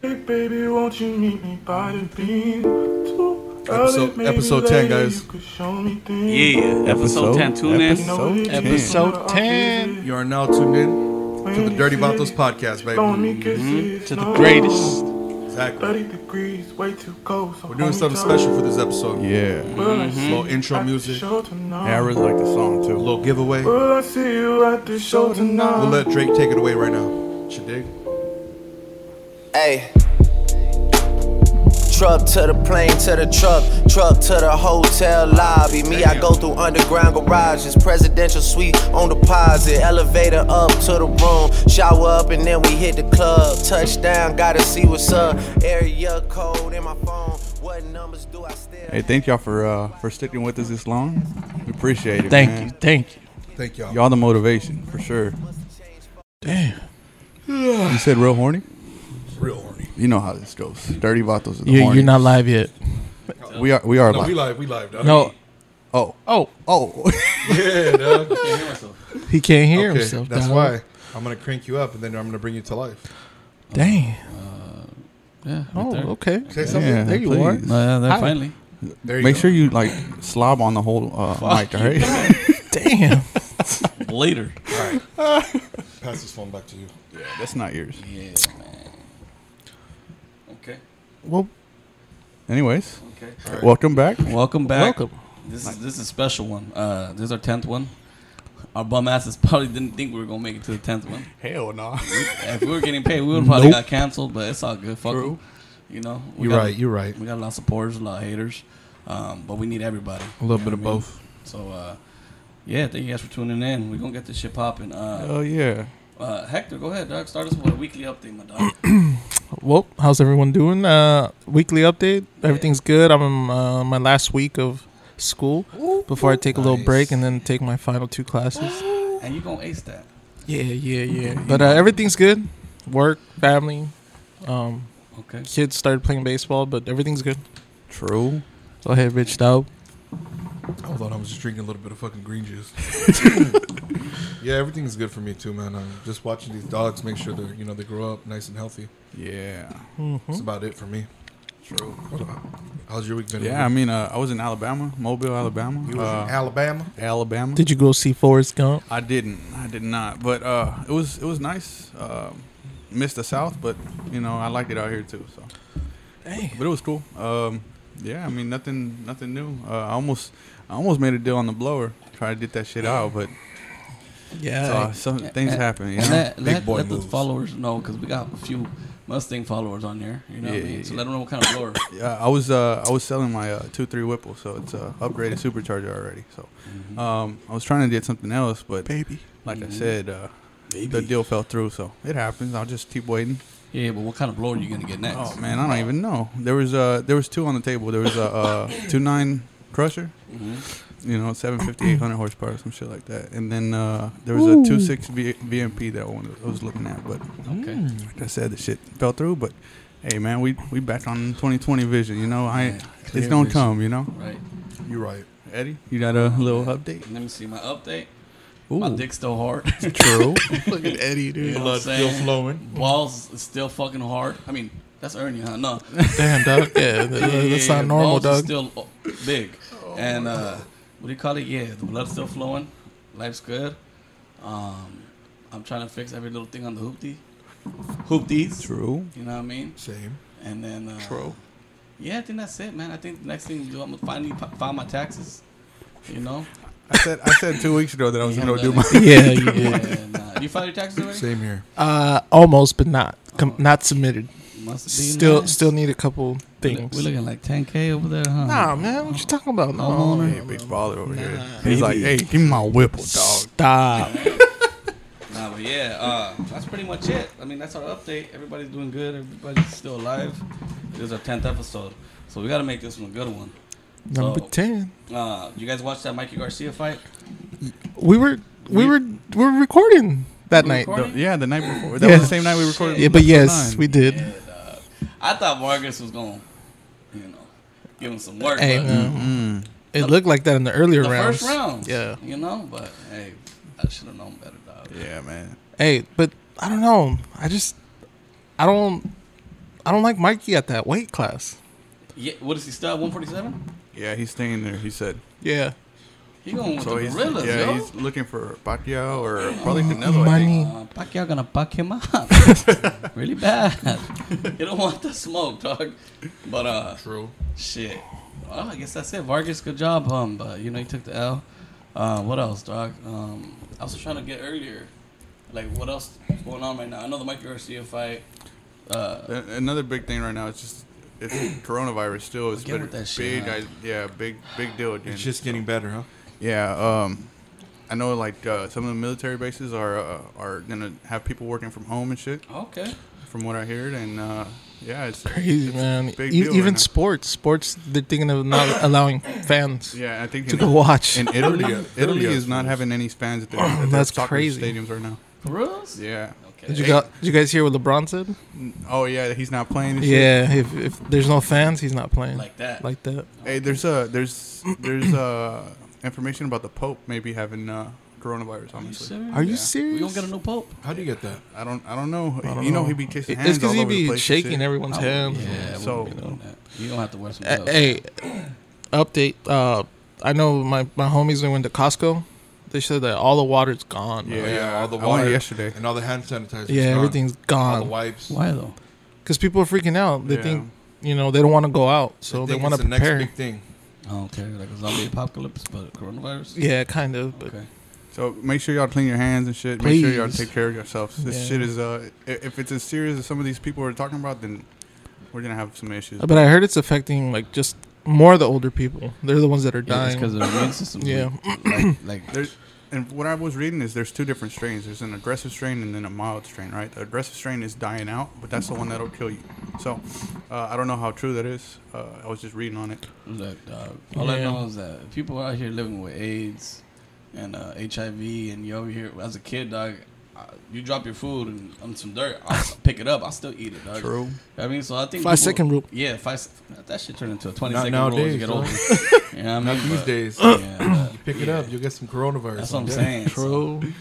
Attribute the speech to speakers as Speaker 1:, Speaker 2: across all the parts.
Speaker 1: Hey baby, won't you meet me by the bean? Too early,
Speaker 2: Episode-
Speaker 1: maybe
Speaker 2: episode 10,
Speaker 1: later,
Speaker 2: guys.
Speaker 1: you could show me things.
Speaker 3: Yeah, episode 10. Tune
Speaker 1: You
Speaker 3: in.
Speaker 1: know
Speaker 2: Episode
Speaker 1: it is
Speaker 2: 10.
Speaker 3: Episode
Speaker 1: somewhere I'll
Speaker 4: 10.
Speaker 1: visit.
Speaker 2: You are now tuned in to the
Speaker 1: Rainy
Speaker 2: Dirty Vatos
Speaker 1: city,
Speaker 2: podcast, baby.
Speaker 1: lonely kisses,
Speaker 3: To the
Speaker 1: no.
Speaker 3: greatest.
Speaker 2: Exactly.
Speaker 1: 30 degrees, way too cold. So
Speaker 2: We're doing something special for this episode.
Speaker 4: Yeah.
Speaker 2: A little intro music, a
Speaker 4: I
Speaker 1: Tonight.
Speaker 4: really like the song too.
Speaker 2: little giveaway. We'll
Speaker 1: Will I see you at the show tonight?
Speaker 2: let Drake take it away right now. You dig?
Speaker 5: Hey. Truck to the plane, to the truck, truck to the hotel lobby. Me, I go through underground garages, presidential suite on deposit, elevator up to the room, shower up, and then we hit the club. Touchdown, gotta see what's up. Area code in my phone, what numbers do I still?
Speaker 4: Hey, thank y'all for uh for sticking with us this long. We appreciate it.
Speaker 3: Thank
Speaker 4: man.
Speaker 3: you. Thank you.
Speaker 2: Thank y'all.
Speaker 4: Y'all the motivation for sure.
Speaker 3: Damn.
Speaker 4: You said real horny.
Speaker 2: real horny.
Speaker 4: You know how this goes. Dirty vatos. Are the
Speaker 6: You, you're
Speaker 4: horniest.
Speaker 6: not live yet.
Speaker 4: We are. We are
Speaker 2: No, we
Speaker 4: live.
Speaker 2: live. We live, dog.
Speaker 6: No.
Speaker 4: Oh.
Speaker 6: Oh,
Speaker 4: Oh.
Speaker 2: Yeah, dog.
Speaker 6: he can't hear
Speaker 2: Okay,
Speaker 6: himself.
Speaker 2: that's
Speaker 6: dog.
Speaker 2: why I'm gonna crank you up, and then I'm gonna bring you to life.
Speaker 6: Dang. Uh,
Speaker 3: Yeah.
Speaker 6: Oh, okay.
Speaker 2: Say something.
Speaker 4: yeah.
Speaker 6: There you are.
Speaker 4: please.
Speaker 3: there, finally.
Speaker 2: There you
Speaker 4: Make
Speaker 2: go.
Speaker 4: sure you like slob on the whole uh, mic. All right.
Speaker 6: Damn.
Speaker 3: Later.
Speaker 2: pass this phone back to you.
Speaker 4: That's not yours.
Speaker 3: Yeah, man. Okay.
Speaker 6: Well,
Speaker 4: Anyways,
Speaker 3: Okay.
Speaker 4: welcome back.
Speaker 3: Welcome back.
Speaker 6: welcome.
Speaker 3: This is this is a special one. Uh, this is our tenth one. Our bum asses probably didn't think we were gonna make it to the tenth one.
Speaker 4: Hell no.
Speaker 3: if we were getting paid, we would probably got canceled. But it's all good. Fuck 'em.
Speaker 4: True.
Speaker 3: You know. We
Speaker 2: You're
Speaker 3: got-
Speaker 2: right. You're right.
Speaker 3: We got a lot of supporters, a lot of haters, um, but we need everybody.
Speaker 6: A little
Speaker 3: You know
Speaker 6: bit of
Speaker 3: what I mean?
Speaker 6: both.
Speaker 3: So, uh, yeah, thank you guys for tuning in. We're gonna get this shit popping. Uh,
Speaker 4: Oh yeah.
Speaker 3: uh, Hector, go ahead, dog. Start us with a weekly update, my dog.
Speaker 6: Well, how's everyone doing? Uh, weekly update. Everything's good. I'm in uh, my last week of school before I take a little
Speaker 2: Nice.
Speaker 6: break and then take my final two classes.
Speaker 3: and you gonna ace that.
Speaker 6: Yeah, yeah, yeah. But uh, everything's good. Work, family. Um,
Speaker 3: Okay.
Speaker 6: kids started playing baseball, but everything's good.
Speaker 4: True.
Speaker 6: Go ahead, Rich Dog.
Speaker 2: Hold on, I was just drinking a little bit of fucking green juice. yeah, everything's good for me too, man. I'm just watching these dogs, make sure they're you know they grow up nice and healthy.
Speaker 4: Yeah. Uh-huh.
Speaker 2: That's about it for me. True. What about? How's your week been?
Speaker 4: Yeah. I mean, uh, I was in Alabama, Mobile, Alabama.
Speaker 2: you was in
Speaker 4: Uh,
Speaker 2: Alabama.
Speaker 4: Alabama.
Speaker 6: Did you go see Forrest Gump?
Speaker 4: I didn't. I did not. But uh, it was it was nice. Uh, missed the South, but you know I liked it out here too. So,
Speaker 6: Dang.
Speaker 4: but it was cool. Um, yeah, I mean nothing nothing new. Uh, I almost I almost made a deal on the blower. Try to get that shit out, but
Speaker 6: Yeah.
Speaker 4: uh, some things happen. You
Speaker 3: And
Speaker 4: know?
Speaker 3: let,
Speaker 2: Big
Speaker 3: let,
Speaker 2: boy
Speaker 3: let the
Speaker 2: moves.
Speaker 3: followers know because we got a few Mustang followers on here. You know what I
Speaker 4: Yeah,
Speaker 3: mean?
Speaker 4: yeah,
Speaker 3: So
Speaker 4: yeah.
Speaker 3: let them know what kind of blower.
Speaker 4: Yeah, I was uh, I was selling my uh, two three Whipple, so it's a upgraded supercharger already. So, um, I was trying to get something else, but
Speaker 6: Mm-hmm. Baby. Mm-hmm.
Speaker 4: like I said, uh, the deal fell through. So it happens. I'll just keep waiting.
Speaker 3: yeah, but what kind of blower are you gonna get next?
Speaker 4: Oh man, I don't even know. There was uh there was two on the table. There was a uh, two nine crusher, you know, 750, 800 horsepower, some shit like that. And then uh, there was a two six v- VMP that I wanted, I was looking at, but
Speaker 3: Okay.
Speaker 4: like I said, the shit fell through. But hey, man, we we back on 2020 vision. You know, I it's gonna come. You know,
Speaker 3: Right.
Speaker 2: You're right.
Speaker 4: Eddie, you got a little update.
Speaker 3: Let me see my update.
Speaker 4: Ooh,
Speaker 3: My dick's still hard.
Speaker 4: true. Look at Eddie,
Speaker 3: You
Speaker 4: dude.
Speaker 3: know what I'm
Speaker 2: Blood still
Speaker 3: saying?
Speaker 2: flowing.
Speaker 3: Balls is still fucking hard. I mean, that's Ernie, huh? No.
Speaker 6: Damn, dog. Yeah, that- that's not normal,
Speaker 3: balls
Speaker 6: dog.
Speaker 3: Is still o- big. and uh, what do you call it? Yeah, the blood's still flowing. Life's good. Um, I'm trying to fix every little thing on the hoopty. Hoopties.
Speaker 4: True.
Speaker 3: You know what I mean?
Speaker 2: Same.
Speaker 3: And then. Uh,
Speaker 4: True.
Speaker 3: Yeah, I think that's it, man. I think the next thing you do, I'm gonna finally p- file my taxes. You know?
Speaker 4: I said I said two weeks ago that I was
Speaker 3: Yeah,
Speaker 4: gonna
Speaker 3: that-
Speaker 4: do my.
Speaker 6: Yeah, yeah.
Speaker 3: And, uh, you filed your taxes already?
Speaker 2: Same here.
Speaker 6: Uh, almost, but not com- not submitted.
Speaker 3: Must be
Speaker 6: Still,
Speaker 3: nice.
Speaker 6: still need a couple
Speaker 3: We're look-
Speaker 6: things.
Speaker 3: We're looking like 10K over there, huh?
Speaker 6: Nah, man, what you talking about? No,
Speaker 3: Homeowner?
Speaker 4: Hey, big baller over here. He's like, hey, give me my Whipple, dog.
Speaker 6: stop.
Speaker 3: Nah, but yeah, uh, that's pretty much it. I mean, that's our update. Everybody's doing good. Everybody's still alive. This is our tenth episode, so we gotta make this one a good one.
Speaker 6: Number
Speaker 3: So-
Speaker 6: ten.
Speaker 3: Uh, you guys watched that Mikey Garcia fight?
Speaker 6: We were, we were, we were recording that night.
Speaker 3: recording?
Speaker 4: The- yeah, the night before. That
Speaker 6: Yeah.
Speaker 4: was the same night we recorded.
Speaker 6: Yeah, but
Speaker 4: episode
Speaker 6: yes,
Speaker 4: nine.
Speaker 6: we did.
Speaker 3: And, uh, I thought Vargas was gonna, you know, give him some work.
Speaker 6: Hey,
Speaker 3: but
Speaker 6: man, it looked like that in the earlier
Speaker 3: the
Speaker 6: rounds.
Speaker 3: first round,
Speaker 6: Yeah.
Speaker 3: you know. But hey, I should have known better, dog.
Speaker 4: Yeah, man.
Speaker 6: Hey, but I don't know. I just, I don't. I don't like Mikey at that weight class.
Speaker 3: Yeah, what is he still at 147?
Speaker 4: Yeah, he's staying there. He said.
Speaker 6: Yeah.
Speaker 3: He going with
Speaker 4: So
Speaker 3: the
Speaker 4: he's
Speaker 3: gorillas,
Speaker 4: yeah,
Speaker 3: yo.
Speaker 4: he's looking for Pacquiao or probably Canelo. I think.
Speaker 3: Uh, Pacquiao gonna buck him up really bad. you don't want the smoke, dog. But uh,
Speaker 2: True.
Speaker 3: shit. Well, I guess that's it. Vargas, good job, um, but you know you took the L. Uh, what else, dog? Um, I was trying to get earlier. Like, what else is going on right now? I know the Mike Garcia fight. Uh,
Speaker 4: A- Another big thing right now is just it's coronavirus. Still, it's
Speaker 3: Again
Speaker 4: been
Speaker 3: with that shit,
Speaker 4: big.
Speaker 3: huh?
Speaker 4: I, yeah, big big deal. Again.
Speaker 2: It's just getting better, huh?
Speaker 4: Yeah, um, I know. Like uh, some of the military bases are uh, are gonna have people working from home and shit.
Speaker 3: okay.
Speaker 4: From what I heard, and uh, yeah, it's
Speaker 6: Crazy man. E-
Speaker 4: big deal right
Speaker 6: even
Speaker 4: now.
Speaker 6: sports, sports, they're thinking of not allowing fans
Speaker 4: yeah. I think
Speaker 6: to
Speaker 4: in,
Speaker 6: go watch.
Speaker 4: in Italy,
Speaker 2: Italy-
Speaker 4: Italy, is not having any fans at their, at their
Speaker 6: That's
Speaker 4: soccer
Speaker 6: crazy.
Speaker 4: stadiums right now.
Speaker 3: For reals?
Speaker 4: Yeah.
Speaker 6: did,
Speaker 3: Okay.
Speaker 6: you got, did you guys hear what LeBron said?
Speaker 4: Oh yeah, he's not playing. and shit.
Speaker 6: Yeah, if, if there's no fans, he's not playing
Speaker 3: Like that.
Speaker 6: like that.
Speaker 4: Hey, there's uh there's there's uh information about the Pope maybe having uh coronavirus.
Speaker 3: Are you
Speaker 4: Honestly,
Speaker 3: serious?
Speaker 6: Are you
Speaker 4: Yeah.
Speaker 3: We
Speaker 6: serious?
Speaker 3: don't get a new pope.
Speaker 2: How do you get that?
Speaker 4: I don't I don't know.
Speaker 6: don't
Speaker 4: you know,
Speaker 6: know.
Speaker 4: he'd be kissing hands
Speaker 6: It's because
Speaker 4: all
Speaker 6: he'd
Speaker 4: over the
Speaker 6: be
Speaker 4: place.
Speaker 6: shaking
Speaker 4: and shit.
Speaker 6: everyone's hands.
Speaker 3: Yeah.
Speaker 4: So-
Speaker 3: So you don't have to wear some
Speaker 6: A-
Speaker 3: gloves.
Speaker 6: Hey, update. Uh, I know my, my homies they went to Costco. They said that all the water's gone.
Speaker 4: Yeah,
Speaker 6: Yeah,
Speaker 2: all the
Speaker 4: I went
Speaker 2: water
Speaker 4: yesterday.
Speaker 2: and all the hand sanitizer.
Speaker 6: yeah, everything's
Speaker 2: All the
Speaker 6: gone.
Speaker 2: wipes.
Speaker 3: Why though?
Speaker 6: Because people are freaking out. They
Speaker 4: Yeah.
Speaker 6: think you know they don't want to go out, so
Speaker 2: I
Speaker 6: they
Speaker 2: think
Speaker 6: want
Speaker 2: it's
Speaker 6: to
Speaker 2: the
Speaker 6: prepare.
Speaker 2: next big thing.
Speaker 3: Oh, okay, like a zombie apocalypse, but coronavirus.
Speaker 6: Yeah, kind of. But
Speaker 3: Okay.
Speaker 4: So make sure y'all clean your hands and shit. Make sure y'all
Speaker 6: Please.
Speaker 4: take care of yourselves. This
Speaker 6: Yeah.
Speaker 4: shit is uh i- if it's as serious as some of these people are talking about, then we're gonna have some issues.
Speaker 6: Uh, but I heard it's affecting like just more the older people. They're the ones that are
Speaker 3: Yeah, it's
Speaker 6: dying.
Speaker 3: because the immune system.
Speaker 6: Yeah.
Speaker 3: Like, like
Speaker 4: There's and what I was reading is there's two different strains. There's an aggressive strain and then a mild strain, right? The aggressive strain is dying out, but that's the one that'll kill you. So uh, I don't know how true that is. Uh, I was just reading on it.
Speaker 3: Look, dog. All I
Speaker 6: Yeah.
Speaker 3: know is that people out here living with AIDS and uh, HIV, and you over here as a kid, dog. I, you drop your food and on some dirt, I'll s- pick it up. I'll still eat it, dog.
Speaker 4: True.
Speaker 3: I mean, so I think
Speaker 6: Five
Speaker 3: people-
Speaker 6: second rule.
Speaker 3: Yeah, five. se- That shit turned into a twenty
Speaker 2: Not
Speaker 3: second
Speaker 2: nowadays,
Speaker 3: rule
Speaker 2: dog.
Speaker 3: as you get older. you know what I
Speaker 2: Not
Speaker 3: mean?
Speaker 2: these
Speaker 3: But,
Speaker 2: days.
Speaker 3: yeah,
Speaker 2: You pick it
Speaker 3: yeah.
Speaker 2: up, you'll get some coronavirus.
Speaker 3: That's what I'm
Speaker 2: Yeah.
Speaker 3: saying. so-
Speaker 6: True.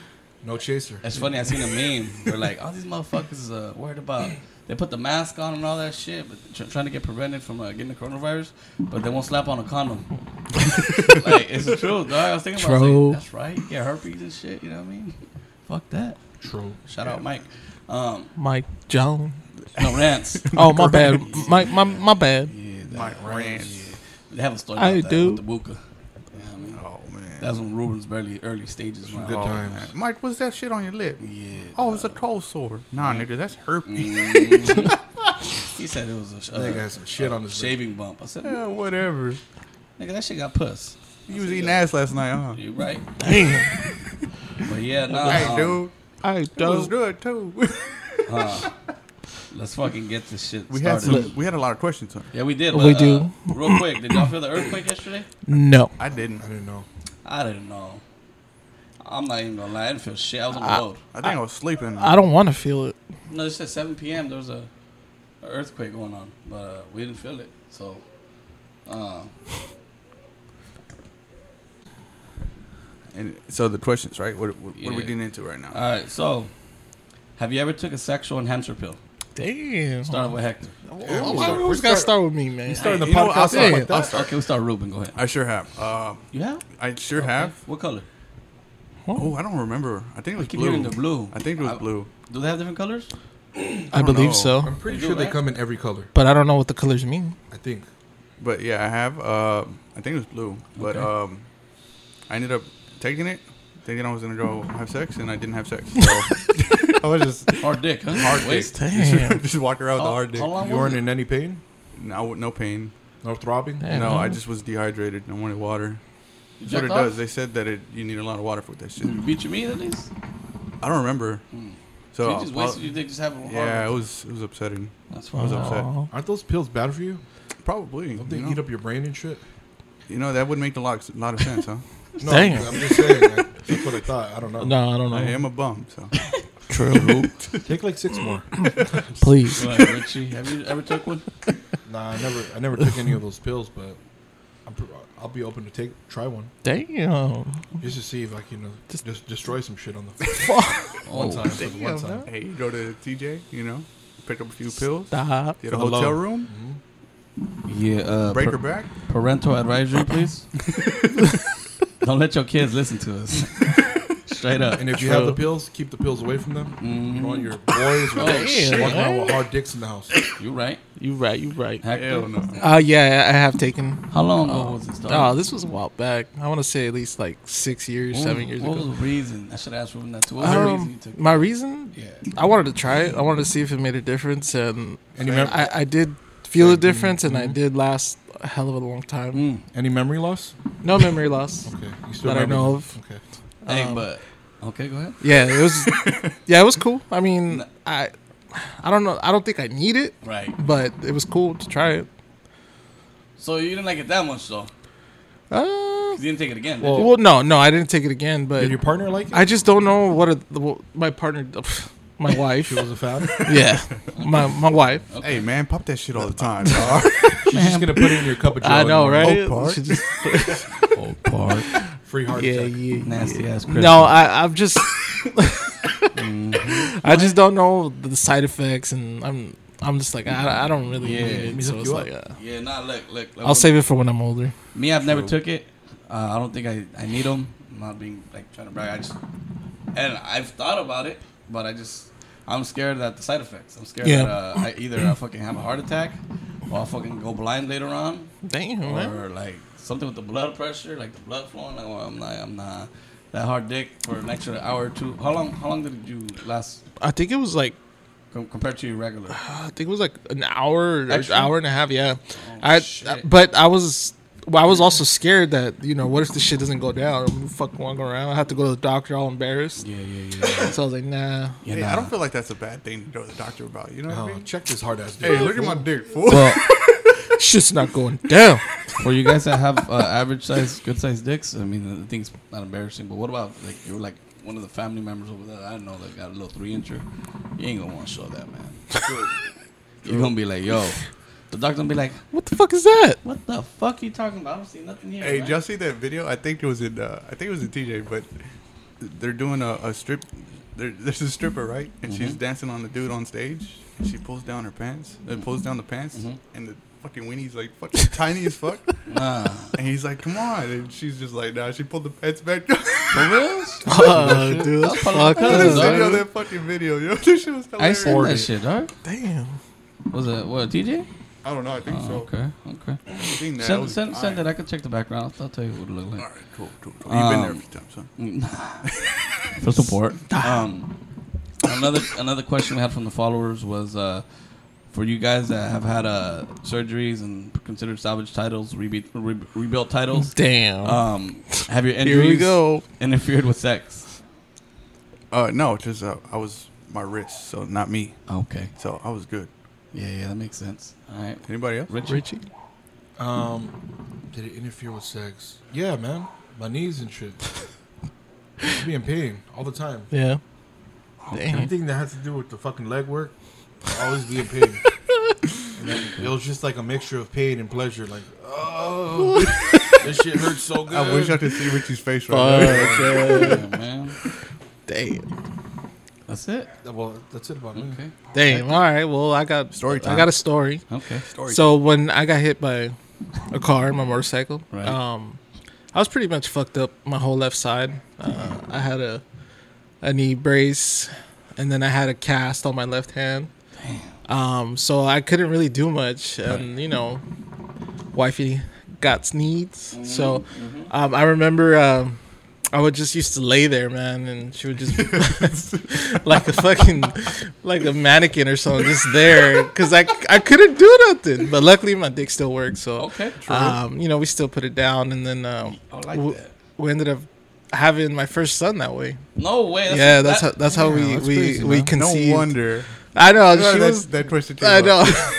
Speaker 2: No chaser.
Speaker 3: It's funny. I seen a meme where like all these motherfuckers is uh, worried about they put the mask on and all that shit, but tr- trying to get prevented from uh, getting the coronavirus, but they won't slap on a condom. like it's the truth, dog. I was thinking about it, I was like,
Speaker 6: True.
Speaker 3: that's right. You get herpes and shit. You know what I mean? Fuck that.
Speaker 2: True.
Speaker 3: Shout out Mike. Um,
Speaker 6: Mike Jones.
Speaker 3: no rants.
Speaker 6: Oh my bad. My my my bad.
Speaker 3: Yeah, that-
Speaker 4: Mike Rance.
Speaker 3: yeah. They have a story.
Speaker 6: I
Speaker 3: about that
Speaker 6: do.
Speaker 3: With the buka. You know what I mean?
Speaker 4: Oh man.
Speaker 3: That's when Ruben's barely early stages. when I-
Speaker 2: Good
Speaker 4: oh,
Speaker 2: times.
Speaker 4: man. Mike, what's that shit on your lip?
Speaker 3: Yeah. Mm.
Speaker 4: Oh, it's a cold sore. Nah, nigga, that's herpes.
Speaker 3: He said it was a sh-
Speaker 2: They
Speaker 3: uh,
Speaker 2: got some shit on this.
Speaker 3: shaving bump. I said,
Speaker 4: Yeah, whatever.
Speaker 3: Nigga, that shit got puss.
Speaker 4: You was eating ass last night, huh?
Speaker 3: You right.
Speaker 6: Damn.
Speaker 3: But yeah, nah.
Speaker 4: Hey,
Speaker 3: um,
Speaker 4: dude,
Speaker 6: I
Speaker 4: it was
Speaker 6: don't.
Speaker 4: good too.
Speaker 3: Let's fucking get this shit
Speaker 4: we had
Speaker 3: started.
Speaker 4: some, we had a lot of questions. Huh?
Speaker 3: yeah, we did.
Speaker 6: We
Speaker 3: but,
Speaker 6: do.
Speaker 3: Uh, real quick, did y'all feel the earthquake yesterday?
Speaker 6: No.
Speaker 4: I didn't.
Speaker 2: I didn't know.
Speaker 3: I didn't know. I'm not even gonna lie. I didn't feel shit. I was on the road.
Speaker 4: I think I, was sleeping.
Speaker 6: I don't want to feel it.
Speaker 3: No, just at 7 p.m. there was a, a earthquake going on, but uh, we didn't feel it. So, uh,
Speaker 4: and so the questions, right? What what, what are
Speaker 3: Yeah.
Speaker 4: we getting into right now?
Speaker 3: all right. So, have you ever took a sexual enhancer pill?
Speaker 6: Damn.
Speaker 3: Start off with Hector.
Speaker 6: Why you always gotta start with me, man?
Speaker 2: Starting the
Speaker 4: You know what,
Speaker 2: podcast
Speaker 4: I'll
Speaker 2: off
Speaker 6: say
Speaker 2: like
Speaker 6: it.
Speaker 2: that.
Speaker 3: Okay, we start Ruben. Go ahead.
Speaker 4: I sure have. Uh,
Speaker 3: You have?
Speaker 4: I sure have.
Speaker 3: What color?
Speaker 4: Oh, I don't remember. I think it was
Speaker 3: Keep
Speaker 4: blue.
Speaker 3: hearing the blue.
Speaker 4: I think it was
Speaker 3: I-
Speaker 4: blue.
Speaker 3: Do they have different colors?
Speaker 6: I,
Speaker 4: don't
Speaker 6: believe
Speaker 4: know.
Speaker 6: so,
Speaker 2: I'm pretty
Speaker 3: They do,
Speaker 2: sure they
Speaker 3: right?
Speaker 2: come in every color.
Speaker 6: but I don't know what the colors mean.
Speaker 2: I think.
Speaker 4: But yeah, I have. Uh, I think it was blue. But
Speaker 3: Okay.
Speaker 4: um, I ended up taking it, thinking I was gonna go have sex, and I didn't have sex. So I was just
Speaker 3: Hard dick, huh?
Speaker 4: hard dick.
Speaker 3: Waist.
Speaker 6: Damn.
Speaker 4: just walk around with
Speaker 3: How-
Speaker 4: the hard dick.
Speaker 3: how long
Speaker 2: You
Speaker 3: was
Speaker 2: weren't
Speaker 3: it?
Speaker 2: in any pain?
Speaker 4: No, no pain.
Speaker 2: No throbbing?
Speaker 6: Damn.
Speaker 4: no, I just was dehydrated. and I wanted water.
Speaker 3: You
Speaker 4: That's what it
Speaker 3: jerked off? Mm.
Speaker 4: does. They said that it you need a lot of water for that shit.
Speaker 3: Did you beat your meat at least?
Speaker 4: I don't remember. So
Speaker 3: you Mm. just
Speaker 4: I'll-
Speaker 3: wasted your dick just having a
Speaker 4: yeah,
Speaker 3: hard
Speaker 4: it
Speaker 3: one.
Speaker 4: was it was upsetting.
Speaker 3: That's
Speaker 4: I was
Speaker 3: why.
Speaker 4: upset.
Speaker 6: Aw.
Speaker 2: Aren't those pills bad for you?
Speaker 4: Probably.
Speaker 2: Don't they
Speaker 4: you know?
Speaker 2: eat up your brain and shit?
Speaker 4: You know, that would make a lot, lot of sense, huh?
Speaker 2: No,
Speaker 6: Damn.
Speaker 2: I'm just saying. Like, that's what I thought. I don't know.
Speaker 6: No, I don't know.
Speaker 4: I am a bum, so.
Speaker 6: True.
Speaker 2: Take like six more.
Speaker 6: Please.
Speaker 3: Go ahead, Richie. Have you ever took one?
Speaker 2: nah, I never, I never took any of those pills, but I'm, pr- I'll be open to take, try one
Speaker 6: Damn.
Speaker 2: just to see if I can, you know, just, destroy some shit on the
Speaker 3: Oh,
Speaker 2: one time. for the one time.
Speaker 4: hey, you go to TJ, you know? picked up a few pills.
Speaker 6: Stop.
Speaker 4: Get
Speaker 2: For the
Speaker 4: a
Speaker 2: low.
Speaker 4: hotel room.
Speaker 3: Yeah. Uh,
Speaker 4: Break
Speaker 3: par-
Speaker 4: her back.
Speaker 3: parental advisory, please. Don't let your kids listen to us. Straight up.
Speaker 2: And if you have
Speaker 6: Uh,
Speaker 2: the pills, keep the pills away from them.
Speaker 6: mm.
Speaker 2: You don't want your boys or
Speaker 3: Oh, shit.
Speaker 2: walking around with hard dicks in the house.
Speaker 3: You right.
Speaker 6: You right. You right.
Speaker 3: Hector?
Speaker 6: Uh, yeah, I have taken.
Speaker 3: How long ago was this?
Speaker 6: Oh, this was a while back. I want to say at least like six years, seven years
Speaker 3: what
Speaker 6: ago.
Speaker 3: was the reason? I should ask Ruben that too. What was the reason you
Speaker 6: Um,
Speaker 3: took it?
Speaker 6: my reason,
Speaker 3: Yeah.
Speaker 6: I wanted to try it. I wanted to see if it made a difference, and
Speaker 2: Any, mem-
Speaker 6: I, I did feel a difference, and I
Speaker 2: mm-hmm.
Speaker 6: did last a hell of a long time.
Speaker 3: Mm.
Speaker 2: any memory loss?
Speaker 6: No memory loss.
Speaker 2: Okay. You still
Speaker 6: That I
Speaker 2: remember
Speaker 6: know
Speaker 2: them?
Speaker 6: of.
Speaker 2: Okay.
Speaker 3: hey,
Speaker 6: Um,
Speaker 3: but okay, go ahead.
Speaker 6: Yeah, it was. yeah, it was cool. I mean, I, I don't know. I don't think I need it,
Speaker 3: Right.
Speaker 6: but it was cool to try it.
Speaker 3: So you didn't like it that much though. 'Cause
Speaker 6: Uh,
Speaker 3: You didn't take it again. did you?
Speaker 6: well, no, no, I didn't take it again, but
Speaker 2: Did your partner like it?
Speaker 6: I just don't know what a, the, my partner, my wife.
Speaker 2: She was a fab.
Speaker 6: yeah, my my wife.
Speaker 4: Hey man, pop that shit all the time. dog.
Speaker 2: She's just gonna put it in your cup of joe.
Speaker 6: I
Speaker 2: and
Speaker 6: know,
Speaker 2: you're
Speaker 6: right?
Speaker 4: Oak Park?
Speaker 6: She just-
Speaker 3: Old part.
Speaker 2: like, Free heart
Speaker 6: yeah,
Speaker 2: attack.
Speaker 6: yeah.
Speaker 3: Nasty ass. Christmas.
Speaker 6: No, I, I'm just, I just don't know the side effects, and I'm, I'm just like, I, I don't really
Speaker 3: Yeah,
Speaker 6: need it. So it's like, uh,
Speaker 3: Yeah, nah. Look, look. look
Speaker 6: I'll save it for when I'm older.
Speaker 3: Me, I've never took it. Uh, I don't think I, I need them. I'm not being like trying to brag. I just and I've thought about it, but I just I'm scared that the side effects. I'm scared
Speaker 6: Yeah.
Speaker 3: that uh, I either I fucking have a heart attack, or I'll fucking go blind later on,
Speaker 6: Damn, man.
Speaker 3: or like something with the blood pressure, like the blood flowing. Like, well, I'm not I'm not that hard dick for an extra hour or two. How long How long did you last
Speaker 6: I think it was like
Speaker 3: com- compared to your regular?
Speaker 6: I think it was like an hour, or
Speaker 3: Extra? Oh,
Speaker 6: hour and a half. Yeah, I,
Speaker 3: shit.
Speaker 6: But I was, well, I was also scared that you know, what if this shit doesn't go down? I'm fucking walking around. I have to go to the doctor, all embarrassed.
Speaker 3: Yeah, yeah, yeah.
Speaker 6: So I was like, nah.
Speaker 3: yeah
Speaker 4: Hey,
Speaker 3: nah.
Speaker 4: I don't feel like that's a bad thing to go to the doctor about. You know what I
Speaker 2: Oh,
Speaker 4: mean?
Speaker 2: check this hard ass dick.
Speaker 4: Hey, look at my dick, fool.
Speaker 6: Well, shit's not going down.
Speaker 3: For you guys that have uh, average size, good sized dicks, I mean, the thing's not embarrassing. But what about like you're like one of the family members over there? I don't know that got a little three incher. You ain't gonna want to show that, man. You're gonna be like, yo, the doctor gonna be like,
Speaker 6: What the fuck is that?
Speaker 3: what the fuck you talking about? I don't see nothing here.
Speaker 4: Hey,
Speaker 3: man."
Speaker 4: did y'all see that video? I think it was in. Uh, I think it was in TJ, but they're doing a, a strip. There, there's a stripper, right? And
Speaker 3: Mm-hmm.
Speaker 4: she's dancing on the dude on stage. And she pulls down her pants. Uh, pulls down the pants, and the fucking weenie's like fucking tiny as fuck.
Speaker 3: Mm-hmm. Nah.
Speaker 4: And he's like, "Come on!" And she's just like, "Nah." She pulled the pants back.
Speaker 3: For real?
Speaker 6: Oh, dude, that's fucked
Speaker 3: up,
Speaker 4: This
Speaker 3: dog.
Speaker 6: up.
Speaker 4: video, that fucking video, yo, this shit was
Speaker 3: I
Speaker 4: hilarious.
Speaker 3: seen that shit, dog.
Speaker 6: Damn.
Speaker 3: Was it what TJ?
Speaker 4: I don't know. I think
Speaker 3: Oh,
Speaker 4: so.
Speaker 3: okay, okay.
Speaker 4: I seen that. I
Speaker 3: Send,
Speaker 4: was-
Speaker 3: send,
Speaker 4: all
Speaker 3: send
Speaker 4: right.
Speaker 3: it. I can check the background. I'll tell you what it looked like.
Speaker 4: All right, cool, cool, cool. You've been there a
Speaker 3: Um,
Speaker 4: few times, huh?
Speaker 3: for support. Um, another another question we had from the followers was uh, for you guys that have had uh, surgeries and considered salvage titles, rebu- re- rebuilt titles.
Speaker 6: Damn.
Speaker 3: Um, have your
Speaker 6: Here
Speaker 3: injuries
Speaker 6: we go.
Speaker 3: interfered with sex?
Speaker 4: Uh, no, just uh, I was my wrist, so not me.
Speaker 3: Okay.
Speaker 4: So I was good.
Speaker 3: Yeah, yeah, that makes sense. All right,
Speaker 4: Anybody else?
Speaker 3: Richie.
Speaker 6: Richie.
Speaker 2: Um, did it interfere with sex? Yeah, man. My knees and shit. I'd be in pain all the time.
Speaker 6: Yeah. Damn.
Speaker 2: Anything that has to do with the fucking leg work, I always be in pain. And then it was just like a mixture of pain and pleasure. Like, oh, this shit hurts so good.
Speaker 4: I wish I could see Richie's face right now.
Speaker 3: Yeah, man.
Speaker 6: Damn.
Speaker 3: That's it.
Speaker 2: Well, that's it about me.
Speaker 3: Okay.
Speaker 6: Damn. All right. Well, I got
Speaker 4: Story
Speaker 6: I
Speaker 4: time.
Speaker 6: got a story.
Speaker 3: Okay.
Speaker 6: So when I got hit by a car in my motorcycle,
Speaker 3: Right.
Speaker 6: um, I was pretty much fucked up my whole left side. Uh, I had a a knee brace, and then I had a cast on my left hand. Um, so I couldn't really do much, and you know, wifey got needs.
Speaker 3: Mm-hmm,
Speaker 6: So um, I remember um, I would just used to lay there, man, and she would just like a fucking like a mannequin or something, just there, because I I couldn't do nothing. But luckily, my dick still worked, so
Speaker 3: Okay. True. Oh,
Speaker 6: um, you know, we still put it down, and then um,
Speaker 3: I like
Speaker 6: w-
Speaker 3: that.
Speaker 6: we ended up having my first son that way.
Speaker 3: No way. That's
Speaker 6: yeah, that's how
Speaker 3: that-
Speaker 6: that's how we
Speaker 4: that's
Speaker 6: we
Speaker 4: crazy,
Speaker 6: we
Speaker 4: man.
Speaker 6: conceived.
Speaker 4: No wonder.
Speaker 6: I know she
Speaker 4: that,
Speaker 6: was.
Speaker 4: that twisted.
Speaker 6: I
Speaker 4: tail.
Speaker 6: know.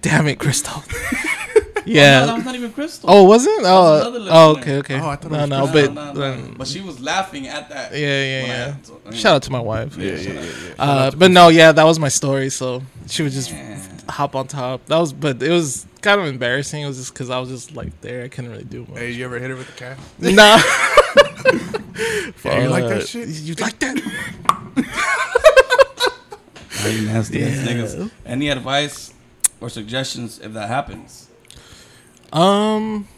Speaker 6: Damn it, Crystal. yeah.
Speaker 3: No, that was not even Crystal.
Speaker 6: Oh, was it? Oh,
Speaker 3: another little
Speaker 6: oh,
Speaker 3: thing.
Speaker 6: okay, okay.
Speaker 4: Oh, I thought it
Speaker 6: no,
Speaker 4: was
Speaker 6: no,
Speaker 3: No,
Speaker 6: but
Speaker 3: no, no.
Speaker 6: um,
Speaker 3: but she was laughing at that.
Speaker 6: yeah, yeah,
Speaker 3: when I-
Speaker 6: yeah.
Speaker 3: so, I mean,
Speaker 6: Shout out to my wife.
Speaker 3: Yeah, yeah, yeah.
Speaker 6: Uh, but no, yeah, that was my story. So she would just hop on top. That was, but it was kind of embarrassing. It was just because I was just like there. I couldn't really do much.
Speaker 4: Hey, you ever hit her with a cat?
Speaker 6: Nah.
Speaker 4: Yeah, you like that
Speaker 6: Uh,
Speaker 4: shit?
Speaker 6: You like that?
Speaker 4: How you nasty ass nigga.
Speaker 3: niggas. Any advice or suggestions if that happens?
Speaker 6: Um,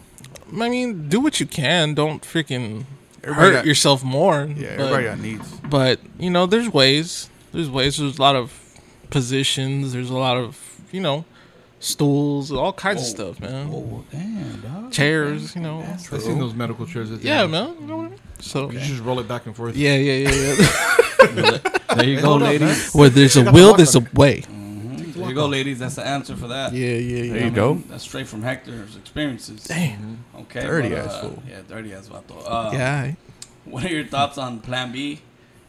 Speaker 6: I mean, do what you can. Don't freaking
Speaker 4: Everybody
Speaker 6: hurt
Speaker 4: got-
Speaker 6: yourself more.
Speaker 4: Yeah,
Speaker 6: but-
Speaker 4: everybody got needs.
Speaker 6: but you know there's ways there's ways there's a lot of positions there's a lot of you know stools all kinds of stuff man
Speaker 3: Oh damn, dog.
Speaker 6: chairs you know
Speaker 2: I seen those medical chairs. At the
Speaker 6: yeah
Speaker 2: end.
Speaker 6: man you know what I mean? so
Speaker 2: You just roll it back and forth.
Speaker 6: yeah yeah yeah, yeah.
Speaker 3: There you go,
Speaker 2: Hold up,
Speaker 3: ladies.
Speaker 2: man.
Speaker 6: where there's a will there's a way
Speaker 3: There you go, ladies. That's the answer for that.
Speaker 6: yeah yeah
Speaker 4: There
Speaker 6: yeah
Speaker 4: you go.
Speaker 3: That's straight from Hector's experiences.
Speaker 6: damn
Speaker 3: Okay.
Speaker 4: Dirty
Speaker 3: but,
Speaker 4: ass
Speaker 3: uh,
Speaker 4: fool.
Speaker 3: Yeah, dirty ass vato. Uh, yeah.
Speaker 6: yeah
Speaker 3: What are your thoughts on Plan B?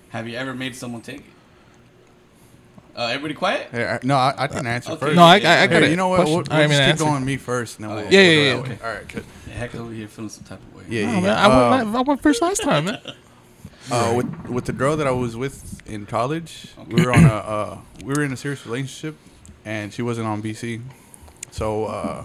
Speaker 3: Have you ever made someone take it? Uh, everybody quiet?
Speaker 4: Hey, I- no, I, I can answer
Speaker 3: okay.
Speaker 4: first.
Speaker 6: Uh, no i i, I got
Speaker 4: Hey,
Speaker 6: it
Speaker 4: you know what? We'll, we'll
Speaker 6: i mean
Speaker 4: just keep
Speaker 6: answer.
Speaker 4: going me first. and then we'll-
Speaker 3: yeah,
Speaker 6: yeah,
Speaker 4: we'll go
Speaker 6: yeah,
Speaker 4: that
Speaker 3: yeah.
Speaker 4: way. All right, good.
Speaker 3: Yeah, Hector's over here feeling some type of way.
Speaker 4: Yeah,
Speaker 6: Oh,
Speaker 4: yeah.
Speaker 6: man, I, went,
Speaker 4: Uh,
Speaker 6: la- I went first last time man
Speaker 4: uh, with with the girl that I was with in college, we were on a uh, we were in a serious relationship, and she wasn't on BC, so uh,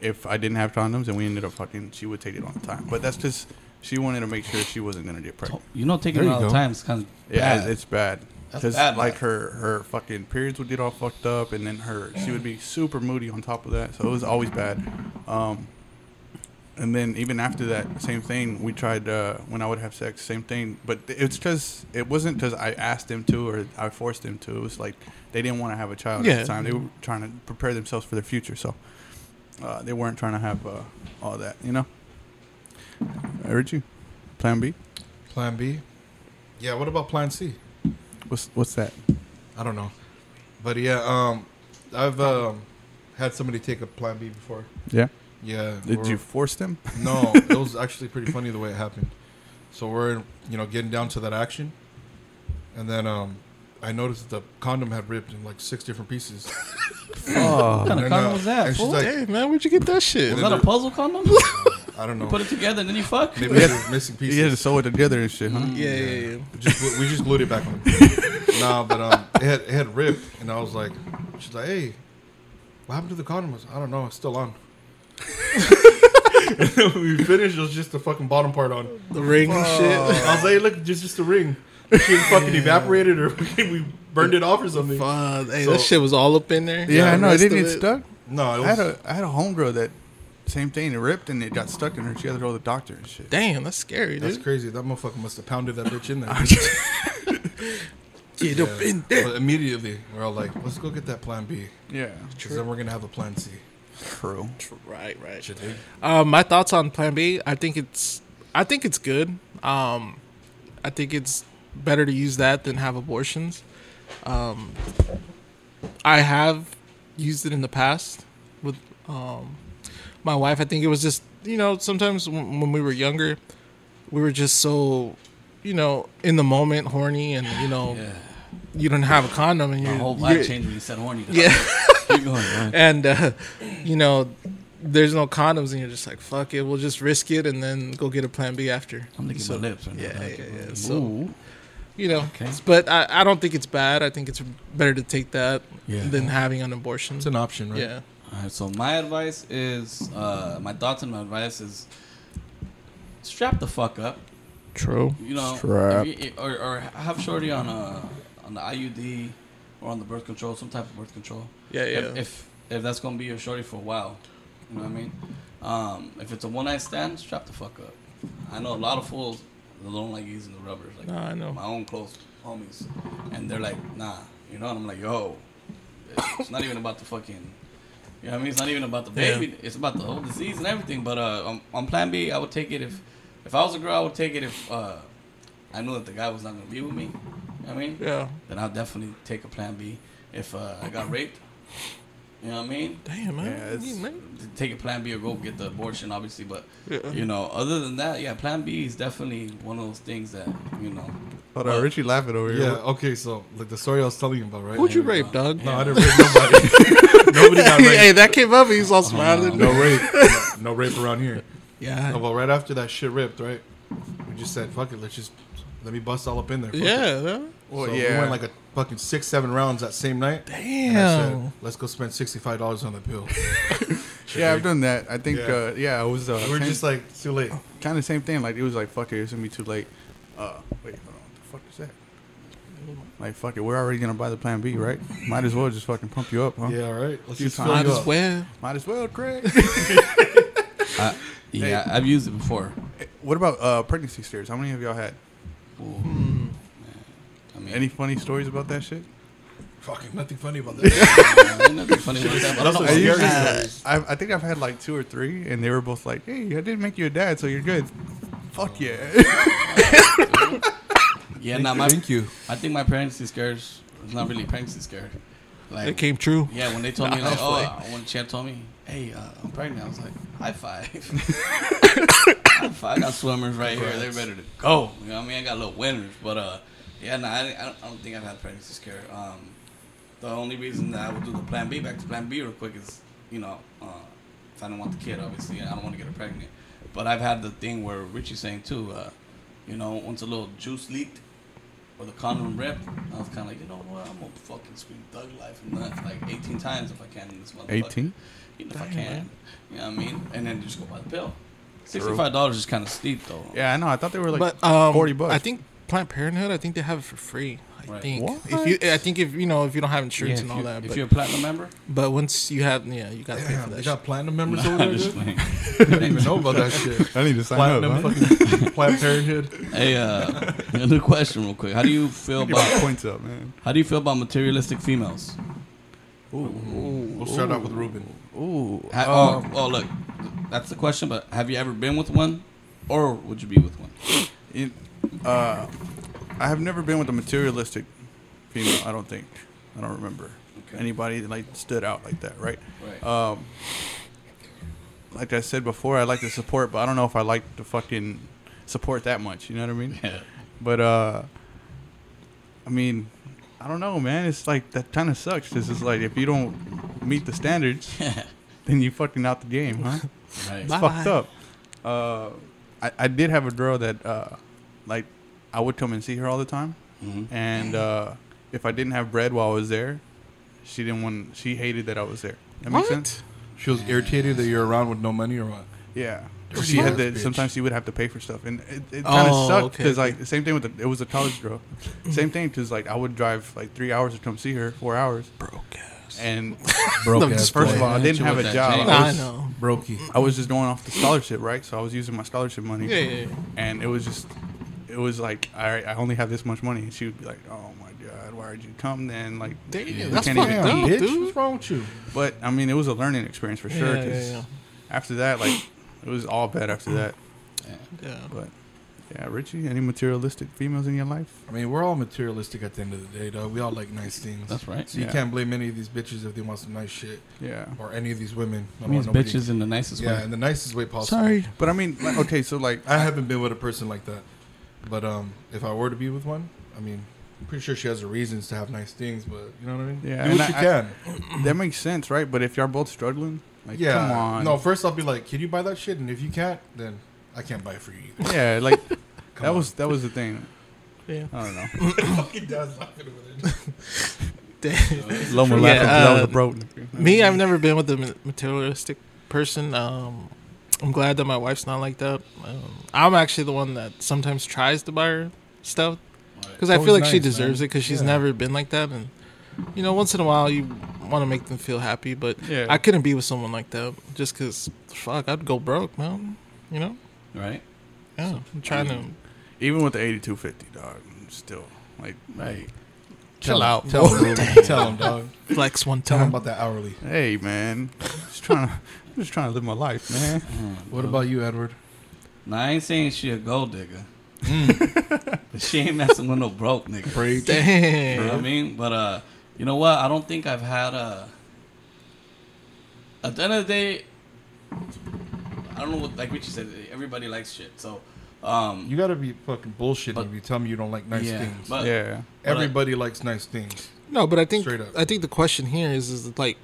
Speaker 4: if I didn't have condoms and we ended up fucking, she would take it all the time. But that's just she wanted to make sure she wasn't gonna get pregnant.
Speaker 3: You know, taking
Speaker 2: There
Speaker 3: it
Speaker 2: you
Speaker 3: all the
Speaker 2: go.
Speaker 3: time is kind of
Speaker 4: Yeah,
Speaker 3: bad.
Speaker 4: it's it's bad.
Speaker 3: That's
Speaker 4: Because
Speaker 3: bad,
Speaker 4: like
Speaker 3: man.
Speaker 4: her her fucking periods would get all fucked up, and then her she would be super moody on top of that. So it was always bad. Um, and then even after that, same thing. We tried uh, when I would have sex, same thing. But it's because it wasn't because I asked them to or I forced them to. It was like they didn't want to have a child at
Speaker 6: Yeah.
Speaker 4: the time. They were trying to prepare themselves for their future, so uh, they weren't trying to have uh, all that. You know. I heard you. Plan B.
Speaker 2: Plan B. Yeah. What about Plan C?
Speaker 4: What's what's that?
Speaker 2: I don't know, but yeah, um, I've um, had somebody take a Plan B before.
Speaker 4: Yeah.
Speaker 2: Yeah.
Speaker 4: Did
Speaker 2: we're-
Speaker 4: you force them?
Speaker 2: No, it was actually pretty funny the way it happened. So we're you know getting down to that action, and then um, I noticed that the condom had ripped in like six different pieces.
Speaker 4: Oh.
Speaker 3: what kind
Speaker 2: And,
Speaker 3: of
Speaker 2: uh,
Speaker 3: condom was that?
Speaker 2: and she's
Speaker 3: fool?
Speaker 2: like-
Speaker 6: hey man where'd you get that shit
Speaker 3: was
Speaker 2: then
Speaker 3: that a
Speaker 2: there-
Speaker 3: puzzle condom? you
Speaker 2: I don't know.
Speaker 3: put it together and then you fuck?
Speaker 2: Maybe they were missing pieces.
Speaker 4: He had to sew it together and shit, huh?
Speaker 2: Mm.
Speaker 6: yeah yeah yeah
Speaker 2: Just, glu- we just glued it back on. nah, but um, it had, it had ripped, and I was like, she's like, hey, what happened to the condom? I, was, I don't know, it's still on. and then when we finished, it was just the fucking bottom part on.
Speaker 6: the ring and
Speaker 2: Uh,
Speaker 6: shit
Speaker 2: I was like, look, just just a ring. She fucking evaporated, or we burned it off or something.
Speaker 6: Fuck, hey
Speaker 2: So-
Speaker 6: that shit was all up in there
Speaker 4: Yeah, I
Speaker 2: the
Speaker 4: know.
Speaker 6: rest
Speaker 4: Didn't
Speaker 6: of
Speaker 4: it
Speaker 6: it-
Speaker 4: stuck?
Speaker 2: No, it
Speaker 4: I had
Speaker 2: was,
Speaker 4: a I had a homegirl that same thing. It ripped and it got stuck in her. She had to go to the doctor and shit.
Speaker 6: damn that's scary
Speaker 2: that's
Speaker 6: dude
Speaker 2: crazy. That motherfucker must have pounded that bitch in there.
Speaker 6: get up in there
Speaker 2: But immediately, we're all like, let's go get that plan B,
Speaker 4: Yeah,
Speaker 2: because then we're gonna have a plan C.
Speaker 4: true.
Speaker 6: Right, right.
Speaker 2: Should we?
Speaker 6: Um, my thoughts on Plan B. I think it's, I think it's good. Um, I think it's better to use that than have abortions. Um, I have used it in the past with um, my wife. I think it was just you know sometimes when when we were younger, we were just so you know in the moment horny and you know
Speaker 3: Yeah.
Speaker 6: you don't have a condom and
Speaker 3: My
Speaker 6: you're
Speaker 3: whole
Speaker 6: you're-
Speaker 3: life changed when you said horny. dog.
Speaker 6: yeah
Speaker 3: Keep going, man.
Speaker 6: and uh, you know there's no condoms and you're just like fuck it we'll just risk it and then go get a plan b after
Speaker 3: I'm licking
Speaker 6: So,
Speaker 3: my lips. Right now,
Speaker 6: yeah,
Speaker 3: dog.
Speaker 6: yeah, yeah,
Speaker 3: Ooh.
Speaker 6: so- you know
Speaker 3: Okay.
Speaker 6: but I, I don't think it's bad i think it's better to take that
Speaker 2: Yeah.
Speaker 6: than having an abortion
Speaker 2: It's an option, right?
Speaker 6: yeah
Speaker 3: All right, so my advice is, uh, my thoughts and my advice is, strap the fuck up.
Speaker 6: true
Speaker 3: You know,
Speaker 4: Strap.
Speaker 3: if you- or, or have shorty on a on the IUD or on the birth control, some type of birth control.
Speaker 6: yeah yeah
Speaker 3: If, if if that's gonna be your shorty for a while, you know what I mean. Um, if it's a one night stand, strap the fuck up. I know a lot of fools that don't like using the rubbers. Like
Speaker 6: No, I know.
Speaker 3: my own close homies, and they're like, nah, you know. And I'm like, yo, it's not even about the fucking. You know what I mean? It's not even about the
Speaker 6: Yeah.
Speaker 3: baby. It's about the whole disease and everything. But uh, on, on Plan B, I would take it if, if I was a girl, I would take it if uh, I knew that the guy was not gonna be with me. You know what I mean?
Speaker 6: yeah
Speaker 3: then I'll definitely take a plan B. If uh, I got raped, you know what I mean?
Speaker 6: damn man,
Speaker 4: Yeah, it's-
Speaker 6: You man.
Speaker 3: Take a plan B or go get the abortion, obviously. But,
Speaker 6: Yeah.
Speaker 3: you know, other than that, yeah, plan B is definitely one of those things that, you know.
Speaker 4: Hold on, uh, Richie laughing over here.
Speaker 2: Yeah. Okay. So, like the story I was telling you about, right?
Speaker 6: who'd you
Speaker 3: we
Speaker 6: rape
Speaker 3: go.
Speaker 6: dog
Speaker 2: No, I didn't rape nobody. nobody got raped.
Speaker 6: hey that came up he's all smiling
Speaker 2: No rape. No rape around here.
Speaker 6: yeah
Speaker 2: Oh, well, right after that shit ripped, right? We just said, fuck it, let's just let me bust all up in there. Fuck it.
Speaker 6: yeah yeah.
Speaker 4: Well,
Speaker 2: so
Speaker 4: yeah.
Speaker 2: We went like a fucking six, seven rounds that same night. And I said,
Speaker 6: damn
Speaker 2: let's go spend sixty-five dollars on the pill.
Speaker 4: yeah, I've done that. I think,
Speaker 2: Yeah.
Speaker 4: yeah, uh, yeah it was. Uh,
Speaker 2: We We're just like it's too late.
Speaker 4: kind of same thing. Like it was like, fuck it, it's gonna be too late. Uh, wait, hold on, what the fuck is that? Like fuck it, we're already gonna buy the Plan B, right? Might as well just fucking pump you up, huh?
Speaker 2: Yeah, all right. Let's
Speaker 4: Few
Speaker 2: just fill
Speaker 4: times.
Speaker 6: Might
Speaker 2: you
Speaker 6: as
Speaker 2: up.
Speaker 6: well.
Speaker 4: Might as well, Craig.
Speaker 3: Yeah, I've used it before.
Speaker 4: what about uh, pregnancy scares? How many of y'all had?
Speaker 3: I mean,
Speaker 4: Any funny stories about that shit?
Speaker 2: Fucking nothing funny about that.
Speaker 3: ain't nothing funny about that. but I don't know.
Speaker 4: I,
Speaker 2: Scary
Speaker 4: usually,
Speaker 2: stories.
Speaker 4: I, I think I've had like two or three, and they were both like, "Hey, I didn't make you a dad, so you're good." Fuck yeah.
Speaker 3: Yeah, nah, my,
Speaker 2: Thank you.
Speaker 3: I think my pregnancy scares was not really pregnancy scared.
Speaker 6: It
Speaker 3: Like,
Speaker 6: came true.
Speaker 3: yeah, when they told me,
Speaker 6: Nah,
Speaker 3: like,
Speaker 6: I was
Speaker 3: oh, when Chad told me, hey, uh, I'm pregnant, I was like, high five. high five. I got swimmers right here. They're ready to go. You know what I mean? I got little winners. But, uh, yeah, nah, I, didn't- I, don't, I don't think I've had pregnancy scare. Um, the only reason that I would do the plan B, back to plan B real quick, is, you know, uh, if I don't want the kid, obviously, I don't want to get her pregnant. But I've had the thing where Richie's saying, too, uh, you know, once a little juice leaked or the condom ripped, I was kind of like, you know what, I'm going to fucking scream thug life and that like 18 times if I can in this motherfucker.
Speaker 4: 18?
Speaker 3: Even if I can. You know what I mean? And then just go buy the pill. $65 is kind of steep, though.
Speaker 4: yeah, I know. I thought they were like
Speaker 6: but um,
Speaker 4: forty bucks.
Speaker 6: I think Planned Parenthood. I think they have it for free. I
Speaker 3: Right.
Speaker 6: think
Speaker 4: What?
Speaker 6: if you, I think if you know if you don't have
Speaker 3: Yeah,
Speaker 6: insurance
Speaker 3: if,
Speaker 6: and all
Speaker 3: you,
Speaker 6: that,
Speaker 3: if
Speaker 6: but,
Speaker 3: you're a platinum member,
Speaker 6: but once you have, yeah, you gotta pay
Speaker 2: Damn,
Speaker 6: for
Speaker 2: they
Speaker 6: that.
Speaker 2: got platinum members over
Speaker 3: I'm
Speaker 2: there.
Speaker 3: just
Speaker 2: dude?
Speaker 3: playing.
Speaker 2: I didn't even know about that shit.
Speaker 4: I need to sign
Speaker 2: Platinum
Speaker 4: up. Huh?
Speaker 2: fucking Planned Parenthood.
Speaker 3: Hey, uh, another question, real quick. How do you feel
Speaker 4: Get my
Speaker 3: about
Speaker 4: points up, man.
Speaker 3: how do you feel about materialistic females?
Speaker 2: We'll start off with Ruben.
Speaker 4: Ooh.
Speaker 3: Ha- oh, oh, look, that's the question. But have you ever been with one, or would you be with one?
Speaker 4: It, uh, I have never been with a materialistic female. I don't think. I don't remember
Speaker 3: Okay.
Speaker 4: anybody that, like stood out like that. Right.
Speaker 3: Right.
Speaker 4: Um, like I said before, I like to support, but I don't know if I like to fucking support that much. You know what I mean?
Speaker 3: Yeah.
Speaker 4: But uh, I mean, I don't know, man. It's like that kind of sucks. This is like if you don't meet the standards, then you fucking out the game, huh?
Speaker 3: Right.
Speaker 4: It's
Speaker 6: Bye-bye.
Speaker 4: fucked up. Uh, I, I did have a girl that, uh, like, I would come and see her all the time,
Speaker 3: Mhm.
Speaker 4: and uh, if I didn't have bread while I was there, she didn't want. She hated that I was there. That makes sense.
Speaker 2: She was irritated that you're around with no money or what?
Speaker 4: Yeah.
Speaker 2: Dirty
Speaker 4: she had
Speaker 2: ass
Speaker 4: to.
Speaker 2: bitch.
Speaker 4: Sometimes she would have to pay for stuff, and it, it kind of
Speaker 6: Oh,
Speaker 4: sucked
Speaker 6: okay,
Speaker 4: because
Speaker 6: okay.
Speaker 4: like the same thing with the, it was a college girl. same thing because like I would drive like three hours to come see her, four hours,
Speaker 6: broke ass.
Speaker 4: and
Speaker 2: Broke
Speaker 6: ass
Speaker 2: ass.
Speaker 6: boy.
Speaker 4: first of all I
Speaker 3: Yeah,
Speaker 4: didn't
Speaker 3: you
Speaker 4: have a
Speaker 3: want that
Speaker 4: job.
Speaker 3: change.
Speaker 6: Nah,
Speaker 4: I
Speaker 6: I
Speaker 4: was,
Speaker 6: know.
Speaker 2: Brokey.
Speaker 4: I was just going off the scholarship, right? So I was using my scholarship money.
Speaker 6: Yeah, yeah, yeah.
Speaker 4: And it was just, it was like, all right, I only have this much money. And she would be like, oh my God, why did you come then? Like,
Speaker 6: Damn,
Speaker 4: we
Speaker 6: that's
Speaker 4: can't
Speaker 6: fucked
Speaker 4: even
Speaker 6: up,
Speaker 4: eat.
Speaker 2: bitch.
Speaker 6: dude.
Speaker 2: What's wrong with you?
Speaker 4: But I mean, it was a learning experience for sure.
Speaker 6: Yeah, yeah,
Speaker 4: 'cause
Speaker 6: yeah.
Speaker 4: After that, like, it was all bad after that.
Speaker 6: Yeah.
Speaker 4: But yeah, Richie, any materialistic females in your life?
Speaker 2: I mean, we're all materialistic at the end of the day, though. We all like nice things.
Speaker 3: That's right.
Speaker 2: So you
Speaker 4: Yeah.
Speaker 2: can't blame any of these bitches if they want some nice shit,
Speaker 4: Yeah.
Speaker 2: or any of these women. I
Speaker 3: I
Speaker 2: don't
Speaker 3: mean,
Speaker 2: want nobody-
Speaker 3: bitches in the nicest
Speaker 2: Yeah,
Speaker 3: way.
Speaker 2: in the nicest way possible.
Speaker 4: But I mean, like, okay, so like,
Speaker 2: I haven't been with a person like that, but um, if I were to be with one, I mean, I'm pretty sure she has her reasons to have nice things, but you know what I mean?
Speaker 4: Yeah,
Speaker 2: do
Speaker 4: and
Speaker 2: what you
Speaker 4: I- I-
Speaker 2: can.
Speaker 4: that makes sense, right? But if y'all both struggling, like,
Speaker 2: yeah,
Speaker 4: come on.
Speaker 2: No, first I'll be like, can you buy that shit? And if you can't, then I can't buy it for you either.
Speaker 4: Yeah, like, that
Speaker 2: on.
Speaker 4: was, that was the thing.
Speaker 6: Yeah.
Speaker 4: I don't know.
Speaker 2: Fucking dad's laughing over there.
Speaker 4: Loma
Speaker 6: Yeah, uh,
Speaker 4: bro.
Speaker 6: Me, I've never been with a ma- materialistic person. Um, I'm glad that my wife's not like that. Um, I'm actually the one that sometimes tries to buy her stuff because I
Speaker 2: Always
Speaker 6: feel like she
Speaker 2: nice,
Speaker 6: deserves it
Speaker 2: man.
Speaker 6: 'cause it because she's
Speaker 2: Yeah.
Speaker 6: never been like that. And you know, once in a while, you want to make them feel happy, but
Speaker 4: Yeah.
Speaker 6: I couldn't be with someone like that just because fuck, I'd go broke, man. You know?
Speaker 3: Right.
Speaker 6: Yeah, I'm trying to.
Speaker 4: Even with the 8250, dog, I'm still like,
Speaker 3: Right.
Speaker 2: Chill
Speaker 4: out.
Speaker 2: Tell him, Ruben. tell him, dog.
Speaker 6: Flex one
Speaker 2: Tell him
Speaker 6: time.
Speaker 2: about that hourly.
Speaker 4: hey man, just trying to, I'm just trying to live my life, man.
Speaker 2: What about you, Edward?
Speaker 3: Now I ain't saying she a gold digger, but she ain't messing with no broke nigga.
Speaker 2: Preach.
Speaker 3: You know what I
Speaker 6: Damn.
Speaker 3: mean? But uh, you know what? I don't think I've had a. At the end of the day, I don't know what like Richie said. Everybody likes shit, so um,
Speaker 2: You gotta be fucking bullshitting
Speaker 3: But-
Speaker 2: if you tell me you don't like nice
Speaker 3: yeah,
Speaker 2: things.
Speaker 3: but
Speaker 4: Yeah,
Speaker 2: Everybody likes nice things.
Speaker 6: No, but I think
Speaker 2: Straight up.
Speaker 6: I think the question here is is like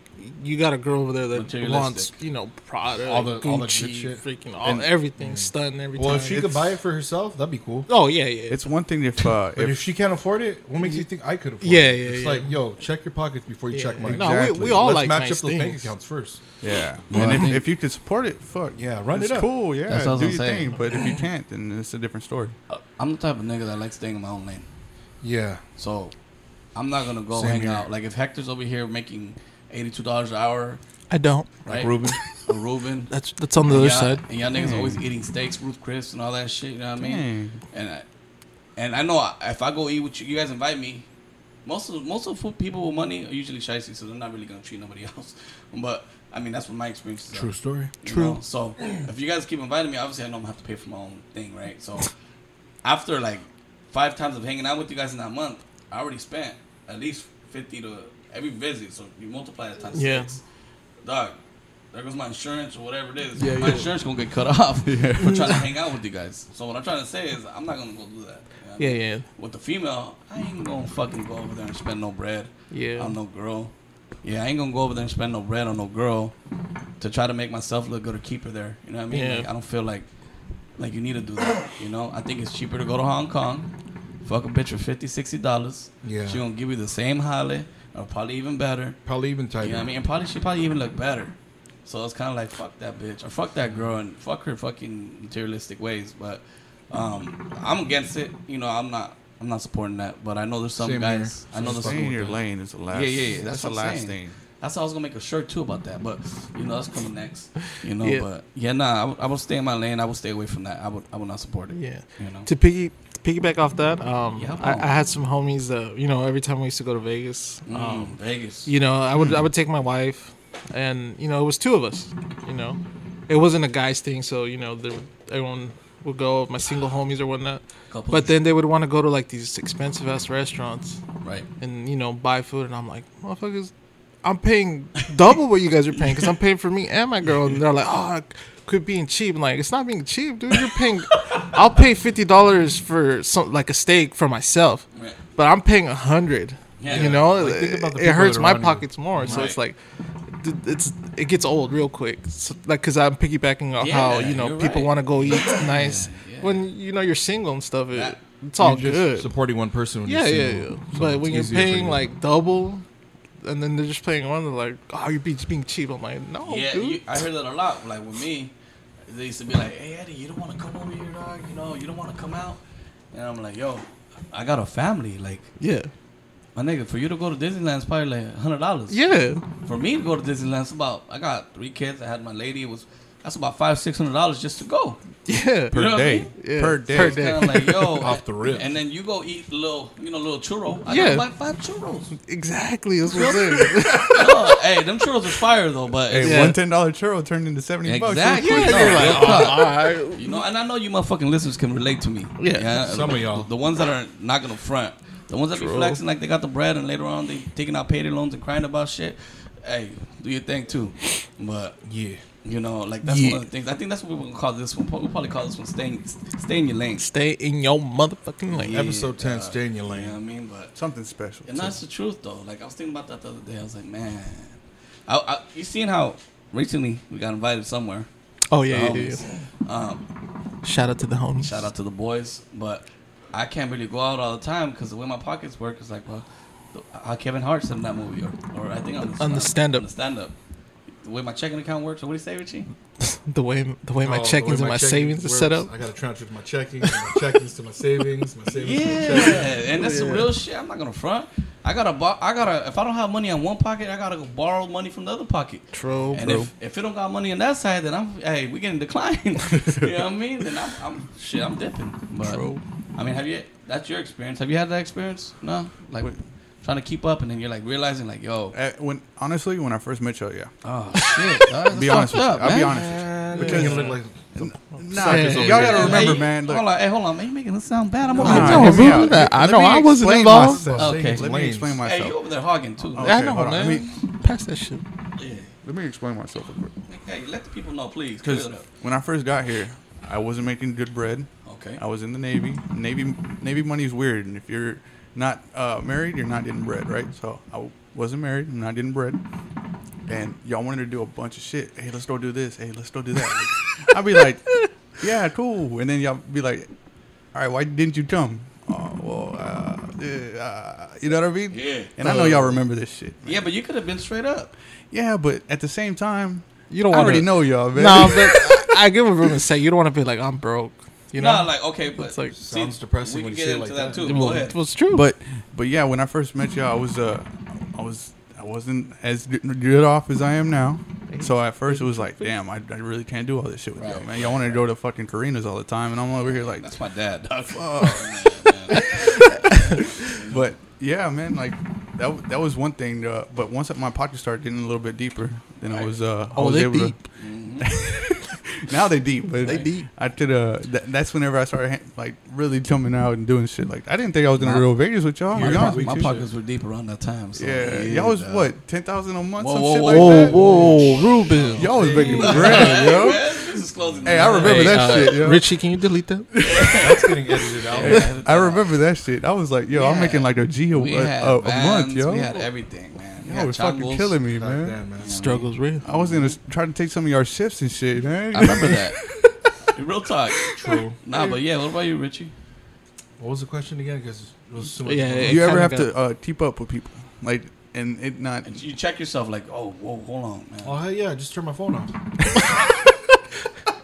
Speaker 6: you got a girl over there that
Speaker 3: Materialistic.
Speaker 6: wants you know Prada,
Speaker 2: All the-
Speaker 6: Gucci,
Speaker 2: all the good shit.
Speaker 6: freaking all
Speaker 4: And-
Speaker 6: everything, stun everything.
Speaker 2: Well, if she could
Speaker 4: it's-
Speaker 2: buy it for herself, that'd be cool.
Speaker 6: oh yeah, yeah,
Speaker 4: it's one thing if uh,
Speaker 2: But if,
Speaker 4: if
Speaker 2: she can't afford it, what makes you think I could afford
Speaker 6: Yeah,
Speaker 2: it?
Speaker 6: yeah,
Speaker 2: It's
Speaker 6: yeah.
Speaker 2: like, yo, check your pockets before you
Speaker 6: yeah.
Speaker 2: check mine.
Speaker 6: No,
Speaker 4: Exactly.
Speaker 6: we, we all
Speaker 2: Let's
Speaker 6: like
Speaker 2: match
Speaker 6: nice
Speaker 2: up those
Speaker 6: things.
Speaker 2: bank accounts first.
Speaker 4: yeah,
Speaker 3: Well, I
Speaker 4: and
Speaker 3: think-
Speaker 4: if, if you could support it, fuck
Speaker 2: Yeah, run
Speaker 4: it's
Speaker 2: it up.
Speaker 4: cool, yeah,
Speaker 3: That's what I was
Speaker 4: do
Speaker 3: gonna
Speaker 4: your
Speaker 3: say.
Speaker 4: thing. But if you can't, then it's a different story.
Speaker 3: I'm the type of nigga that likes staying in my own lane.
Speaker 2: Yeah.
Speaker 3: So I'm not gonna go
Speaker 2: Same
Speaker 3: hang
Speaker 2: here.
Speaker 3: out. Like if Hector's over here making eighty two dollars an hour,
Speaker 6: I don't.
Speaker 3: right?
Speaker 4: Like Ruben.
Speaker 3: Or Ruben.
Speaker 6: That's that's on the other
Speaker 3: and y'all-
Speaker 6: side.
Speaker 3: And y'all niggas always eating steaks, Ruth Chris, and all that shit. You know what I mean?
Speaker 4: Dang.
Speaker 3: And I, and I know I- if I go eat with you, you guys invite me. Most of most of food people with money are usually shisty, so they're not really gonna treat nobody else. But I mean, that's what my experience is.
Speaker 2: True story.
Speaker 3: True. So if you guys keep inviting me, obviously I know I'm gonna have to pay for my own thing, right? So after like five times of hanging out with you guys in that month, I already spent at least fifty to every visit. So you multiply that times
Speaker 6: Yeah.
Speaker 3: six. Dog, there goes my insurance or whatever it is.
Speaker 4: Yeah,
Speaker 3: my
Speaker 4: yeah.
Speaker 3: insurance gonna get cut off for trying to hang out with you guys. So what I'm trying to say is I'm not gonna go do that. You know what I
Speaker 6: Yeah,
Speaker 3: mean?
Speaker 6: yeah.
Speaker 3: With the female, I ain't gonna fucking go over there and spend no bread
Speaker 6: Yeah.
Speaker 3: on no girl. Yeah, I ain't gonna go over there and spend no bread on no girl to try to make myself look good or keep her there. You know what I mean?
Speaker 6: Yeah.
Speaker 3: Like, I don't feel like like you need to do that. You know, I think it's cheaper to go to Hong Kong, fuck a bitch for 50 dollars.
Speaker 2: Yeah.
Speaker 3: she gonna give you the same holly or probably even better.
Speaker 2: Probably even tighter.
Speaker 3: You know what I mean? And probably she probably even look better. So it's kind of like fuck that bitch or fuck that girl and fuck her fucking materialistic ways. But um, I'm against it. You know, I'm not. I'm not supporting that. But I know there's some
Speaker 2: Same
Speaker 3: guys.
Speaker 2: here.
Speaker 3: I know
Speaker 2: Just
Speaker 3: there's
Speaker 2: stay
Speaker 3: some.
Speaker 4: Staying in your lane is the last.
Speaker 3: Yeah, yeah, yeah. That's,
Speaker 4: That's,
Speaker 3: what
Speaker 4: the
Speaker 3: I'm
Speaker 4: last
Speaker 3: saying.
Speaker 4: thing.
Speaker 3: That's how I was gonna make a shirt too about that, but you know that's coming next. You know,
Speaker 6: Yeah.
Speaker 3: but yeah, nah, I would- I would stay in my lane. I would stay away from that. I would, I would not support it.
Speaker 6: Yeah.
Speaker 3: you know.
Speaker 6: To piggy to piggyback off that, um,
Speaker 3: Yeah,
Speaker 6: I,
Speaker 3: bro.
Speaker 6: I had some homies that you know every time we used to go to Vegas,
Speaker 3: Mm,
Speaker 6: um,
Speaker 3: Vegas.
Speaker 6: you know I would I would take my wife, and you know it was two of us, you know, it wasn't a guys thing, so you know there, everyone would go, my single homies or whatnot,
Speaker 3: Couples.
Speaker 6: but then they would want to go to like these expensive ass restaurants
Speaker 3: right?
Speaker 6: and you know buy food, and I'm like motherfuckers. I'm paying double what you guys are paying because I'm paying for me and my girl, and they're like, "Oh, quit being cheap." I'm like, it's not being cheap, dude. You're paying. I'll pay fifty dollars for some like a steak for myself,
Speaker 3: Right.
Speaker 6: but I'm paying a hundred.
Speaker 3: Yeah.
Speaker 6: you know,
Speaker 2: Like, think about the
Speaker 6: it
Speaker 2: people
Speaker 6: hurts
Speaker 2: that are
Speaker 6: my
Speaker 2: around you.
Speaker 6: pockets more. So
Speaker 3: Right.
Speaker 6: it's like, th- it's it gets old real quick. So, like, cause I'm piggybacking off how
Speaker 3: Yeah,
Speaker 6: you know
Speaker 3: you're
Speaker 6: people
Speaker 3: right.
Speaker 6: want to go eat nice
Speaker 3: yeah.
Speaker 6: when you know you're single and stuff. It,
Speaker 3: That-
Speaker 6: it's all
Speaker 2: You're just
Speaker 6: good.
Speaker 2: supporting one person. When
Speaker 6: Yeah,
Speaker 2: you're
Speaker 6: yeah, yeah.
Speaker 2: single, so
Speaker 6: but
Speaker 2: it's
Speaker 6: when you're
Speaker 2: easier for
Speaker 6: paying
Speaker 2: you.
Speaker 6: like double, and then they're just paying one, they're like, "Oh, you're be- being cheap." I'm like, "No,
Speaker 3: yeah,
Speaker 6: Oh, dude."
Speaker 3: you, I heard that a lot. Like with me, they used to be like, "Hey Eddie, you don't want to come over here, dog. You know, you don't want to come out." And I'm like, "Yo, I got a family. Like,
Speaker 6: yeah,
Speaker 3: my nigga, for you to go to Disneyland is probably like hundred dollars.
Speaker 6: yeah,
Speaker 3: for me to go to Disneyland, it's about I got three kids. I had my lady. It was that's about five six hundred dollars just to go.
Speaker 6: yeah."
Speaker 4: Per
Speaker 3: know what I
Speaker 4: day.
Speaker 3: mean?
Speaker 6: Yeah,
Speaker 4: Per day.
Speaker 6: per
Speaker 3: Kind of like yo,
Speaker 2: Off the rip.
Speaker 3: And then you go eat little, you know, little churro. I
Speaker 6: Yeah.
Speaker 3: yeah, like five churros.
Speaker 6: Exactly, that's what I'm saying.
Speaker 3: No, hey, them churros is fire though. But
Speaker 4: Hey,
Speaker 3: it's-
Speaker 6: Yeah.
Speaker 4: one ten dollar churro turned into seventy bucks.
Speaker 3: exactly.
Speaker 6: Yeah,
Speaker 3: No,
Speaker 6: you're like,
Speaker 3: real
Speaker 6: "Oh,
Speaker 3: talk.
Speaker 6: all right."
Speaker 3: you know, and I know you motherfucking listeners can relate to me. uh,
Speaker 6: Yeah.
Speaker 2: Some of y'all.
Speaker 3: The, the ones that are not gonna front, the ones that be flexing like they got the bread, and later on they taking out payday loans and crying about shit. Hey, do your thing too, but
Speaker 2: yeah,
Speaker 3: You know, like that's
Speaker 6: Yeah.
Speaker 3: one of the things. I think that's what we're gonna call this one. We'll probably call this one "Staying, stay in your lane."
Speaker 6: Stay in your motherfucking lane.
Speaker 3: Yeah.
Speaker 2: episode ten, stay in your
Speaker 3: You know what I
Speaker 2: lane.
Speaker 3: mean? But
Speaker 4: Something special.
Speaker 3: and that's the truth, though. Like I was thinking about that the other day. I was like, man, I, I, you seen how recently we got invited somewhere?
Speaker 6: Oh yeah, yeah,
Speaker 3: The
Speaker 6: yeah,
Speaker 3: homies. Um,
Speaker 6: yeah. Shout out to the homies.
Speaker 3: shout out to the boys, but I can't really go out all the time because the way my pockets work is like, well, the- how Kevin Hart said in that movie, or, or I think on the,
Speaker 6: On the stand-up.
Speaker 3: on the stand up, the way my checking account works. Or what do you say, Richie?
Speaker 6: the way the way
Speaker 2: Oh,
Speaker 6: my
Speaker 2: the way
Speaker 6: check-ins and my
Speaker 2: checking
Speaker 6: savings is set
Speaker 2: works,
Speaker 6: up.
Speaker 2: I gotta transfer my checking, my checkings to my savings, my savings to my checkings.
Speaker 3: Yeah, and that's the real shit. I'm not gonna front. I gotta, bo- I gotta. If I don't have money in one pocket, I gotta go borrow money from the other pocket.
Speaker 6: True,
Speaker 3: And
Speaker 6: bro.
Speaker 3: if, if it don't got money on that side, then I'm hey, we getting declined. you know what I mean? Then I'm, I'm shit, I'm dipping. But
Speaker 6: True.
Speaker 3: I mean, have you? That's your experience. Have you had that experience? No, like
Speaker 4: Wait.
Speaker 3: trying to keep up, and then you're like realizing like, yo,
Speaker 4: Uh, when honestly, when I first met you, yeah.
Speaker 3: oh shit, dog, that's
Speaker 4: Be honest with
Speaker 3: fucked
Speaker 4: you.
Speaker 3: up,
Speaker 4: I'll
Speaker 3: man.
Speaker 4: be honest with you.
Speaker 2: Making it look like
Speaker 4: Nah,
Speaker 6: Hey,
Speaker 4: y'all
Speaker 6: hey,
Speaker 4: gotta
Speaker 3: Hey,
Speaker 4: remember,
Speaker 3: hey,
Speaker 4: man. Look,
Speaker 3: hold on, hey, hold on, man. You making this sound bad? I'm
Speaker 4: Nah,
Speaker 3: over here
Speaker 4: hear
Speaker 6: no,
Speaker 4: me
Speaker 6: bro,
Speaker 4: out.
Speaker 6: that- I
Speaker 4: Let
Speaker 6: know
Speaker 4: me
Speaker 6: I wasn't
Speaker 4: explain
Speaker 6: involved.
Speaker 4: myself.
Speaker 3: Okay.
Speaker 2: Stay in
Speaker 4: Let me
Speaker 2: lanes.
Speaker 4: explain
Speaker 3: Hey, you
Speaker 4: myself.
Speaker 3: over there hogging too?
Speaker 4: Oh.
Speaker 6: Yeah, I
Speaker 4: Okay,
Speaker 6: know,
Speaker 4: hold on, let
Speaker 6: man. Pass that shit.
Speaker 3: Yeah.
Speaker 4: Let me explain myself real quick.
Speaker 3: Hey, let the people know, please. Clear
Speaker 4: Because
Speaker 3: it up.
Speaker 4: when I first got here, I wasn't making good bread.
Speaker 3: Okay.
Speaker 4: I was in the Navy. Navy Navy money is weird, and if you're not uh, married, you're not getting bread, right? So I w- wasn't married, I'm not getting bread, and y'all wanted to do a bunch of shit. Hey, let's go do this. Hey, let's go do that. Like, I'd be like, yeah, cool, and then y'all be like, all right, why didn't you come? Oh, well, uh, yeah, uh, you know what I mean?
Speaker 3: Yeah. Uh,
Speaker 4: And I know y'all remember this shit. man.
Speaker 3: Yeah, but you could have been straight up.
Speaker 4: Yeah, but at the same time,
Speaker 6: You don't
Speaker 4: I
Speaker 6: want
Speaker 4: already
Speaker 6: to
Speaker 4: know y'all, man.
Speaker 6: No, but I, I give a room and say you don't want to be like I'm broke. You know,
Speaker 3: nah, like okay, but
Speaker 6: it's like
Speaker 2: Sounds depressing
Speaker 3: We
Speaker 2: when
Speaker 3: can
Speaker 2: you
Speaker 3: get
Speaker 2: say it
Speaker 3: into
Speaker 2: like
Speaker 3: that,
Speaker 2: that.
Speaker 3: too. Go
Speaker 6: well,
Speaker 3: ahead.
Speaker 6: it was true.
Speaker 4: But but yeah, when I first met you, I was uh, I was I wasn't as good off as I am now. So at first it was like, damn, I, I really can't do all this shit with y'all,
Speaker 3: Right.
Speaker 4: man. Y'all want to go to fucking Karina's all the time, and I'm over here like,
Speaker 3: That's my dad. Dog.
Speaker 4: but yeah, man, like that w- that was one thing. Uh, but once my pockets started getting a little bit deeper, then I was uh, I
Speaker 6: Oh,
Speaker 4: was
Speaker 6: they
Speaker 4: able to.
Speaker 6: deep. Mm-hmm.
Speaker 4: now they deep, but
Speaker 6: They deep.
Speaker 4: I could uh, th- that's whenever I started ha- like really coming out and doing shit. Like I didn't think I was gonna
Speaker 3: My-
Speaker 4: go to Vegas with y'all. to
Speaker 3: my
Speaker 4: be honest
Speaker 3: pockets-
Speaker 4: with
Speaker 3: my
Speaker 4: you.
Speaker 3: pockets were deep around that time. So
Speaker 4: Oh, Yeah, y'all was
Speaker 3: dog.
Speaker 4: what ten thousand a month,
Speaker 3: Whoa,
Speaker 4: some
Speaker 3: whoa,
Speaker 4: shit
Speaker 3: whoa,
Speaker 4: like
Speaker 6: Whoa,
Speaker 4: that.
Speaker 6: whoa, Ruben.
Speaker 4: Y'all was making
Speaker 3: Hey,
Speaker 4: bread, yo.
Speaker 3: man, this is closing
Speaker 4: Hey, I
Speaker 3: the-
Speaker 4: remember that shit, yo.
Speaker 6: uh, Richie, can you delete that?
Speaker 2: That's getting edited out.
Speaker 4: I remember that shit. I was like, yo, I'm
Speaker 3: Yeah.
Speaker 4: making like a G a,
Speaker 3: We
Speaker 4: a-
Speaker 3: had
Speaker 4: a- a
Speaker 3: vans,
Speaker 4: month, yo.
Speaker 3: We had everything, man. We
Speaker 4: Y'all
Speaker 3: had
Speaker 4: was fucking
Speaker 3: chongos.
Speaker 4: killing me,
Speaker 2: God
Speaker 4: man.
Speaker 2: damn, man.
Speaker 6: Struggles real.
Speaker 4: I was gonna s- try to take some of your shifts and shit, man.
Speaker 3: I remember that. Real talk.
Speaker 2: True.
Speaker 3: Nah, but yeah. What about you, Richie?
Speaker 2: What was the question again? Because it was so much.
Speaker 6: Yeah, yeah.
Speaker 4: you ever
Speaker 6: kinda
Speaker 4: have
Speaker 6: got-
Speaker 4: to uh, keep up with people, like, and it not?
Speaker 3: And You check yourself, like, oh, whoa, hold on, man.
Speaker 2: Oh hell yeah! I just turned my phone off.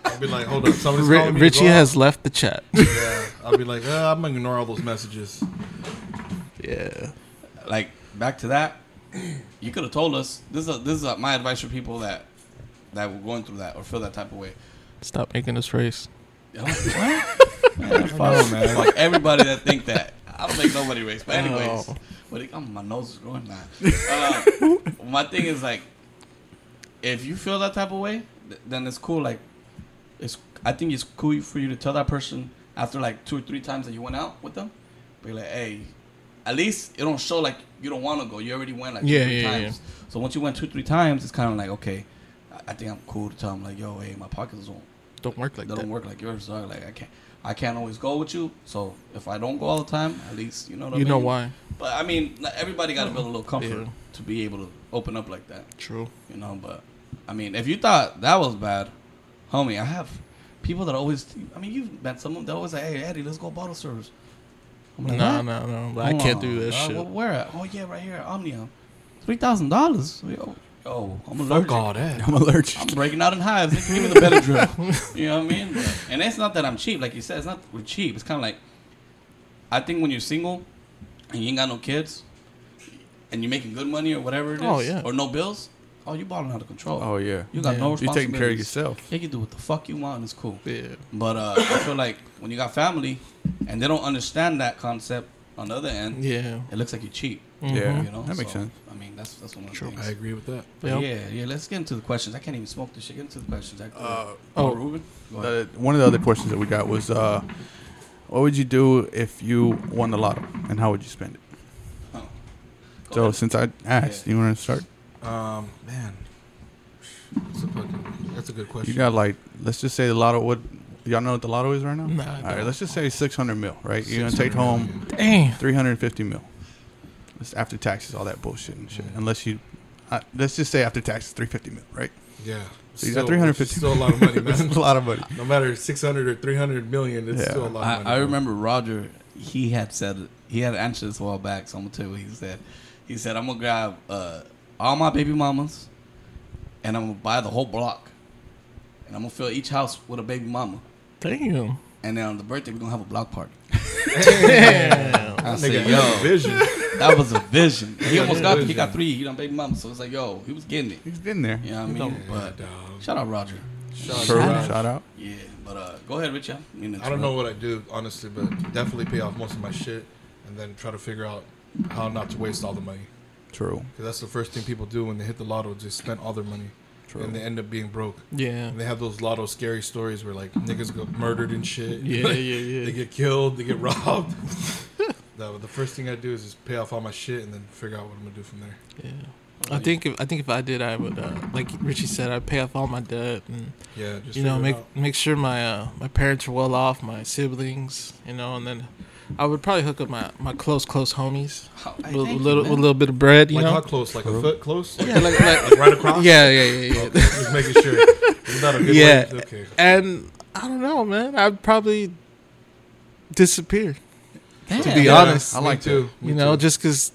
Speaker 2: I'll be like, hold up, somebody's
Speaker 6: Ri-
Speaker 2: calling me. to
Speaker 6: Richie
Speaker 2: go out.
Speaker 6: has left the chat.
Speaker 2: Yeah, I'll be like, uh, I'm gonna ignore all those messages.
Speaker 6: yeah.
Speaker 3: like back to that you could have told us this is this is my advice for people that that were going through that or feel that type of way
Speaker 6: Stop making us race.
Speaker 3: You know? Man, fuck, fuck everybody that think that i don't think nobody race but anyways
Speaker 6: Oh.
Speaker 3: but it, oh, my nose is growing now uh, my thing is like if you feel that type of way th- then it's cool like it's i think it's cool for you to tell that person after like two or three times that you went out with them be like hey at least it don't show like you don't want to go. You already went like two,
Speaker 6: Yeah,
Speaker 3: three
Speaker 6: yeah,
Speaker 3: times. So once you went two, three times, it's kind of like okay, I- I think I'm cool to tell them like, yo, hey, my pockets don't
Speaker 6: Don't work like
Speaker 3: they
Speaker 6: that.
Speaker 3: don't work like yours, dog. Like I can't, I can't always go with you. So if I don't go all the time, at least you know. What I
Speaker 6: You know
Speaker 3: mean?
Speaker 6: why?
Speaker 3: But I mean, like, everybody got to build a little comfort
Speaker 6: Yeah.
Speaker 3: to be able to open up like that,
Speaker 6: True.
Speaker 3: you know. But I mean, if you thought that was bad, homie, I have people that always. I mean, you've met someone that always like, hey, Eddie, let's go bottle service. I'm like,
Speaker 6: No,
Speaker 3: "What?
Speaker 6: no, no. I
Speaker 3: Hold
Speaker 6: can't
Speaker 3: on,
Speaker 6: do that
Speaker 3: dog.
Speaker 6: shit.
Speaker 3: Wh- Where at? Oh yeah, right here, at Omnium. Three thousand dollars. Yo, yo, I'm allergic.
Speaker 2: that.
Speaker 4: I'm allergic.
Speaker 3: I'm breaking out in hives. They can give me the Benadryl. you know what I mean? But- and it's not that I'm cheap. Like you said, it's not that we're cheap. It's kind of like I think when you're single and you ain't got no kids and you're making good money or whatever it is,
Speaker 6: Oh, yeah.
Speaker 3: or no bills, oh, you're balling out of control.
Speaker 4: Oh yeah,
Speaker 3: You got no
Speaker 4: you taking care of
Speaker 3: responsibilities.
Speaker 4: yourself.
Speaker 3: You can do what the fuck you want. And it's cool.
Speaker 6: Yeah.
Speaker 3: But uh, I feel like when you got family and they don't understand that concept on the other end,
Speaker 6: Yeah.
Speaker 3: it looks like you're cheap.
Speaker 4: Yeah,
Speaker 3: You know,
Speaker 4: that makes
Speaker 3: So,
Speaker 4: sense.
Speaker 3: I mean, that's that's one of the
Speaker 2: True.
Speaker 3: things.
Speaker 2: I agree with that.
Speaker 3: But
Speaker 6: Yep.
Speaker 3: Yeah, yeah. Let's get into the questions. I can't even smoke this shit. Get into the questions. I,
Speaker 4: Uh,
Speaker 3: oh,
Speaker 6: oh.
Speaker 3: Ruben. Go ahead.
Speaker 4: The, one of the other questions that we got was, uh, what would you do if you won the lotto, and how would you spend it?
Speaker 3: Oh. Go
Speaker 4: So
Speaker 3: ahead.
Speaker 4: since I asked,
Speaker 3: Yeah.
Speaker 4: you want to start?
Speaker 2: Um, man, that's a fucking, that's a good
Speaker 4: You
Speaker 2: question.
Speaker 4: got like, let's just say the lotto would. Y'all know what the lotto is right now?
Speaker 6: Nah, I
Speaker 4: All
Speaker 6: don't.
Speaker 4: right, let's just say 600 mil, right? You're going
Speaker 2: 600
Speaker 4: to take home
Speaker 2: million.
Speaker 6: Damn.
Speaker 4: 350 mil. That's after taxes, all that bullshit and shit. Unless you, uh, let's just say after taxes, 350 mil, right?
Speaker 2: Yeah.
Speaker 4: So you got
Speaker 2: Still-
Speaker 4: 350
Speaker 2: Still a lot of money,
Speaker 4: That's
Speaker 2: man.
Speaker 4: a lot of money.
Speaker 2: No matter 600 or 300 million, it's
Speaker 4: Yeah.
Speaker 2: still a lot
Speaker 3: I,
Speaker 2: of money.
Speaker 3: I
Speaker 2: bro.
Speaker 3: remember Roger. He had said he had answered this a while back. So I'm gonna tell you what he said. He said I'm gonna grab uh, all my baby mamas, and I'm gonna buy the whole block, and I'm gonna fill each house with a baby mama.
Speaker 6: Damn.
Speaker 3: And then on the birthday we're gonna have a block party.
Speaker 6: Damn.
Speaker 3: I
Speaker 2: Nigga,
Speaker 3: said,
Speaker 2: you got a
Speaker 3: yo,
Speaker 2: vision.
Speaker 3: that was a vision. He almost got he
Speaker 2: Vision.
Speaker 3: got three, you know, baby mama. So it's like, yo, he was getting it.
Speaker 4: He's been there.
Speaker 3: You know what I mean? But
Speaker 2: dog.
Speaker 3: shout out Roger.
Speaker 4: Shout,
Speaker 2: Shout
Speaker 4: out.
Speaker 2: out.
Speaker 4: Shout out.
Speaker 3: Yeah, but uh, go ahead, Richie. I, mean,
Speaker 2: I don't know what I do, honestly, but definitely pay off most of my shit and then try to figure out how not to waste all the money.
Speaker 4: True.
Speaker 2: Because that's the first thing people do when they hit the lotto, just spend all their money.
Speaker 4: True.
Speaker 2: And they end up being broke.
Speaker 6: Yeah.
Speaker 2: And they have those lotto scary stories where like niggas get murdered and shit.
Speaker 6: Yeah, yeah, yeah.
Speaker 2: they get killed, they get robbed. no, but the first thing I do is just pay off all my shit and then figure out what I'm gonna do from there.
Speaker 6: Yeah. I think if I think if I did, I would uh, like Richie said, I'd pay off all my debt and
Speaker 2: Yeah, just
Speaker 6: you know
Speaker 2: figure it
Speaker 6: make
Speaker 2: out.
Speaker 6: make sure my uh, my parents are well off, my siblings, you know, and then I would probably hook up my, my close close homies
Speaker 3: Oh, hey,
Speaker 6: with a
Speaker 3: thank you,
Speaker 6: little
Speaker 3: man.
Speaker 6: with a little bit of bread, you
Speaker 2: like
Speaker 6: know.
Speaker 2: how close? Like a foot close? Like,
Speaker 6: yeah, like, like,
Speaker 2: like right across?
Speaker 6: yeah, yeah, yeah, yeah.
Speaker 2: Okay, just making sure. Is that a good
Speaker 6: Yeah.
Speaker 2: way? Okay.
Speaker 6: And I don't know, man. I'd probably disappear.
Speaker 3: Damn.
Speaker 6: be
Speaker 2: Yeah,
Speaker 6: honest,
Speaker 2: I
Speaker 4: I like
Speaker 2: like too.
Speaker 6: you know, just 'cause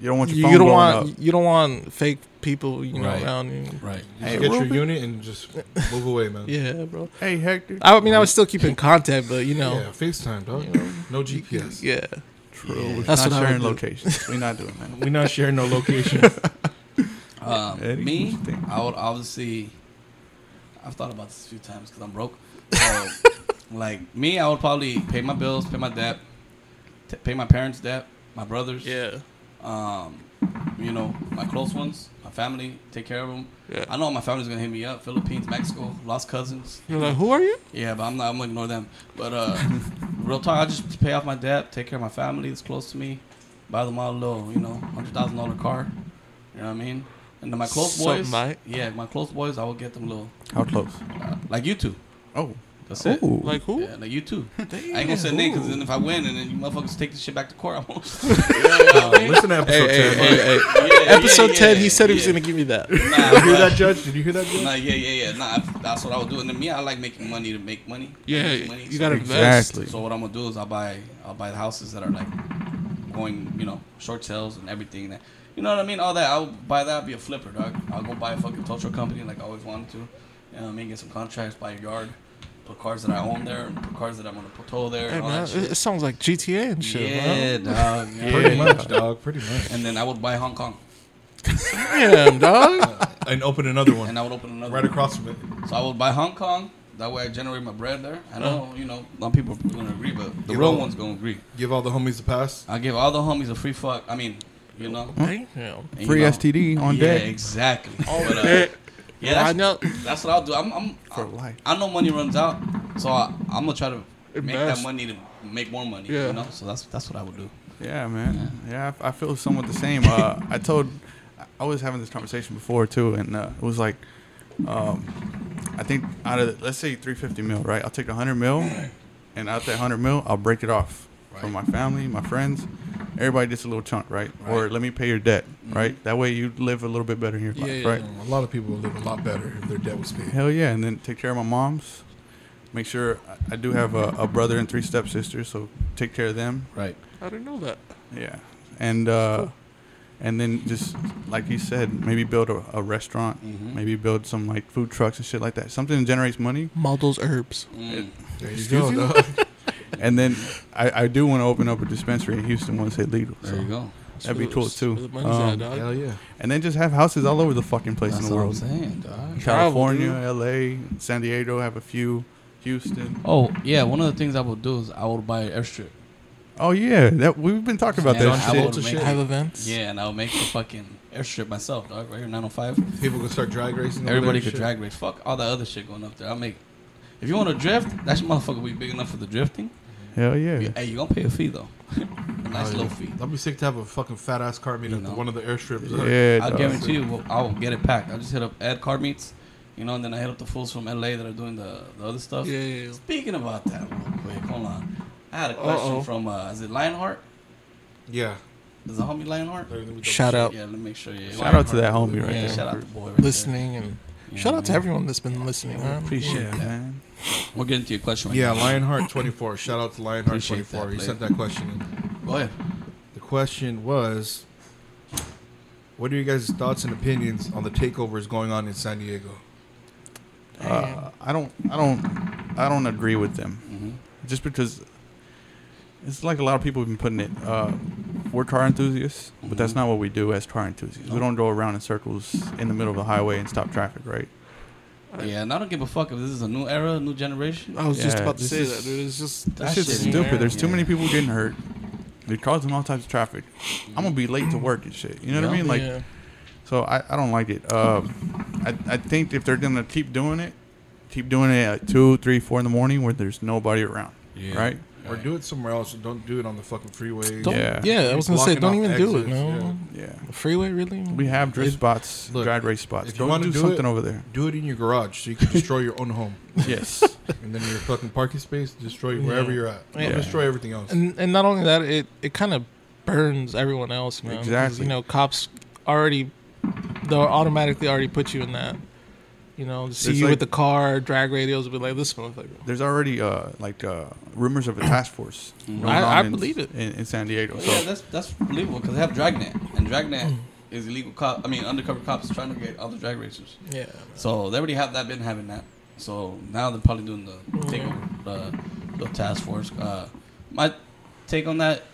Speaker 4: You don't want your
Speaker 6: you,
Speaker 4: phone
Speaker 6: you don't
Speaker 4: blowing
Speaker 6: want
Speaker 4: up.
Speaker 6: you don't want fake people you know
Speaker 3: Right.
Speaker 6: around you.
Speaker 3: Right.
Speaker 2: Just get your unit and just move away, man.
Speaker 6: Yeah, bro.
Speaker 4: Hey, Hector.
Speaker 6: I mean, I would still keep in contact, but you know,
Speaker 2: Yeah, FaceTime, dog. No GPS.
Speaker 6: yeah.
Speaker 4: True. We're
Speaker 6: That's
Speaker 4: not
Speaker 6: what I would
Speaker 4: sharing
Speaker 6: do.
Speaker 4: locations. We're not doing that.
Speaker 2: We're not sharing no location.
Speaker 3: Um,
Speaker 4: Eddie, what
Speaker 3: me,
Speaker 4: you think?
Speaker 3: I would obviously. I've thought about this a few times because I'm broke. So, like me, I would probably pay my bills, pay my debt, t- pay my parents' debt, my brothers.
Speaker 6: Yeah.
Speaker 3: Um, you know, my close ones, my family, take care of them.
Speaker 6: Yeah.
Speaker 3: I know my family's gonna hit me up. Philippines, Mexico, lost cousins.
Speaker 6: You're like, who are you?
Speaker 3: Yeah, but I'm not. I'm gonna ignore them. But uh, real talk, I just pay off my debt, take care of my family that's close to me, buy them all a little, you know, hundred thousand dollar car. You know what I mean? And then my close
Speaker 6: Something
Speaker 3: boys,
Speaker 6: like-
Speaker 3: yeah, my close boys, I will get them little,
Speaker 4: How close?
Speaker 3: uh, like you two.
Speaker 4: Oh.
Speaker 3: That's it.
Speaker 4: Ooh.
Speaker 6: Like who?
Speaker 3: Yeah, like you two. I
Speaker 6: Damn.
Speaker 3: ain't gonna say name because then if I win and then you motherfuckers take this shit back to court, I won't. Yeah,
Speaker 2: Listen to episode 10.
Speaker 3: yeah,
Speaker 6: Oh, Episode
Speaker 3: yeah,
Speaker 6: ten, he said he was
Speaker 3: yeah.
Speaker 6: gonna give me that.
Speaker 3: Nah,
Speaker 2: Did you hear
Speaker 3: bruh.
Speaker 2: that, Judge? Did you hear that, Judge?
Speaker 3: Nah, yeah, yeah, yeah. Nah, I- that's what I would do. And to me, I like making money to make money. I
Speaker 6: Yeah,
Speaker 3: make money,
Speaker 6: you
Speaker 3: so-
Speaker 6: gotta invest.
Speaker 4: Exactly.
Speaker 3: So what I'm gonna do is I'll buy I'll buy the houses that are like going, you know, short sales and everything that you know what I mean? All that. I'll buy that, I'll be a flipper, dog. I'll go buy a fucking tow truck company like I always wanted to. You know what I mean? Get some contracts, buy a yard, put cars that I own there, and put cars that I'm gonna put tow there
Speaker 6: Hey,
Speaker 3: and all
Speaker 6: man,
Speaker 3: that
Speaker 6: it, it
Speaker 3: Oh, shit.
Speaker 6: sounds like GTA and shit.
Speaker 3: Yeah,
Speaker 6: Yeah,
Speaker 3: dog. you know what I
Speaker 2: Pretty
Speaker 3: mean?
Speaker 2: much, dog. Pretty much.
Speaker 3: And then I would buy Hong Kong
Speaker 6: Damn, dog.
Speaker 2: And open another one
Speaker 3: and I would open another
Speaker 2: right
Speaker 3: one.
Speaker 2: across from it.
Speaker 3: So I would buy Hong Kong. That way I generate my bread there. I know,
Speaker 6: Uh-huh.
Speaker 3: you know, some people are gonna agree, but the
Speaker 2: You
Speaker 3: real
Speaker 2: know-
Speaker 3: ones gonna agree.
Speaker 2: Give all the homies a pass.
Speaker 3: I give all the homies a free fuck. I mean, you know,
Speaker 6: Damn.
Speaker 3: and, you
Speaker 4: Free
Speaker 3: know.
Speaker 4: STD on
Speaker 3: yeah,
Speaker 4: deck.
Speaker 3: exactly. But, uh, yeah,
Speaker 6: I
Speaker 3: that's,
Speaker 6: know.
Speaker 3: that's what I'll do. I'm, I'm
Speaker 4: For
Speaker 3: I-
Speaker 4: life.
Speaker 3: I know money runs out, so I, I'm gonna try to make that
Speaker 6: Invest.
Speaker 3: money to make more money.
Speaker 6: Yeah.
Speaker 3: You know, so that's that's what I would do.
Speaker 4: Yeah, man. Yeah, I, I feel somewhat the same. Uh, I told, I was having this conversation before too, and uh, it was like, um, I think out of let's say 350 mil, right? I'll take 100 mil, and out that 100 mil, I'll break it off from my family, my friends, everybody gets a little chunk, right? Or
Speaker 3: Right.
Speaker 4: let me pay your debt, right? That way you live a little bit better in your
Speaker 6: Mm-hmm. Yeah,
Speaker 4: life,
Speaker 6: yeah,
Speaker 4: right?
Speaker 2: You know, A lot of people would live a lot better if their debt was paid.
Speaker 4: Hell yeah, and then take care of my mom's. Make sure I- I do have a, a brother and three stepsisters, so take care of them.
Speaker 3: Right.
Speaker 6: I didn't know that.
Speaker 4: Yeah, and uh, and then just like you said, maybe build a, a restaurant,
Speaker 3: Mm-hmm.
Speaker 4: maybe build some like food trucks and shit like that. Something that generates money.
Speaker 6: Models herbs.
Speaker 3: Mm,
Speaker 2: There you
Speaker 4: Excuse
Speaker 2: go,
Speaker 4: me?
Speaker 2: dog.
Speaker 4: And then I, I do want to open up a dispensary in Houston once it's legal.
Speaker 3: There you
Speaker 4: So.
Speaker 3: go.
Speaker 4: That'd be
Speaker 6: That's
Speaker 4: cool,
Speaker 6: where the-
Speaker 4: too.
Speaker 6: where the money's at,
Speaker 4: Um,
Speaker 6: dog.
Speaker 2: Hell yeah.
Speaker 4: And then just have houses all over the fucking place
Speaker 3: That's
Speaker 4: in the
Speaker 3: what I'm
Speaker 4: world.
Speaker 3: saying, dog.
Speaker 4: California, L.A., San Diego have a few. Houston.
Speaker 3: Oh yeah, one of the things I would do is I would buy an airstrip.
Speaker 4: Oh yeah, that we've been talking about
Speaker 3: And
Speaker 4: that
Speaker 3: I
Speaker 4: shit.
Speaker 3: would make-
Speaker 6: Have events.
Speaker 3: Yeah, and I would make the fucking airstrip myself, dog. Right here, 905.
Speaker 2: People could start drag racing. over
Speaker 3: Everybody
Speaker 2: there
Speaker 3: could
Speaker 2: and shit.
Speaker 3: drag race. Fuck all that other shit going up there. I'll make. If you want to drift, that shit motherfucker be big enough for the drifting.
Speaker 4: Hell yeah.
Speaker 3: You- Hey, you gonna pay a fee though. a nice
Speaker 2: Oh,
Speaker 3: little
Speaker 2: yeah.
Speaker 3: fee.
Speaker 2: That'd be sick to have a fucking fat ass car meet
Speaker 3: You
Speaker 2: at the-
Speaker 3: know.
Speaker 2: one of the airstrips. huh?
Speaker 4: Yeah,
Speaker 3: I
Speaker 4: dog.
Speaker 3: guarantee you, well, I will get it packed. I'll just hit up Ed Car Meets, you know, and then I hit up the fools from LA that are doing the, the other stuff.
Speaker 6: Yeah, yeah, yeah.
Speaker 3: Speaking about that, real quick, hold on. I had a question
Speaker 6: Uh-oh.
Speaker 3: from uh, is it Lionheart?
Speaker 2: Yeah.
Speaker 3: Is the homie Lionheart?
Speaker 2: Let me double
Speaker 6: Shout
Speaker 2: check.
Speaker 6: out,
Speaker 3: Yeah, let me make sure. Yeah,
Speaker 4: Shout out to that homie right
Speaker 3: yeah,
Speaker 4: there.
Speaker 3: shout out the boy. Right
Speaker 6: listening, and
Speaker 3: Yeah,
Speaker 6: shout out to
Speaker 3: man.
Speaker 6: everyone that's been listening. Man.
Speaker 3: Appreciate
Speaker 4: Yeah, man.
Speaker 3: There. We'll get into your question. Right
Speaker 2: Yeah,
Speaker 3: now.
Speaker 2: Lionheart24. Shout out to
Speaker 3: Appreciate that,
Speaker 2: Lionheart24. He
Speaker 3: player.
Speaker 2: sent that question in.
Speaker 3: Go ahead.
Speaker 2: The question was, what are you guys' thoughts and opinions on the takeovers going on in San Diego?
Speaker 4: Uh, I don't, I don't, I don't agree with them.
Speaker 3: Mm-hmm.
Speaker 4: Just because it's like a lot of people have been putting it. Uh, we're car enthusiasts, but
Speaker 3: Mm-hmm.
Speaker 4: that's not what we do as car enthusiasts. We don't go around in circles in the middle of the highway and stop traffic, right?
Speaker 3: Yeah, and I don't give a fuck if this is a new era, new generation.
Speaker 6: I was just
Speaker 4: Yeah,
Speaker 6: about to
Speaker 4: this
Speaker 6: say
Speaker 4: is-
Speaker 6: that, dude. It's just
Speaker 4: That
Speaker 3: That
Speaker 4: shit's
Speaker 3: shit's
Speaker 4: stupid.
Speaker 3: weird.
Speaker 4: There's too
Speaker 3: Yeah.
Speaker 4: many people getting hurt. They're causing all types of traffic. I'm gonna be late to work and shit. You know what I
Speaker 3: Yeah.
Speaker 4: mean? Like, so I, I don't like it. Uh, I, I think if they're gonna keep doing it, keep doing it at two, three, four in the morning where there's nobody around,
Speaker 3: Yeah.
Speaker 4: right?
Speaker 2: Or do it somewhere else. Don't do it on the fucking freeway.
Speaker 6: Don't,
Speaker 4: Yeah.
Speaker 6: yeah. I was gonna say,
Speaker 2: Blocking
Speaker 6: don't
Speaker 2: off
Speaker 6: even do it.
Speaker 2: exits,
Speaker 6: No,
Speaker 4: Yeah.
Speaker 6: The freeway really.
Speaker 4: We have drift spots,
Speaker 2: look,
Speaker 4: drag race spots.
Speaker 2: if you
Speaker 4: Go
Speaker 2: wanna
Speaker 4: do,
Speaker 2: do
Speaker 4: something
Speaker 2: it-
Speaker 4: over there.
Speaker 2: Do it in your garage so you can destroy your own home.
Speaker 4: Yes.
Speaker 2: And then your fucking parking space, destroy wherever you're at. Don't
Speaker 6: Yeah.
Speaker 2: destroy everything else.
Speaker 6: and and not only that, it it kind of burns everyone else, man. 'cause,
Speaker 4: Exactly.
Speaker 6: You know, cops already they'll automatically already put you in that. You know, see
Speaker 4: It's
Speaker 6: you
Speaker 4: like-
Speaker 6: with the car, drag radios, be like this motherfucker.
Speaker 4: There's already uh, like uh, rumors of a task force. going
Speaker 6: I-
Speaker 4: on
Speaker 6: I
Speaker 4: in-
Speaker 6: believe it. Oh,
Speaker 4: in, in San Diego.
Speaker 3: Well,
Speaker 4: So
Speaker 6: Mm.
Speaker 3: yeah, that's that's believable because they have Dragnet and Dragnet is illegal cop. I mean, undercover cops trying to get other drag racers.
Speaker 6: Yeah.
Speaker 3: So they already have that been having that. So now they're probably doing the takeover, the, the task force. Uh, my take on that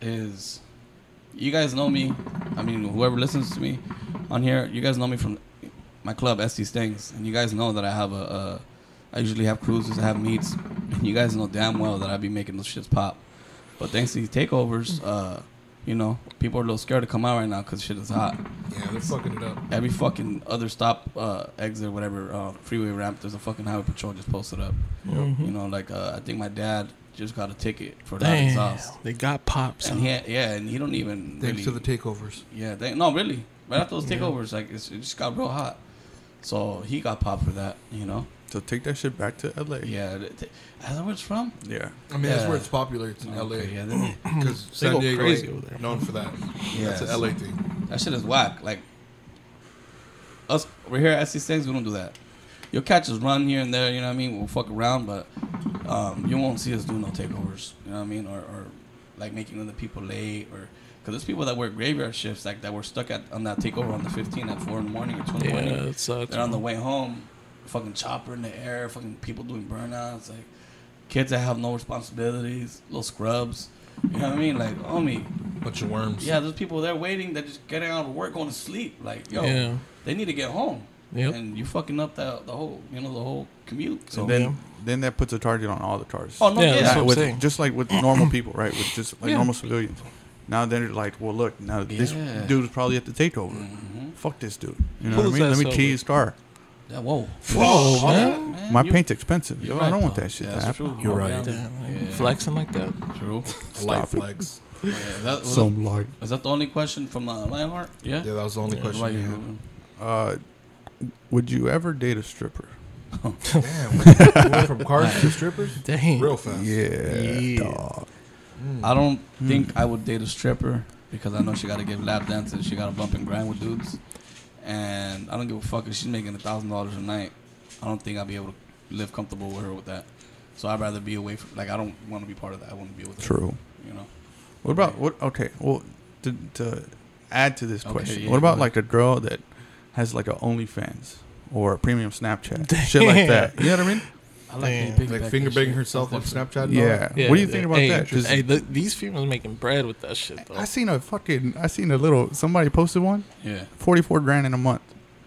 Speaker 3: is, you guys know me. I mean, whoever listens to me on here, you guys know me from my club ST Stings, and you guys know that I have a. a I usually have cruises, I have meets, and you guys know damn well that I be making those shits pop. But thanks to these takeovers, uh, you know, people are a little scared to come out right now because shit is hot
Speaker 2: Yeah, they're fucking it up.
Speaker 3: every fucking other stop, uh, exit, whatever, uh, freeway ramp, there's a fucking highway patrol just posted up. You know, like uh, I think my dad just got a ticket for that
Speaker 6: Damn.
Speaker 3: exhaust,
Speaker 6: They got pops.
Speaker 3: and he had, yeah, and he don't even
Speaker 2: Thanks
Speaker 3: really,
Speaker 2: to the takeovers.
Speaker 3: yeah, they, no, really, right after those takeovers, like it's, it just got real hot, so he got popped for that, you know.
Speaker 4: So take that shit back to LA.
Speaker 3: Yeah, th- th- is that where it's from?
Speaker 4: Yeah.
Speaker 2: I mean, that's
Speaker 3: Yeah.
Speaker 2: where it's popular. It's in
Speaker 3: Okay,
Speaker 2: LA
Speaker 3: yeah, they-
Speaker 2: because
Speaker 6: They
Speaker 2: San
Speaker 6: go
Speaker 2: Diego
Speaker 6: crazy
Speaker 2: ain't
Speaker 6: over there.
Speaker 2: known for that.
Speaker 3: Yeah,
Speaker 2: that's
Speaker 3: so-
Speaker 2: an LA thing.
Speaker 3: That shit is whack. Like us, we're here at SC Stings. We don't do that. You'll catch us run here and there. You know what I mean? We'll fuck around, but um, you won't see us do no takeovers. You know what I mean? Or, or like making other people late, or because there's people that work graveyard shifts, like that were stuck at on that takeover on the 15 at four in the morning or two in the
Speaker 6: yeah,
Speaker 3: morning.
Speaker 6: it sucks.
Speaker 3: They're on the way home, fucking chopper in the air, fucking people doing burnouts, like kids that have no responsibilities, little scrubs. You know what I mean? Like, homie,
Speaker 2: Bunch of worms.
Speaker 3: yeah, there's people there waiting. They're just getting out of work, going to sleep. Like, yo,
Speaker 6: Yeah.
Speaker 3: they need to get home.
Speaker 6: Yep.
Speaker 3: And you fucking up the, the whole, you know, the whole commute. So
Speaker 4: And then then that puts a target on all the cars.
Speaker 3: oh no,
Speaker 6: Yeah,
Speaker 3: yeah,
Speaker 6: that's what- I'm
Speaker 4: with,
Speaker 6: saying.
Speaker 4: Just like with normal people, right? With just like
Speaker 6: Yeah.
Speaker 4: normal civilians. Now they're like, well, look, now this
Speaker 3: Yeah.
Speaker 4: dude is probably at the takeover. Fuck this dude. You know what I
Speaker 6: Pull his
Speaker 4: mean? Let
Speaker 6: ass
Speaker 4: me
Speaker 6: over.
Speaker 4: key his car.
Speaker 3: Yeah, whoa,
Speaker 2: Whoa,
Speaker 3: man,
Speaker 4: My
Speaker 3: you-
Speaker 4: paint's expensive.
Speaker 3: you're
Speaker 4: Yo, I
Speaker 3: right,
Speaker 4: don't want
Speaker 3: though.
Speaker 4: that shit
Speaker 3: Yeah,
Speaker 4: to
Speaker 3: that's
Speaker 4: happen.
Speaker 3: true.
Speaker 2: You're
Speaker 3: Oh,
Speaker 2: right.
Speaker 6: Damn, like,
Speaker 3: Yeah.
Speaker 6: Flexing like that.
Speaker 3: True.
Speaker 2: light
Speaker 4: Stop it.
Speaker 2: flags.
Speaker 3: Yeah, that was,
Speaker 4: Some like
Speaker 3: is that the only question from uh, Lionheart? Yeah.
Speaker 2: Yeah, that was the only
Speaker 3: What about
Speaker 2: question.
Speaker 3: you,
Speaker 2: Yeah.
Speaker 3: Ruben?
Speaker 4: Uh, would you ever date a stripper?
Speaker 2: Damn, we went from cars to strippers
Speaker 6: Dang.
Speaker 2: real fast.
Speaker 4: Yeah,
Speaker 6: Yeah.
Speaker 4: dog.
Speaker 3: I don't
Speaker 2: Hmm.
Speaker 3: think I would date a stripper because I know she got to give lap dances. She got to bump and grind with dudes, and I don't give a fuck if she's making a thousand dollars a night. I don't think I'd be able to live comfortable with her with that. So I'd rather be away from. Like I don't want to be part of that. I want to be with her.
Speaker 4: True.
Speaker 3: You know.
Speaker 4: What about what? Okay, well, to, to add to this
Speaker 3: Okay,
Speaker 4: question,
Speaker 3: yeah,
Speaker 4: what
Speaker 3: go
Speaker 4: about
Speaker 3: ahead.
Speaker 4: like a girl that has like a OnlyFans or a premium Snapchat, shit like that? You know what I mean?
Speaker 3: I
Speaker 6: Damn.
Speaker 3: big
Speaker 2: Like
Speaker 3: back
Speaker 2: finger
Speaker 3: and
Speaker 2: banging
Speaker 3: shit.
Speaker 2: herself on
Speaker 3: That's different.
Speaker 2: Snapchat. and all
Speaker 4: Yeah.
Speaker 2: that?
Speaker 4: What do you think
Speaker 6: yeah.
Speaker 4: about
Speaker 6: hey,
Speaker 4: that? 'Cause
Speaker 6: Hey, the, these females making bread with that shit though.
Speaker 4: I seen a fucking, I seen a little somebody posted one,
Speaker 3: Yeah.
Speaker 4: forty four grand in a month.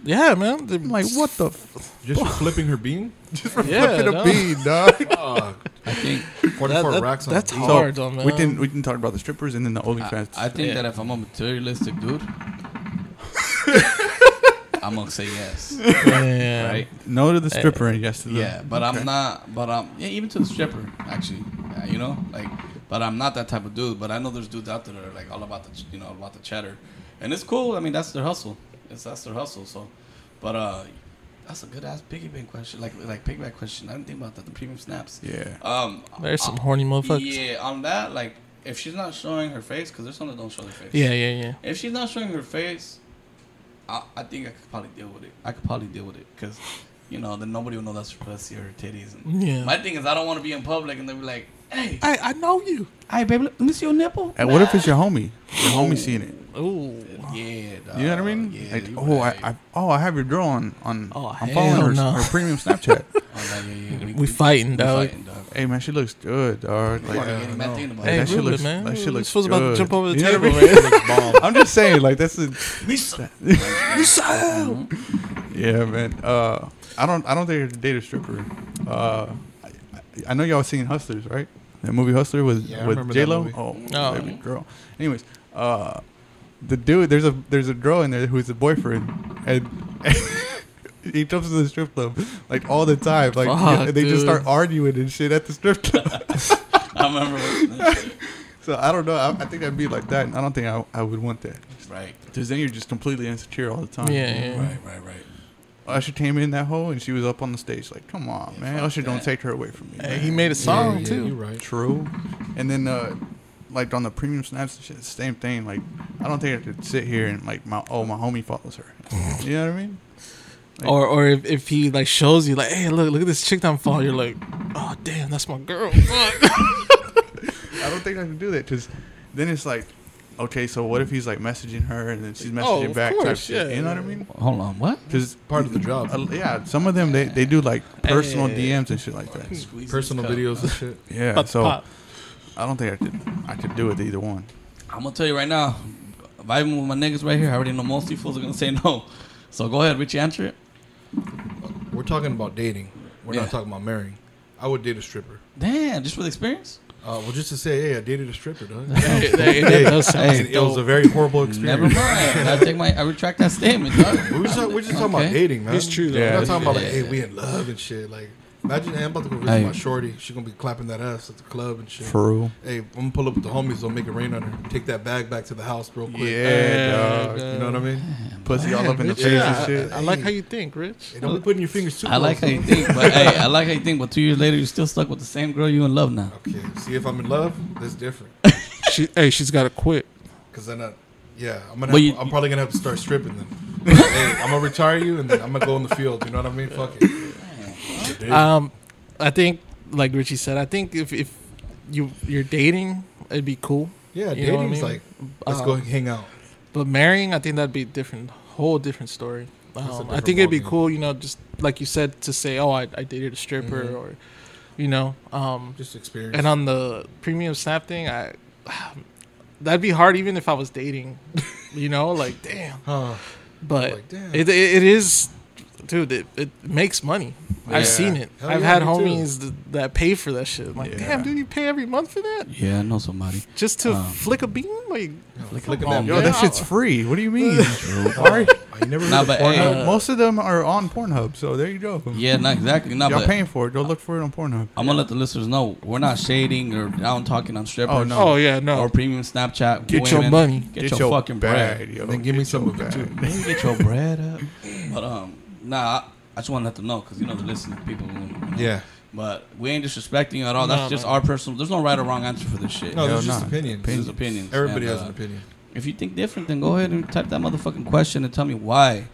Speaker 6: yeah, man. They're-
Speaker 4: I'm like, what the? F-
Speaker 2: Just for flipping her Uh, bean. Just for
Speaker 6: Yeah,
Speaker 4: flipping a
Speaker 6: no.
Speaker 4: bean, dog.
Speaker 2: Fuck.
Speaker 3: I think.
Speaker 6: That-
Speaker 2: Forty-four
Speaker 6: that-
Speaker 2: racks on.
Speaker 6: that's
Speaker 2: a bean.
Speaker 6: hard. though,
Speaker 4: We
Speaker 6: man.
Speaker 4: didn't, we didn't talk about the strippers and then the
Speaker 3: I,
Speaker 4: OnlyFans.
Speaker 3: I think
Speaker 6: Yeah.
Speaker 3: that if I'm a materialistic dude, I'm gonna say yes.
Speaker 6: Yeah.
Speaker 3: Right.
Speaker 4: no to the stripper and yes to the.
Speaker 3: Yeah, but I'm not. But um, yeah, even to the stripper, actually, uh, you know, like, but I'm not that type of dude. But I know there's dudes out there that are like all about the, ch- you know, about the cheddar, and it's cool. I mean, that's their hustle. It's that's their hustle. So, but uh, that's a good ass piggyback question. Like like piggyback question. I didn't think about that. The premium snaps.
Speaker 4: Yeah.
Speaker 3: Um.
Speaker 6: There's some horny motherfuckers. Yeah.
Speaker 3: Yeah. On that, like, if she's not showing her face, because there's some that don't show their face.
Speaker 6: Yeah. Yeah.
Speaker 3: If she's not showing her face, I, I think I could probably deal with it. I could probably deal with it because, you know, then nobody will know that's her pussy or her titties. And
Speaker 6: Yeah.
Speaker 3: My thing is, I don't want to be in public and they'll be like, hey,
Speaker 6: I I know you.
Speaker 3: hey, baby, let me see your nipple.
Speaker 4: And what if it's your homie? Your homie seeing it.
Speaker 6: Ooh.
Speaker 3: Yeah, dog.
Speaker 4: You know what I mean?
Speaker 3: Uh, Yeah.
Speaker 4: Like,
Speaker 3: you
Speaker 4: oh,
Speaker 3: right.
Speaker 4: I, I, oh, I have your girl on, on
Speaker 6: Oh,
Speaker 4: I'm
Speaker 6: hell
Speaker 4: following her,
Speaker 6: no.
Speaker 4: her premium Snapchat.
Speaker 3: Oh, no, yeah, yeah.
Speaker 6: We fighting, dog.
Speaker 3: fighting, dog.
Speaker 4: hey, man, she looks good, dog. Like, uh,
Speaker 3: Fucking getting mad thinking about
Speaker 6: Hey,
Speaker 3: it.
Speaker 4: that shit
Speaker 6: Ruben,
Speaker 4: looks,
Speaker 6: man.
Speaker 4: that shit
Speaker 6: You're
Speaker 4: looks
Speaker 6: supposed
Speaker 4: good.
Speaker 6: about to jump over the
Speaker 4: You know what I
Speaker 6: table,
Speaker 4: mean?
Speaker 6: man.
Speaker 4: I'm just saying, like, that's a,
Speaker 3: Lisa.
Speaker 4: yeah, man. Uh, I don't, I don't think I date a stripper. Uh, I, I know y'all seen Hustlers, right? That movie Hustler with
Speaker 2: Yeah, I
Speaker 4: with
Speaker 2: remember
Speaker 4: J
Speaker 2: that
Speaker 4: Lo.
Speaker 2: movie.
Speaker 4: Oh,
Speaker 6: Oh.
Speaker 4: baby girl. Anyways, uh, the dude, there's a there's a girl in there who's a boyfriend, and he comes to the strip club like all the time. Like
Speaker 6: Fuck,
Speaker 4: and they just start
Speaker 6: dude.
Speaker 4: arguing and shit at the strip club.
Speaker 3: I remember. What, that shit.
Speaker 4: so I don't know. I, I think I'd be like that. and I don't think I, I would want that.
Speaker 3: right.
Speaker 4: Cause then you're just completely insecure all the time.
Speaker 6: Yeah. Yeah.
Speaker 3: Right, right, right.
Speaker 4: Usher came in that hole and she was up on the stage like, "Come on,
Speaker 3: Yeah,
Speaker 4: man,
Speaker 3: fuck
Speaker 4: Usher, don't
Speaker 3: that.
Speaker 4: take her away from me."
Speaker 6: Hey,
Speaker 4: man."
Speaker 6: he made a
Speaker 2: Yeah,
Speaker 6: song
Speaker 2: yeah,
Speaker 6: too.
Speaker 2: You're right.
Speaker 4: True. And then uh like on the premium snaps and shit, same thing. Like I don't think I could sit here and like my oh my homie follows her. you know what I mean? Like-
Speaker 6: Or or if, if he like shows you like, hey, look, look at this chick that I'm following. You're like, oh damn, that's my girl. Fuck.
Speaker 4: I don't think I can do that because then it's like okay, so what if he's like messaging her and then she's messaging
Speaker 6: Oh, of
Speaker 4: back? type
Speaker 6: course,
Speaker 4: shit,
Speaker 6: yeah.
Speaker 4: You know what I mean?
Speaker 3: Hold on, what?
Speaker 4: Because
Speaker 2: Part of the job.
Speaker 4: yeah, some of them they, they do like personal
Speaker 6: Hey.
Speaker 4: DMs and shit like that.
Speaker 6: Hmm.
Speaker 2: Personal videos and shit.
Speaker 4: Yeah,
Speaker 6: Pop,
Speaker 4: so
Speaker 6: pop.
Speaker 4: I don't think I could I could do it either one.
Speaker 3: I'm gonna tell you right now, vibing with my niggas right here. I already know most of you fools are gonna say no. So go ahead, Richie, answer it.
Speaker 2: We're talking about dating. We're
Speaker 3: Yeah.
Speaker 2: not talking about marrying. I would date a stripper.
Speaker 3: Damn, just for the experience.
Speaker 2: Uh, well, just to say, hey, I dated a stripper, dog.
Speaker 6: Hey, hey,
Speaker 2: Hey,
Speaker 6: that does sound-
Speaker 2: and it was a very horrible experience.
Speaker 3: Never mind. I take my. I retract that statement. Dog.
Speaker 2: We're just, we're just talking
Speaker 3: Okay.
Speaker 2: about dating, man.
Speaker 6: It's true, though.
Speaker 2: We're
Speaker 4: Yeah,
Speaker 2: not
Speaker 4: it's
Speaker 2: talking about like,
Speaker 3: true.
Speaker 2: hey, we in love and shit. Like, imagine hey, I'm about to go visit
Speaker 3: Hey.
Speaker 2: my shorty. She gonna be clapping that ass at the club and shit.
Speaker 4: For real.
Speaker 2: hey, I'm gonna pull up with the homies. Don't make it rain on her. Take that bag back to the house real quick.
Speaker 4: Yeah,
Speaker 6: dog.
Speaker 2: You know what I mean?
Speaker 4: Pussy all up in the
Speaker 6: Rich,
Speaker 4: face
Speaker 6: yeah,
Speaker 4: and shit.
Speaker 6: I, I like how you think, Rich.
Speaker 2: Hey, don't be putting your fingers too.
Speaker 3: I like how
Speaker 2: close,
Speaker 3: you think, but hey, I like how you think. But two years later, you're still stuck with the same girl you in love now.
Speaker 2: though. Okay. See, if I'm in love, that's different.
Speaker 6: She, hey, she's got to quit.
Speaker 2: Cause then, I, yeah, I'm gonna.
Speaker 3: But
Speaker 2: Have,
Speaker 3: you-
Speaker 2: I'm probably gonna have to start stripping then. hey, I'm gonna retire you, and then I'm gonna go in the field. You know what I mean? Fuck it.
Speaker 6: Um, I think, like Richie said, I think if, if you you're dating, it'd be cool.
Speaker 2: Yeah,
Speaker 6: You know what I
Speaker 2: dating's
Speaker 6: mean?
Speaker 2: like, let's
Speaker 6: Uh,
Speaker 2: go
Speaker 3: Uh-huh.
Speaker 2: hang out.
Speaker 6: But marrying, I think that'd be different, whole different story.
Speaker 2: a
Speaker 6: Um, I
Speaker 2: different
Speaker 6: think it'd be
Speaker 2: ballgame.
Speaker 6: cool, you know, just like you said, to say, "Oh, I, I dated a stripper," or, you know, um,
Speaker 2: Just experience.
Speaker 6: and on the premium snap thing, I that'd be hard even if I was dating, you know, like damn.
Speaker 2: huh.
Speaker 6: But
Speaker 2: Like, damn.
Speaker 6: It, it it is, dude. It, it makes money.
Speaker 2: Yeah.
Speaker 6: I've seen it.
Speaker 2: Hell
Speaker 6: I've
Speaker 2: yeah,
Speaker 6: had
Speaker 2: me too.
Speaker 6: homies th- that pay for that shit. I'm like,
Speaker 4: Yeah.
Speaker 6: damn, dude, you pay every month for that
Speaker 3: Yeah, I know somebody.
Speaker 6: just to
Speaker 3: Um,
Speaker 6: flick a beam? Like,
Speaker 2: Look, look at
Speaker 6: come
Speaker 2: that.
Speaker 6: on,
Speaker 4: Yo,
Speaker 6: Yeah,
Speaker 4: that
Speaker 6: I-
Speaker 4: shit's free. What do you mean?
Speaker 2: Sorry, I never.
Speaker 3: Nah,
Speaker 2: heard of
Speaker 3: but,
Speaker 2: Pornhub.
Speaker 3: hey,
Speaker 4: Uh, Most of them are on Pornhub, so there you go.
Speaker 3: Yeah, not exactly. Not
Speaker 4: Y'all
Speaker 3: but
Speaker 4: paying for it. Go look for it on Pornhub.
Speaker 3: I'm gonna let the listeners know we're not shading or down talking on strippers.
Speaker 4: Oh, no.
Speaker 6: oh yeah, no.
Speaker 3: Or premium Snapchat.
Speaker 6: Get your money.
Speaker 3: Get, your, fucking bread.
Speaker 4: yo.
Speaker 2: then give me
Speaker 4: Get your
Speaker 2: some of it, too.
Speaker 4: bag.
Speaker 3: Man, get your bread up. But um, nah, I, I just want to let them know because you know the listening people.
Speaker 2: Yeah.
Speaker 3: But we ain't disrespecting you at all. That's
Speaker 6: No,
Speaker 3: just
Speaker 6: no.
Speaker 3: our personal. There's no right or wrong answer for this shit.
Speaker 2: No,
Speaker 4: Hell
Speaker 2: there's just
Speaker 4: nah.
Speaker 2: opinions.
Speaker 3: this is opinions.
Speaker 2: Everybody
Speaker 3: And,
Speaker 2: has
Speaker 3: uh,
Speaker 2: an opinion.
Speaker 3: If you think different, then go ahead and type that motherfucking question and tell me why.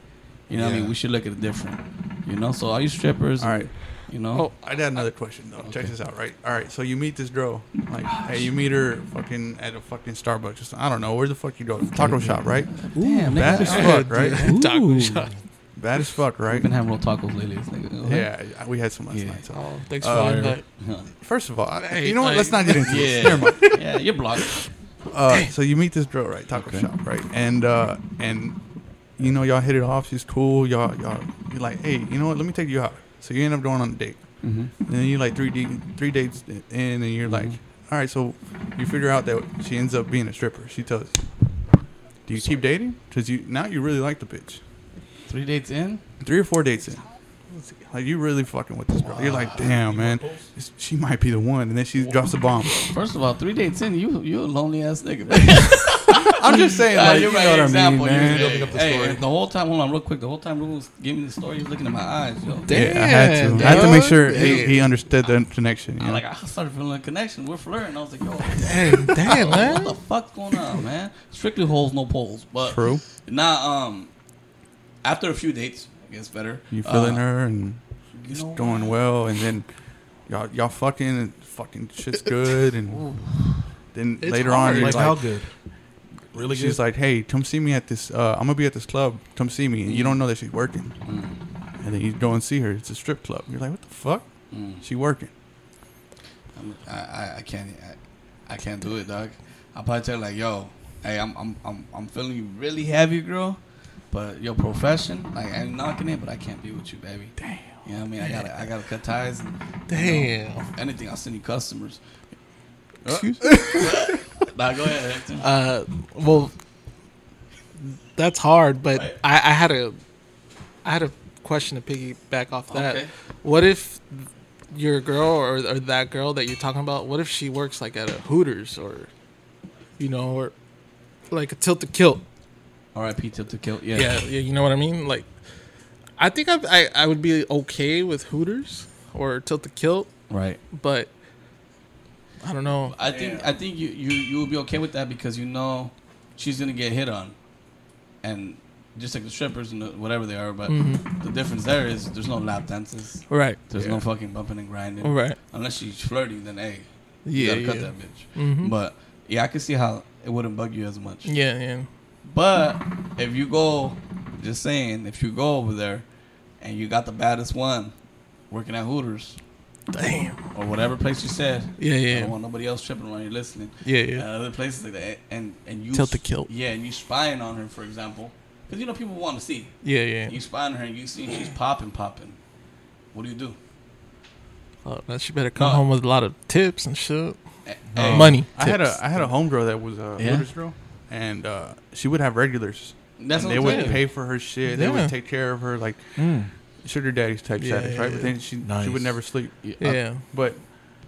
Speaker 3: You know, what I
Speaker 2: Yeah.
Speaker 3: mean, we should look at it different. You know, so all you strippers,
Speaker 4: All right.
Speaker 3: You know,
Speaker 4: Oh, I got another question though. Check this out, right? All right, so you meet this girl, like, hey, you meet her fucking at a fucking Starbucks. Just, I don't know where the fuck you go, taco shop, right?
Speaker 3: damn,
Speaker 4: Bad
Speaker 3: nigga,
Speaker 4: as fuck, right?
Speaker 6: Taco shop.
Speaker 4: Bad as fuck,
Speaker 3: I've
Speaker 4: right?
Speaker 3: been having real tacos lately. It's like, go ahead.
Speaker 4: Yeah, I- we had some last
Speaker 3: Yeah.
Speaker 4: night. So.
Speaker 6: Oh, thanks
Speaker 4: Uh,
Speaker 6: for the invite.
Speaker 4: First of all, I-
Speaker 6: Hey,
Speaker 4: you know what?
Speaker 6: hey.
Speaker 4: Let's not get into
Speaker 3: Yeah.
Speaker 4: this. Never mind.
Speaker 3: yeah, you're blocked.
Speaker 4: Uh, so you meet this girl, right? Taco shop, right? And uh, and you know y'all hit it off. She's cool. Y'all y'all you're like, hey, you know what? Let me take you out. So you end up going on a date. And then you like three d three dates in, and you're like, all right. So you figure out that she ends up being a stripper. She tells you, do you keep dating? Because you now you really like the bitch.
Speaker 3: Three dates in,
Speaker 4: Three or four dates in. Like you really fucking with this girl. You're like, damn man, this- she might be the one. And then she drops a bomb.
Speaker 3: First of all, three dates in, you you a lonely ass nigga. man.
Speaker 4: I'm just saying,
Speaker 3: Ah,
Speaker 4: like,
Speaker 3: you're
Speaker 4: you
Speaker 3: right.
Speaker 4: know what I mean,
Speaker 3: example.
Speaker 4: man.
Speaker 3: you, hey, the, hey, the whole time, hold on, real quick. The whole time, Ruben was giving me the story. He was looking at my eyes, yo.
Speaker 6: Damn,
Speaker 4: yeah, I had to. I had to make sure he,
Speaker 6: Damn.
Speaker 4: he understood the connection.
Speaker 3: I,
Speaker 4: Yeah.
Speaker 3: like I started feeling a connection. We're flirting. I was like, yo,
Speaker 6: Damn, damn,
Speaker 3: what
Speaker 6: man.
Speaker 3: the fuck's going on, man? Strictly holes, no poles. But
Speaker 4: True.
Speaker 3: Nah, um, after a few dates, it gets better.
Speaker 4: You feeling
Speaker 3: Uh,
Speaker 4: her and
Speaker 3: you
Speaker 4: it's
Speaker 3: know
Speaker 4: going well, and then y'all y'all fucking and fucking shit's good, and then
Speaker 6: It's
Speaker 4: later
Speaker 6: hard.
Speaker 4: on you're
Speaker 2: Like, how
Speaker 4: like,
Speaker 2: good? Really
Speaker 4: she's
Speaker 2: good.
Speaker 4: like, hey, come see me at this. Uh, I'm gonna be at this club. Come see me, and you don't know that she's working, and then you go and see her. It's a strip club. You're like, what the fuck? She working.
Speaker 3: I'm, I, I I can't I, I can't do it, dog. I'll probably tell her like, yo, hey, I'm I'm I'm I'm feeling you really heavy, girl. But your profession, like, I ain't knocking it, but I can't be with you, baby. Damn. You know what I mean? I gotta I gotta cut ties. And,
Speaker 6: Damn.
Speaker 3: anything, I'll send you customers. Uh,
Speaker 6: Excuse
Speaker 3: Nah, go ahead. Hector.
Speaker 6: Uh, well, that's hard, but
Speaker 3: Right.
Speaker 6: I, I had a, I had a question to piggyback off that.
Speaker 3: Okay.
Speaker 6: What if your girl or, or that girl that you're talking about? What if she works like at a Hooters or, you know, or like a Tilt a Kilt?
Speaker 3: R.I.P. Tip to kill. Yeah.
Speaker 6: Yeah, yeah, you know what I mean. Like, I think I've, I I would be okay with Hooters or Tilt a Kilt,
Speaker 3: Right.
Speaker 6: but I don't know.
Speaker 3: I think I think you you you will be okay with that because you know she's gonna get hit on, and just like the strippers and the, whatever they are, but
Speaker 6: Mm-hmm.
Speaker 3: the difference there is there's no lap dances,
Speaker 6: Right.
Speaker 3: there's no fucking bumping and grinding,
Speaker 6: Right.
Speaker 3: Unless she's flirting, then hey,
Speaker 6: Yeah,
Speaker 3: you gotta
Speaker 6: yeah.
Speaker 3: cut that bitch. But yeah, I can see how it wouldn't bug you as much.
Speaker 6: Mm-hmm. Yeah, yeah.
Speaker 3: But if you go, just saying, if you go over there and you got the baddest one working at Hooters
Speaker 6: Damn.
Speaker 3: or whatever place you said,
Speaker 6: Yeah,
Speaker 3: I don't
Speaker 6: yeah.
Speaker 3: want nobody else tripping while you're listening.
Speaker 6: Yeah,
Speaker 3: And
Speaker 6: yeah.
Speaker 3: Uh, other places like that, and and you
Speaker 7: Tilt the kilt.
Speaker 3: Yeah, and you spying on her, for example, because you know people want to see.
Speaker 6: Yeah, yeah.
Speaker 3: You spy on her, and you see she's popping, popping. What do you do?
Speaker 6: Oh, now she better come
Speaker 3: No.
Speaker 6: home with a lot of tips and shit.
Speaker 4: Uh,
Speaker 3: Hey,
Speaker 6: Money.
Speaker 4: I had
Speaker 6: tips.
Speaker 4: a I had a homegirl that was a
Speaker 7: Yeah.
Speaker 4: Hooters girl, and uh, she would have regulars.
Speaker 3: That's
Speaker 4: and
Speaker 3: what
Speaker 4: they
Speaker 3: I'm
Speaker 4: would
Speaker 3: saying.
Speaker 4: pay for her shit. They
Speaker 6: Yeah.
Speaker 4: would take care of her like sugar daddies type
Speaker 6: Yeah,
Speaker 4: status, right?
Speaker 6: yeah.
Speaker 4: But then she
Speaker 7: Nice.
Speaker 4: she would never sleep. I-
Speaker 6: Yeah.
Speaker 4: but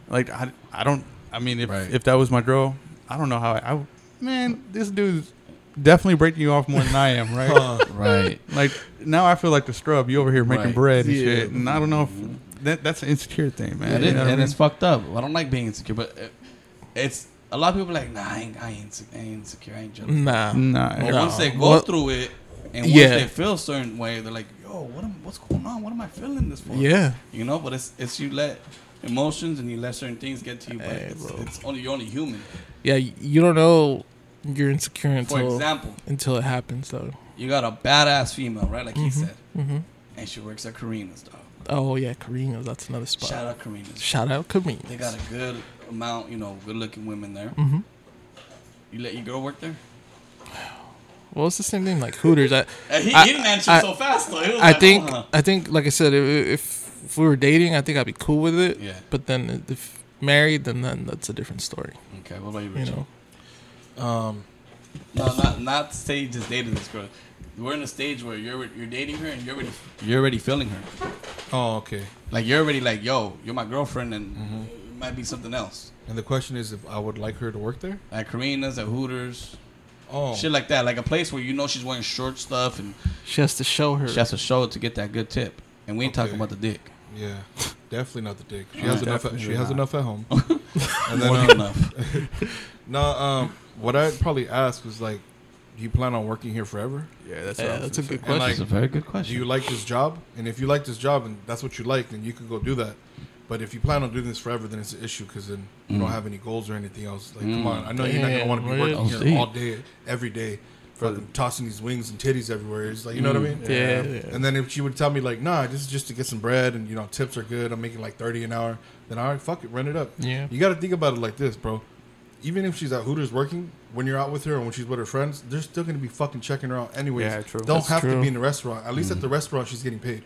Speaker 4: like I, I don't. I mean, if
Speaker 2: Right.
Speaker 4: if that was my girl, I don't know how I. I would- man, this dude's definitely breaking you off more than I am, right?
Speaker 7: Right.
Speaker 4: Like now, I feel like the scrub. You over here making
Speaker 3: Right.
Speaker 4: bread and
Speaker 6: Yeah.
Speaker 4: shit, and I don't know if that that's an insecure thing, man.
Speaker 3: And,
Speaker 4: You
Speaker 3: it,
Speaker 4: know what I
Speaker 3: and
Speaker 4: mean?
Speaker 3: it's fucked up. I don't like being insecure, but it, it's a lot of people are like, nah, I ain't, I ain't, inse- I ain't insecure, I ain't jealous.
Speaker 6: Nah.
Speaker 4: nah.
Speaker 3: But
Speaker 4: it-
Speaker 6: No.
Speaker 3: once they go
Speaker 6: What-
Speaker 3: through it, and once
Speaker 6: Yeah.
Speaker 3: they feel a certain way, they're like, yo, what am, what's going on? What am I feeling this for?
Speaker 6: Yeah.
Speaker 3: You know, but it's it's you let emotions and you let certain things get to you, but
Speaker 6: Hey,
Speaker 3: it's,
Speaker 6: bro.
Speaker 3: it's only you're only human.
Speaker 6: Yeah, y- you don't know you're insecure
Speaker 3: For
Speaker 6: until
Speaker 3: example,
Speaker 6: until it happens though.
Speaker 3: you got a badass female, right? Like he said,
Speaker 6: Mm-hmm.
Speaker 3: and she works at Karina's dog.
Speaker 6: Oh yeah, Karina's. That's another spot.
Speaker 3: Shout out Karina's.
Speaker 6: Shout out Karina.
Speaker 3: They got a good amount, you know, good looking women there.
Speaker 6: Mm-hmm.
Speaker 3: You let your girl work there?
Speaker 6: Well, it's the same thing like Hooters. I,
Speaker 3: Uh, he,
Speaker 6: I-
Speaker 3: he didn't answer
Speaker 6: I-
Speaker 3: so fast though. He was
Speaker 6: I
Speaker 3: like,
Speaker 6: think,
Speaker 3: "Uh-huh."
Speaker 6: I think, like I said, i- if, if we were dating, I think I'd be cool with it.
Speaker 3: Yeah.
Speaker 6: But then if married, then then that's a different story.
Speaker 3: Okay, what about you,
Speaker 6: You
Speaker 3: Richard?
Speaker 6: know.
Speaker 2: Um,
Speaker 3: No, not not to say you just dated this girl. We're in a stage where you're you're dating her and you're already you're already feeling her.
Speaker 2: oh, okay.
Speaker 3: Like you're already like, yo, you're my girlfriend, and
Speaker 6: Mm-hmm.
Speaker 3: it might be something else.
Speaker 2: And the question is if I would like her to work there?
Speaker 3: At Karina's, at Hooters,
Speaker 2: Oh,
Speaker 3: shit like that. Like a place where you know she's wearing short stuff and
Speaker 6: She has to show her.
Speaker 3: she has to show it to get that good tip. And we ain't talking
Speaker 2: Okay.
Speaker 3: about the dick.
Speaker 2: yeah. Definitely not the dick. She has enough. At, she
Speaker 4: Definitely
Speaker 2: has
Speaker 4: not.
Speaker 2: enough at home. and then
Speaker 3: More
Speaker 2: um,
Speaker 3: than enough.
Speaker 2: no, um, what I'd probably ask was like, do you plan on working here forever?
Speaker 4: yeah, that's,
Speaker 6: yeah,
Speaker 4: what
Speaker 6: that's a good
Speaker 2: And
Speaker 6: question.
Speaker 2: like,
Speaker 3: very good
Speaker 2: do you like this job? And if you like this job and that's what you like, then you could go do that. But if you plan on doing this forever, then it's an issue because then you don't have any goals or anything else. Like, come
Speaker 3: Mm.
Speaker 2: on, I know you're not gonna
Speaker 6: Damn,
Speaker 2: want to be
Speaker 6: right.
Speaker 2: working
Speaker 6: Oh,
Speaker 2: here
Speaker 7: see.
Speaker 2: all day, every day, for tossing these wings and titties everywhere. It's like, you know what I mean?
Speaker 6: Mm. yeah, yeah.
Speaker 2: And then if she would tell me like, nah, this is just to get some bread and you know tips are good. I'm making like thirty an hour. Then all right, fuck it, run it up.
Speaker 6: Yeah.
Speaker 2: You got to think about it like this, bro. Even if she's at Hooters working, when you're out with her and when she's with her friends, they're still gonna be fucking checking her out anyways.
Speaker 4: Yeah, true.
Speaker 2: Don't
Speaker 6: That's
Speaker 2: have to
Speaker 6: true. Mm.
Speaker 2: be in the restaurant. At least at the restaurant, she's getting paid.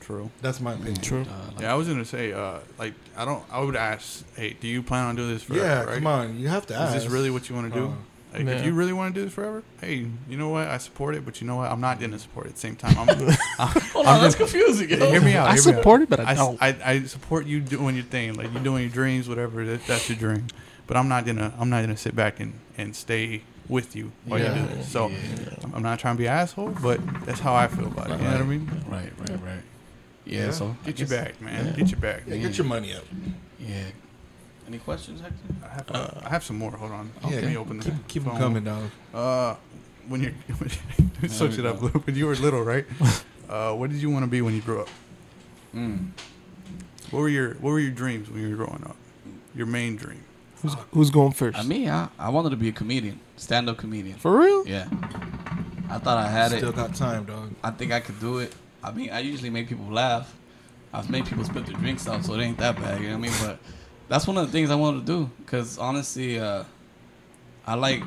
Speaker 4: true.
Speaker 2: That's my opinion.
Speaker 6: True.
Speaker 4: Yeah, I was gonna say, uh, like, I don't. I would ask, hey, do you plan on doing this forever?
Speaker 2: Yeah,
Speaker 4: right?
Speaker 2: come on, you have to
Speaker 4: Is
Speaker 2: ask.
Speaker 4: this really what you want to do?
Speaker 2: Uh,
Speaker 4: like,
Speaker 6: Yeah.
Speaker 4: If you really want to do this forever, hey, you know what? I support it, but you know what? I'm not gonna support it. At the same time, I'm.
Speaker 3: Hold on, that's confusing. yo.
Speaker 4: hear me out.
Speaker 6: I
Speaker 4: hear me out.
Speaker 6: support it, but I
Speaker 4: I, s-
Speaker 6: don't.
Speaker 4: I, I support you doing your thing, like you doing your dreams, whatever. That, that's your dream. But I'm not gonna. I'm not gonna sit back and and stay with you while
Speaker 2: Yeah.
Speaker 4: you do this. So I'm not trying to be an asshole, but that's how I feel about it. You know what I mean?
Speaker 3: Right, right, right. Yeah,
Speaker 2: Yeah.
Speaker 3: so I
Speaker 4: Get your
Speaker 3: guess-
Speaker 4: back, man. Get your back.
Speaker 2: Yeah,
Speaker 6: Mm.
Speaker 2: get your money up.
Speaker 3: Yeah. Any questions, Hector?
Speaker 4: I have, I have some more. Hold on.
Speaker 2: Yeah,
Speaker 4: Let me open the
Speaker 2: Keep them
Speaker 4: phone.
Speaker 2: coming, dog.
Speaker 4: Uh, when you're switch
Speaker 3: we
Speaker 4: it up,
Speaker 3: go.
Speaker 4: Lou, when you were little, right? uh, what did you want to be when you grew up?
Speaker 3: Mm.
Speaker 4: What were your What were your dreams when you were growing up? Your main dream.
Speaker 6: Who's, who's going first?
Speaker 3: I mean, I, I wanted to be a comedian, stand up comedian.
Speaker 6: For real?
Speaker 3: Yeah. I thought I had
Speaker 2: Still
Speaker 3: it.
Speaker 2: got time, dog.
Speaker 3: I think I could do it. I mean, I usually make people laugh. I've made people spit their drinks out, so it ain't that bad. You know what I mean? But that's one of the things I wanted to do. Because honestly, uh, I like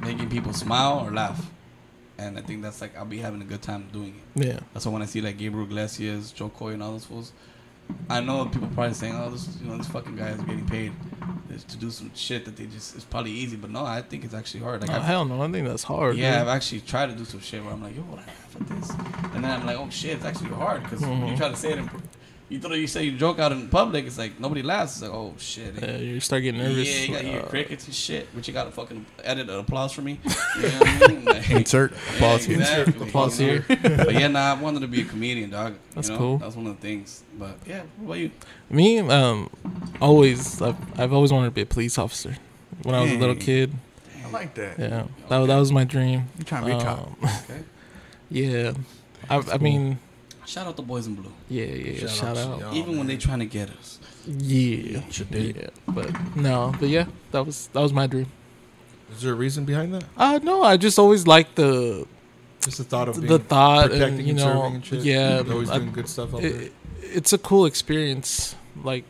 Speaker 3: making people smile or laugh. And I think that's like, I'll be having a good time doing it.
Speaker 6: Yeah.
Speaker 3: That's why when I see like Gabriel Iglesias, Joe Coy, and all those fools, I know people probably saying, "Oh, this you know this fucking guy is getting paid to do some shit that they just it's probably easy." But no, I think it's actually hard. Like,
Speaker 6: Oh,
Speaker 3: I've-
Speaker 6: hell no. I think that's hard.
Speaker 3: yeah,
Speaker 6: Yeah.
Speaker 3: I've actually tried to do some shit where I'm like, "Yo, what I have with this," and then I'm like, "Oh shit, it's actually hard." Because
Speaker 6: Mm-hmm.
Speaker 3: when you try to say it in, you thought you say you joke out in public, it's like nobody laughs. It's like, "Oh shit."
Speaker 6: Yeah, you start getting nervous.
Speaker 3: Yeah, you got
Speaker 6: like,
Speaker 3: your
Speaker 6: uh,
Speaker 3: crickets and shit, but you got to fucking edit an applause for me. You know what I mean? Like-
Speaker 4: Insert applause
Speaker 3: yeah,
Speaker 4: here.
Speaker 3: exactly.
Speaker 6: Applause
Speaker 3: You know? but yeah, nah, I wanted to be a comedian, dog. You
Speaker 6: That's
Speaker 3: know?
Speaker 6: cool.
Speaker 3: That's one of the things. But yeah, what about you?
Speaker 6: Me, um, always, I've, I've always wanted to be a police officer. When I was a little
Speaker 4: Dang.
Speaker 6: kid,
Speaker 4: I like that.
Speaker 6: yeah, that, wa- that was my dream.
Speaker 4: You trying to be a cop?
Speaker 2: Oh,
Speaker 6: Um, yeah, I, I mean,
Speaker 3: Shout out the boys in blue.
Speaker 6: yeah, yeah. Shout, out,
Speaker 2: y'all,
Speaker 3: Even when they trying to get us.
Speaker 6: yeah, yeah. But no, but yeah, that was that was my dream.
Speaker 2: Is there a reason behind that?
Speaker 6: Uh, no, I just always like the
Speaker 2: Just the thought of being
Speaker 6: the thought
Speaker 2: protecting
Speaker 6: and you
Speaker 2: and
Speaker 6: know
Speaker 2: serving and shit.
Speaker 6: yeah
Speaker 2: They're always
Speaker 6: I-
Speaker 2: doing good stuff out there.
Speaker 6: it, it's a cool experience like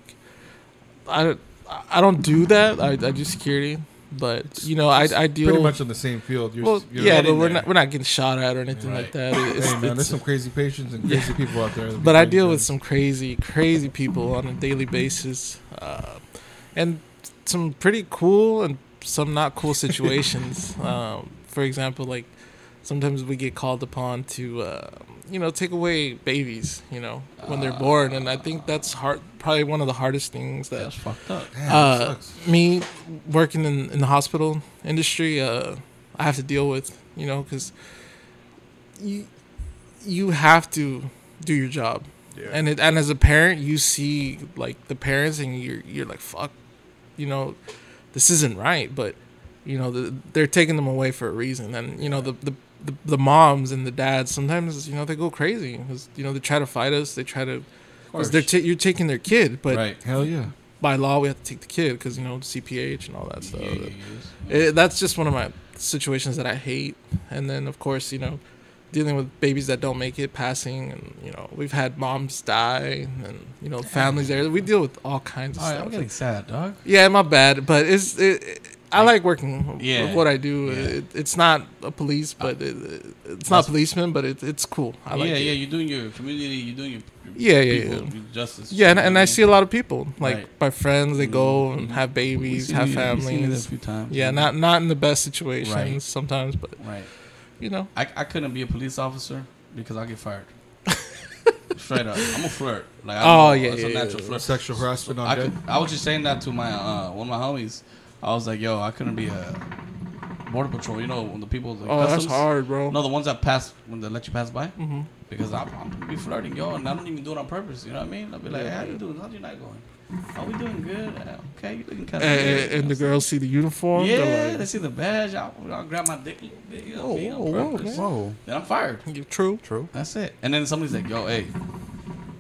Speaker 6: i i don't do that i, I do security but you know i i deal
Speaker 2: Pretty much on the same field. You're,
Speaker 6: well
Speaker 2: you're
Speaker 6: yeah
Speaker 2: right
Speaker 6: but
Speaker 2: in
Speaker 6: we're
Speaker 2: there.
Speaker 6: not we're not getting shot at or anything like that It- it's,
Speaker 2: Hey, man, there's
Speaker 6: it's-
Speaker 2: some crazy patients and crazy people out there. that be
Speaker 6: but i
Speaker 2: crazy,
Speaker 6: deal
Speaker 2: man.
Speaker 6: with some crazy crazy people on a daily basis uh, and some pretty cool and some not cool situations um, for example like sometimes we get called upon to uh, you know take away babies you know when they're born and i think that's hard probably one of the hardest things that
Speaker 3: That's fucked up.
Speaker 2: Damn, that
Speaker 6: uh,
Speaker 2: sucks.
Speaker 6: me working in, in the hospital industry, uh, I have to deal with, you know, because you you have to do your job, and it, and as a parent, you see like the parents, and you're you're like fuck, you know, this isn't right, but you know the, they're taking them away for a reason, and you know the the. The, the moms and the dads sometimes you know they go crazy 'cause, you know they try to fight us they try to because they're ta- you're taking their kid but
Speaker 3: right.
Speaker 2: Hell yeah.
Speaker 6: by law we have to take the kid because you know CPH and all that stuff.
Speaker 3: Yeah, yeah, yeah.
Speaker 6: It- that's just one of my situations that I hate. And then of course you know dealing with babies that don't make it, passing, and you know we've had moms die and you know families there. We deal with all kinds of
Speaker 3: All right, I'm
Speaker 6: stuff.
Speaker 3: getting sad, dog.
Speaker 6: yeah, my bad, but it's it. it I like working
Speaker 3: Yeah.
Speaker 6: with what I
Speaker 3: Yeah.
Speaker 6: do.
Speaker 3: Uh,
Speaker 6: It, it's not a police, but it, it's not policeman, but it, it's cool. I like
Speaker 3: yeah,
Speaker 6: it.
Speaker 3: yeah, you're doing your community, you're doing your
Speaker 6: Yeah, yeah,
Speaker 3: people,
Speaker 6: yeah.
Speaker 3: your justice.
Speaker 6: Yeah, and,
Speaker 3: you know
Speaker 6: and
Speaker 3: what
Speaker 6: I
Speaker 3: mean?
Speaker 6: see a lot of people, like
Speaker 3: Right. Mm-hmm.
Speaker 6: my friends, they go and have
Speaker 3: We've
Speaker 6: babies,
Speaker 3: seen
Speaker 6: have
Speaker 3: you- we've seen you there
Speaker 6: families.
Speaker 3: a few times.
Speaker 6: Yeah, not not in the best situations
Speaker 3: Right.
Speaker 6: sometimes, but
Speaker 3: right.
Speaker 6: you know.
Speaker 3: I, I couldn't be a police officer because I get fired. Straight up, I'm a flirt. Like, I
Speaker 6: Oh,
Speaker 3: know,
Speaker 6: yeah,
Speaker 3: it's
Speaker 6: yeah,
Speaker 3: a
Speaker 6: yeah,
Speaker 3: natural
Speaker 6: yeah.
Speaker 3: flirt.
Speaker 2: Sexual harassment
Speaker 3: I
Speaker 2: on
Speaker 3: could,
Speaker 2: dead.
Speaker 3: I was just saying that to my uh, one of my homies. I was like, "Yo, I couldn't be a border patrol." You know, when the people the
Speaker 6: Oh, that's
Speaker 3: customs-
Speaker 6: hard, bro.
Speaker 3: No, the ones that pass when they let you pass by. Mm-hmm. Because I'm, I'm gonna be flirting, yo, and I don't even do it on purpose. You know what I mean? I'll be like, "How you doing? How's your night going? Are we doing good? Uh, Okay, you looking kind of
Speaker 6: and, and Eh, the girls see the uniform.
Speaker 3: yeah,
Speaker 6: they're
Speaker 3: they
Speaker 6: like,
Speaker 3: see the badge. I'll, I'll grab my dick a little bit. You know, what I mean, on
Speaker 6: whoa, whoa,
Speaker 3: purpose.
Speaker 6: man.
Speaker 4: Whoa.
Speaker 3: Then I'm fired.
Speaker 6: "Yeah, true.
Speaker 4: True.
Speaker 3: That's it. And then somebody's like, yo, hey,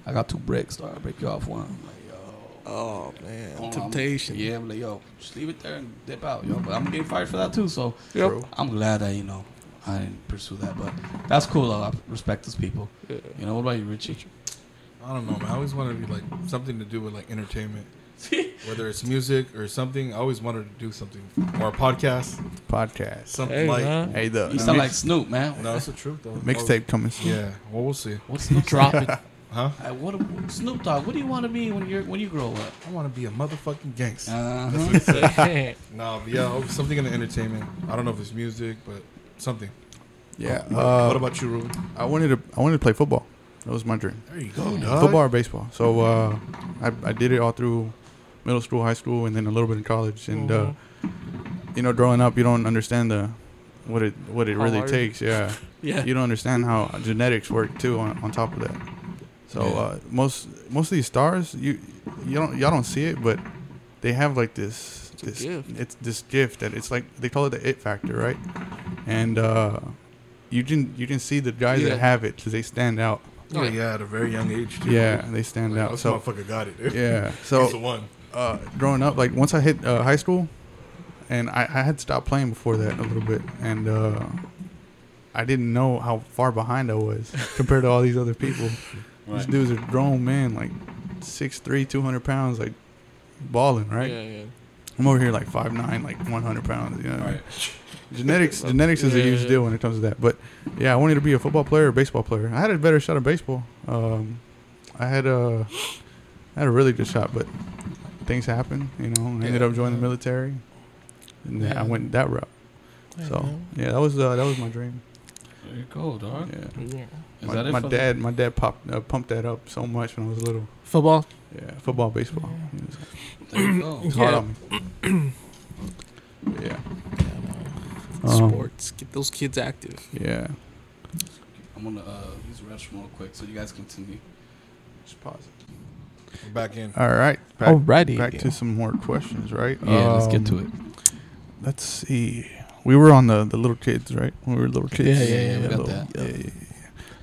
Speaker 3: I got two bricks. Dog. I'll break you off one. I'm like, yo.
Speaker 6: Oh man,
Speaker 3: hold on.
Speaker 6: temptation.
Speaker 3: yeah, I'm like, yo, just leave it there and dip out, yo. But I'm getting fired for that too. So
Speaker 6: Yep.
Speaker 4: True.
Speaker 3: I'm glad that, you know, I didn't pursue that. But that's cool, though. I respect those people.
Speaker 6: Yeah.
Speaker 3: You know, what about you, Richie?
Speaker 2: I don't know, man. I always wanted to be like something to do with like entertainment. Whether it's music or something, I always wanted to do something. Or a podcast.
Speaker 4: Podcast.
Speaker 2: Something
Speaker 6: Hey,
Speaker 2: like
Speaker 6: man.
Speaker 4: Hey, the
Speaker 3: You sound like Snoop, man.
Speaker 2: No, it's the truth though.
Speaker 4: mixtape coming
Speaker 2: Oh,
Speaker 4: soon.
Speaker 2: Yeah. Well we'll see.
Speaker 3: What's Snoop
Speaker 6: Drop
Speaker 3: Dogg?
Speaker 6: it.
Speaker 2: Huh?
Speaker 3: I- what, Snoop Dogg, what do you want to be when, you're, when you grow up?
Speaker 2: I wanna be a motherfucking gangster.
Speaker 3: Uh-huh.
Speaker 6: Yeah.
Speaker 2: No, but yeah, something in the entertainment. I don't know if it's music, but something.
Speaker 4: Yeah.
Speaker 2: what
Speaker 4: Uh,
Speaker 2: about you, Ruben?
Speaker 4: I wanted to. I wanted to play football. That was my dream.
Speaker 2: There you go,
Speaker 6: Uh-huh.
Speaker 2: dog.
Speaker 4: Football or baseball. So uh, I, I did it all through middle school, high school, and then a little bit in college. And uh, you know, growing up, you don't understand the what it what it
Speaker 6: Mm-hmm. How
Speaker 4: really
Speaker 6: hard.
Speaker 4: takes. Yeah.
Speaker 6: yeah.
Speaker 4: you don't understand how genetics work too on, on top of that so uh, most most of these stars you you don't y'all don't see it but they have like this
Speaker 6: a
Speaker 4: this
Speaker 6: gift.
Speaker 4: it's this gift that it's like they call it the it factor right and uh you can you can see the guys
Speaker 6: Yeah.
Speaker 4: that have it 'cause they stand out
Speaker 2: Oh yeah, at a very young age too.
Speaker 4: yeah they stand
Speaker 2: Like,
Speaker 4: out
Speaker 2: this
Speaker 4: so
Speaker 2: motherfucker got it. Dude.
Speaker 4: yeah
Speaker 2: He's the
Speaker 4: so
Speaker 2: one.
Speaker 4: uh growing up like once i hit uh, high school and I, I had stopped playing before that a little bit and uh I didn't know how far behind I was compared to all these other people. These
Speaker 3: Right.
Speaker 4: dudes are grown men, like 6'3", 200 pounds, like balling, right?
Speaker 6: Yeah, yeah.
Speaker 4: I'm over here like 5'9", like 100 pounds. You know?
Speaker 3: Right.
Speaker 4: Genetics, genetics is a huge
Speaker 6: Yeah.
Speaker 4: deal when it comes to that. But yeah, I wanted to be a football player or baseball player. I had a better shot at baseball. Um, I had a, I had a really good shot, but things happen. You know, I ended up joining the military, and then I
Speaker 6: Yeah.
Speaker 4: went that route. So yeah, that was uh, that was my dream.
Speaker 3: There you go, dog.
Speaker 4: Yeah.
Speaker 6: Yeah.
Speaker 3: Is
Speaker 4: my,
Speaker 3: that it
Speaker 4: my
Speaker 3: for the-
Speaker 4: dad, my dad popped, uh, pumped that up so much when I was little.
Speaker 6: Football.
Speaker 4: Yeah, football, baseball. It was,
Speaker 3: There you go.
Speaker 4: it was hard
Speaker 6: Yeah.
Speaker 4: on me. yeah, Um,
Speaker 6: Sports. Get those kids active.
Speaker 4: yeah.
Speaker 3: I'm gonna uh, use the restroom real quick so you guys continue.
Speaker 4: Just pause it.
Speaker 2: We're back in.
Speaker 4: All right. Back,
Speaker 6: Alrighty.
Speaker 4: Back to some more questions, right? Um,
Speaker 3: it.
Speaker 4: Let's see. We were on the, the little kids, right? When we were little kids.
Speaker 3: yeah, yeah, we got
Speaker 4: little- yeah, yeah,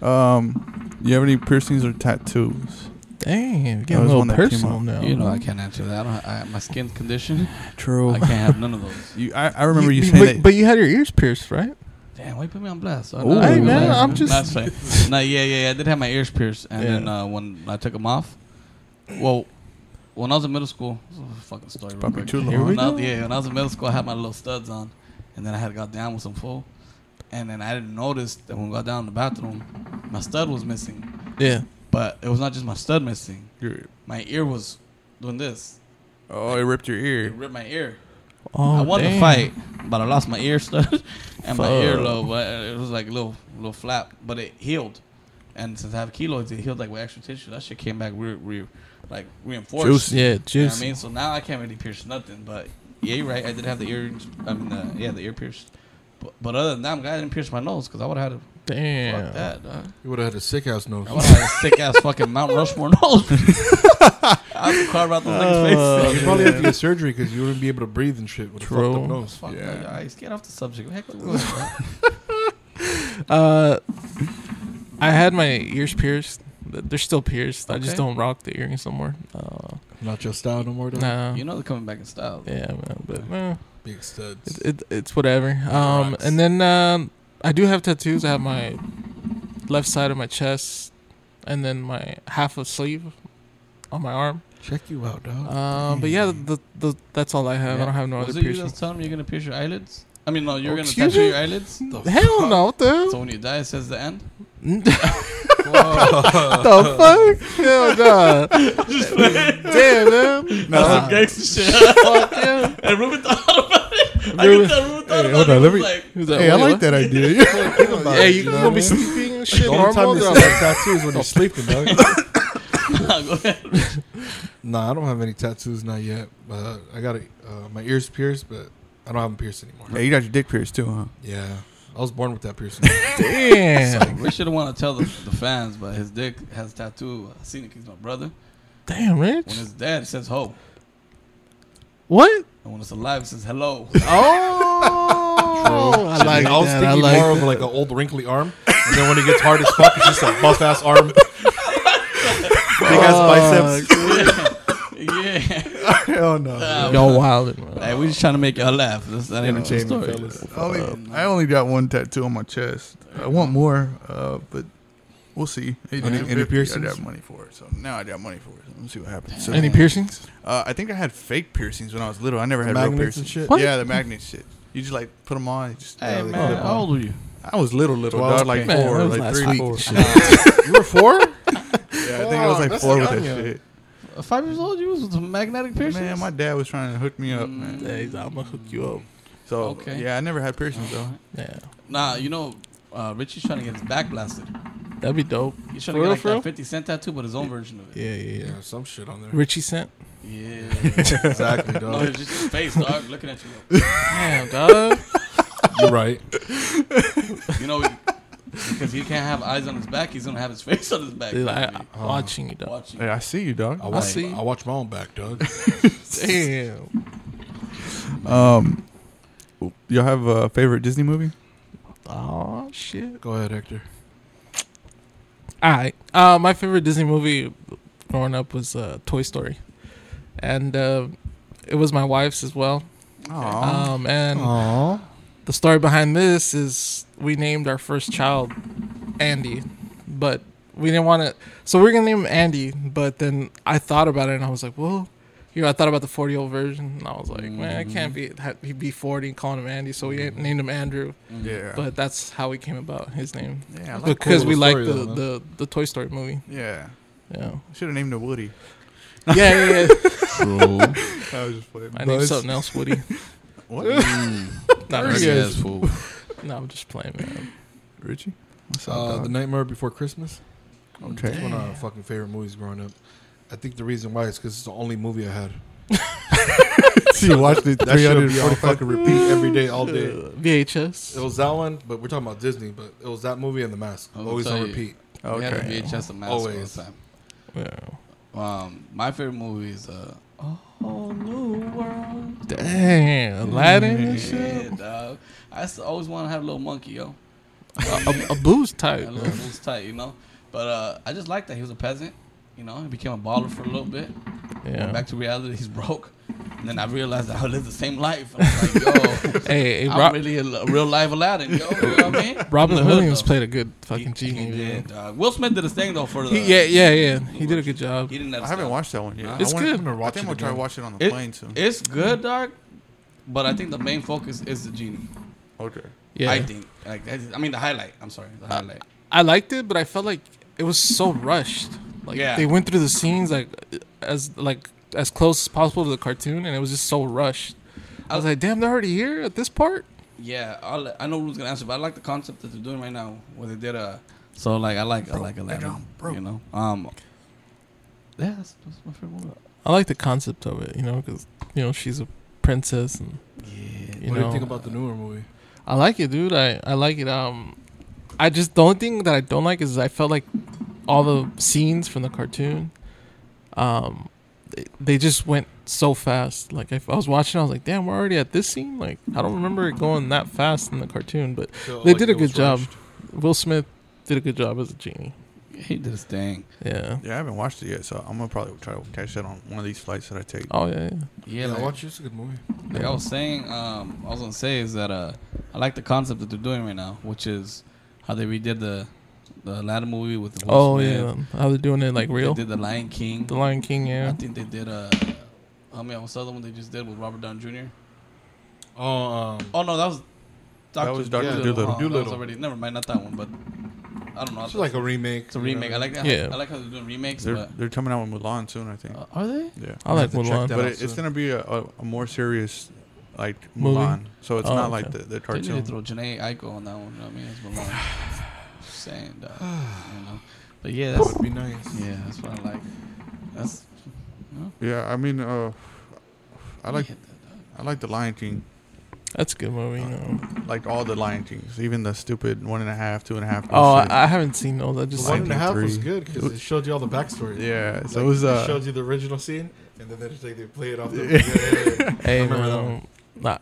Speaker 4: yeah. Um, you have any piercings or tattoos?
Speaker 6: Dang,
Speaker 4: That
Speaker 6: getting a
Speaker 4: was
Speaker 6: little
Speaker 4: one that came
Speaker 6: personal
Speaker 4: out.
Speaker 6: now.
Speaker 3: You know I can't answer that. I don't have, I, my skin condition.
Speaker 4: True.
Speaker 3: I can't have none of those.
Speaker 4: You, I, I remember you,
Speaker 6: but,
Speaker 4: saying that.
Speaker 6: but you had your ears pierced, right?
Speaker 3: Damn, why you put me on blast? Oh,
Speaker 4: Ooh. Hey, man,
Speaker 6: I'm just-
Speaker 3: That's fine. No, yeah, yeah, yeah. I did have my ears pierced, and
Speaker 6: Yeah.
Speaker 3: then uh, when I took them off, well, when I was in middle school, this is a fucking story. Real
Speaker 4: probably
Speaker 3: quick.
Speaker 4: too long.
Speaker 6: Here we
Speaker 3: When I-
Speaker 6: go.
Speaker 3: yeah, when I was in middle school, I had my little studs on, and then I had got down with some fool, and then I didn't notice that when I got down in the bathroom, my stud was missing.
Speaker 6: Yeah.
Speaker 3: But it was not just my stud missing;
Speaker 4: You're-
Speaker 3: my ear was doing this.
Speaker 4: oh, it ripped your
Speaker 3: It
Speaker 4: ear.
Speaker 3: ripped my ear.
Speaker 6: Oh,
Speaker 3: I won
Speaker 6: damn.
Speaker 3: the fight, but I lost my ear stud and my
Speaker 6: Fuck.
Speaker 3: earlobe. But it was like a little, little flap, but it healed. And since I have keloids, it healed like with extra tissue. That shit came back re- re- like reinforced.
Speaker 4: Juicy.
Speaker 6: Yeah,
Speaker 3: You know what
Speaker 6: juice.
Speaker 3: I mean, so now I can't really pierce nothing. But yeah, you're right. I did have the ear. I mean, uh, yeah, the ear pierced. But, but other than that, I'm glad I didn't pierce my nose because I would have had to
Speaker 6: Damn.
Speaker 3: fuck that. Dog.
Speaker 2: You would have had a sick ass nose.
Speaker 3: I would have had a sick ass fucking Mount Rushmore nose. I would carve out those
Speaker 6: Uh,
Speaker 3: niggas' faces.
Speaker 2: you probably have to get surgery because you wouldn't be able to breathe and shit with a fucked
Speaker 6: True.
Speaker 2: up nose.
Speaker 3: Fuck
Speaker 4: Yeah.
Speaker 3: yeah. Guys, get off the subject. Heck, bro.
Speaker 6: Uh, I had my ears pierced. Th- They're still pierced. I just
Speaker 3: Okay.
Speaker 6: don't rock the earrings no more. Uh,
Speaker 2: Not your style no more. Though.
Speaker 6: no.
Speaker 3: you know they're coming back in style.
Speaker 6: Yeah, man. But eh,
Speaker 2: Big studs.
Speaker 6: it, it, it's whatever. Um, and then um, I do have tattoos. I have my left side of my chest, and then my half of sleeve on my arm.
Speaker 2: Check you out, dog.
Speaker 6: Um, but yeah, the, the, that's all I have. I don't have no
Speaker 3: Was
Speaker 6: other
Speaker 3: it you
Speaker 6: piercings.
Speaker 3: that's telling me you're gonna pierce your eyelids? I mean, no, you're
Speaker 6: Oh,
Speaker 3: gonna
Speaker 6: excuse
Speaker 3: tattoo
Speaker 6: me?
Speaker 3: your eyelids.
Speaker 6: Hell no, dude.
Speaker 3: So when you die, it says the end.
Speaker 6: the fuck? Hell no. Damn,
Speaker 3: That's some
Speaker 6: man.
Speaker 3: gangster shit.
Speaker 6: Fuck yeah.
Speaker 3: and Ruben thought about it. I
Speaker 6: Ruben-
Speaker 3: can tell Ruben thought
Speaker 2: Hey,
Speaker 3: about
Speaker 2: hold on,
Speaker 3: it. He
Speaker 2: let
Speaker 3: was
Speaker 2: me-
Speaker 3: like,
Speaker 6: Who's
Speaker 2: Hey, I
Speaker 6: Wait,
Speaker 2: like
Speaker 6: what?
Speaker 2: that idea. You gotta think about
Speaker 6: Hey,
Speaker 2: it,
Speaker 6: you
Speaker 2: know
Speaker 6: gonna
Speaker 2: what I
Speaker 6: be
Speaker 2: mean?
Speaker 6: sleeping and shit
Speaker 2: The only
Speaker 6: normal?
Speaker 2: time you see
Speaker 6: dog?
Speaker 2: that tattoo is when you're sleeping, dog.
Speaker 3: nah, go ahead.
Speaker 2: nah, I don't have any tattoos, not yet. But I got a, uh, my ears pierced, but I don't have them pierced
Speaker 4: Yeah,
Speaker 2: anymore.
Speaker 4: you got your dick pierced too, huh?
Speaker 2: Yeah. I was born with that piercing.
Speaker 6: Damn.
Speaker 3: We should have want to tell the, the fans, but his dick has a tattoo. I seen it. 'cause He's my brother.
Speaker 6: Damn, Rich.
Speaker 3: When it's dead, it says ho,
Speaker 6: What?
Speaker 3: and when it's alive, it says hello.
Speaker 6: Oh. I like
Speaker 2: I was
Speaker 6: that. I
Speaker 2: thinking
Speaker 6: like
Speaker 2: more of
Speaker 6: that.
Speaker 2: like an old wrinkly arm, and then when it gets hard as fuck, it's just a buff ass arm. Big ass biceps.
Speaker 3: yeah.
Speaker 2: Hell no.
Speaker 6: Y'all wildin', bro.
Speaker 3: Hey, we just trying to make y'all laugh. That's, that ain't a
Speaker 4: Entertainment,
Speaker 3: story.
Speaker 2: fellas.
Speaker 4: I only, Uh, I only got one tattoo on my chest. I want more, uh, but we'll see. Any,
Speaker 2: Any- any
Speaker 4: I
Speaker 2: piercings?
Speaker 4: got money for it, so now I got money for it. So Let's see what happens. So,
Speaker 6: Any piercings?
Speaker 4: uh, I think I had fake piercings when I was little. I never had real
Speaker 2: Magnets
Speaker 4: piercings.
Speaker 2: and shit.
Speaker 6: What?
Speaker 4: Yeah, the magnet shit. You just like put them on. you Just,
Speaker 3: Hey
Speaker 4: yeah, they
Speaker 3: man,
Speaker 4: clip
Speaker 3: how
Speaker 4: on.
Speaker 3: old were you?
Speaker 4: I was little, little.
Speaker 2: Twelve?
Speaker 4: I was like
Speaker 6: Man,
Speaker 4: four,
Speaker 6: that was
Speaker 4: like
Speaker 6: last
Speaker 4: three
Speaker 6: week.
Speaker 4: weeks. Shit.
Speaker 2: You were four?
Speaker 4: Yeah, I think I was like
Speaker 2: That's
Speaker 4: four
Speaker 2: young,
Speaker 4: with
Speaker 2: yeah.
Speaker 4: that shit.
Speaker 3: Uh, Five years old, you was with some magnetic piercings.
Speaker 4: Man, my dad was trying to hook me up, man.
Speaker 6: I'm gonna hook you up.
Speaker 4: So
Speaker 3: Okay.
Speaker 4: yeah, I never had piercings though.
Speaker 6: Yeah.
Speaker 3: nah, you know, uh, Richie's trying to get his back blasted.
Speaker 6: That'd be dope.
Speaker 3: He's trying
Speaker 6: For real,
Speaker 3: to get like
Speaker 6: for real?
Speaker 3: that fifty cent tattoo, but his own version of it.
Speaker 6: Yeah, yeah, yeah.
Speaker 2: Yeah, some shit on there.
Speaker 6: Richie sent.
Speaker 3: Yeah.
Speaker 2: Exactly,
Speaker 3: no,
Speaker 2: dog.
Speaker 3: it's just his face, dog, looking at you.
Speaker 6: Damn, dog.
Speaker 2: You're right.
Speaker 3: You know, because he can't have eyes on his back, he's gonna have his face on his back.
Speaker 6: Dude, "Ah, oh, I, am watching you, dog.
Speaker 3: Watching.
Speaker 4: Hey, I see you, dog.
Speaker 2: I watch, I,
Speaker 6: see.
Speaker 2: watch my own back, dog.
Speaker 6: Damn.
Speaker 4: Um, y'all have a favorite Disney movie?
Speaker 6: Oh shit.
Speaker 2: Go ahead, Hector.
Speaker 6: All right. Uh, my favorite Disney movie growing up was uh, Toy Story, and uh, it was my wife's as well.
Speaker 4: Aw.
Speaker 6: Um, and
Speaker 2: Aww.
Speaker 6: the story behind this is we named our first child Andy, but we didn't want to. So we are gonna name him Andy, but then I thought about it and I was like, well, you know, I thought about the 40 year old version and I was like, man, it can't be ha- he'd be 40 and calling him Andy, so we named him Andrew.
Speaker 4: yeah.
Speaker 6: But that's how we came about his name
Speaker 4: yeah, I like
Speaker 6: because
Speaker 2: cool
Speaker 6: we
Speaker 2: little story,
Speaker 6: like the,
Speaker 2: though, man.
Speaker 6: the the Toy Story movie.
Speaker 4: yeah.
Speaker 6: Yeah.
Speaker 4: Should have named it Woody.
Speaker 6: Yeah, yeah, yeah.
Speaker 4: I was just playing.
Speaker 6: My name's something else, Woody.
Speaker 4: What?
Speaker 6: Not
Speaker 2: Dirty
Speaker 6: really.
Speaker 2: ass
Speaker 3: fool.
Speaker 6: No, I'm just playing, man.
Speaker 4: Richie? What's up,
Speaker 2: Uh,
Speaker 4: dog?
Speaker 2: the Nightmare Before Christmas. It's
Speaker 4: okay.
Speaker 2: one of my fucking favorite movies growing up. I think the reason why is because it's the only movie I had.
Speaker 4: so you watched it
Speaker 2: That should be on
Speaker 4: 345
Speaker 2: fucking repeat every day, all day.
Speaker 6: Uh,
Speaker 2: It
Speaker 6: VHS.
Speaker 2: was that one, but we're talking about Disney. But it was that movie and The Mask.
Speaker 3: I'll
Speaker 2: Always
Speaker 3: tell
Speaker 2: on
Speaker 3: you.
Speaker 2: repeat.
Speaker 3: We had a
Speaker 4: Okay.
Speaker 3: VHS of Mask
Speaker 2: Always.
Speaker 3: Always. all the time.
Speaker 6: Yeah.
Speaker 3: Um, my favorite movie is uh, A Whole New World.
Speaker 6: Dang, Aladdin and shit.
Speaker 3: Yeah, dog. I used to always want to have a little monkey, yo.
Speaker 6: A, a booze type.
Speaker 3: That little was tight, you know. But uh, I just liked that he was a peasant, You know, he became a baller for a little bit. Went
Speaker 6: Yeah.
Speaker 3: back to reality. He's broke. And then I realized that I lived the same life. I was like, yo,
Speaker 6: Hey, hey
Speaker 3: I'm
Speaker 6: Rob,
Speaker 3: really a, a real life Aladdin, yo. You know what I mean?
Speaker 6: Robin
Speaker 3: He's a hood,
Speaker 6: Williams
Speaker 3: though.
Speaker 6: played a good
Speaker 3: He-
Speaker 6: fucking
Speaker 3: he
Speaker 6: genie. man.
Speaker 3: did, dog. Will Smith did his thing though for the.
Speaker 6: He, yeah, yeah, yeah. He did a good job.
Speaker 3: He didn't.
Speaker 4: I haven't watched that one yet.
Speaker 6: It's
Speaker 4: I wanna-
Speaker 6: good. I'm gonna
Speaker 4: I think I'm gonna try to watch it on the
Speaker 3: It-
Speaker 4: plane soon.
Speaker 3: It's good, dog. But I think the main focus is the genie.
Speaker 4: okay.
Speaker 6: Yeah. Uh,
Speaker 3: I think. Like, that's- I mean, the highlight. I'm sorry, the highlight.
Speaker 6: I liked it, but I felt like it was so rushed. Like
Speaker 3: Yeah.
Speaker 6: they went through the scenes like as like as close as possible to the cartoon, and it was just so rushed. I
Speaker 2: Oh.
Speaker 6: was like, damn, they're already here at this part.
Speaker 3: Yeah, I'll, I know who's gonna answer, but I like the concept that they're doing right now, where they did a. So like, I like, I like Aladdin. You know, um. Yeah, that's, that's my favorite movie.
Speaker 6: I like the concept of it, you know, because you know she's a princess, and
Speaker 3: Yeah.
Speaker 6: you
Speaker 2: what do
Speaker 6: know,
Speaker 2: you think about the newer movie?
Speaker 6: I like it, dude. I I like it. Um, I just the only thing that I don't like is I felt like all the scenes from the cartoon, um, they, they just went so fast. Like if I was watching, I was like, damn, we're already at this scene. Like I don't remember it going that fast in the cartoon, but
Speaker 2: So,
Speaker 6: They
Speaker 2: like,
Speaker 6: did a
Speaker 2: it was
Speaker 6: good job.
Speaker 2: rushed.
Speaker 6: Will Smith did a good job as a genie.
Speaker 3: He did his thing.
Speaker 6: Yeah.
Speaker 4: Yeah, I haven't watched it yet, so I'm gonna probably try to catch that on one of these flights that I take.
Speaker 6: Oh yeah. yeah.
Speaker 3: Yeah,
Speaker 2: Yeah,
Speaker 3: like,
Speaker 2: watch it. It's a good movie.
Speaker 3: like I was saying, um, I was gonna say is that uh, I like the concept that they're doing right now, which is how they redid the the Aladdin movie with the Will
Speaker 6: Oh
Speaker 3: Smith.
Speaker 6: yeah. How they're doing it like real.
Speaker 3: They did the Lion King.
Speaker 6: The Lion King.
Speaker 3: I
Speaker 6: Yeah.
Speaker 3: think they did uh, I mean, what's the other one they just did with Robert Downey Jr.
Speaker 2: Oh, um,
Speaker 3: Oh no, that was Doctor
Speaker 4: was Dr. Dolittle.
Speaker 3: that was
Speaker 2: Dolittle.
Speaker 3: already. Never mind, not that one, but I don't know.
Speaker 2: it's like a remake.
Speaker 3: it's a remake. I like that.
Speaker 6: Yeah.
Speaker 3: I like how they're doing remakes,
Speaker 4: They're
Speaker 3: but
Speaker 4: they're coming out with Mulan soon, I
Speaker 6: Oh.
Speaker 4: think.
Speaker 3: uh, are they?
Speaker 4: yeah,
Speaker 6: I like
Speaker 2: have to check
Speaker 6: Mulan.
Speaker 2: that
Speaker 4: but
Speaker 2: out
Speaker 4: it,
Speaker 2: soon.
Speaker 4: it's gonna be a, a, a more serious like
Speaker 6: Movie?
Speaker 4: Mulan, so it's
Speaker 6: Oh,
Speaker 4: not
Speaker 6: okay.
Speaker 4: like the, the
Speaker 3: They need to
Speaker 4: cartoon.
Speaker 3: throw Janae Aiko on that one. You know what I mean, it's been long. Saying, dog, you know? But yeah,
Speaker 2: That
Speaker 3: that's,
Speaker 2: would be nice.
Speaker 3: yeah, that's what I like. That's
Speaker 4: Yeah, I mean, uh, I like
Speaker 3: yeah, that- that-
Speaker 4: I like the Lion King,
Speaker 6: That's a good movie. You know.
Speaker 4: like all the Lion Kings, even the stupid one and a half, two and a half.
Speaker 6: Oh,
Speaker 4: bullshit.
Speaker 6: I, I haven't seen those. I
Speaker 2: The
Speaker 6: just
Speaker 2: one and a half was
Speaker 4: three.
Speaker 2: good because it showed you all the backstory.
Speaker 4: yeah. So
Speaker 2: Like,
Speaker 4: it was
Speaker 2: it
Speaker 4: uh,
Speaker 2: showed you the original scene, and then they just like they play it off. The, yeah, yeah, yeah.
Speaker 6: Hey,
Speaker 2: remember that
Speaker 6: man, nah,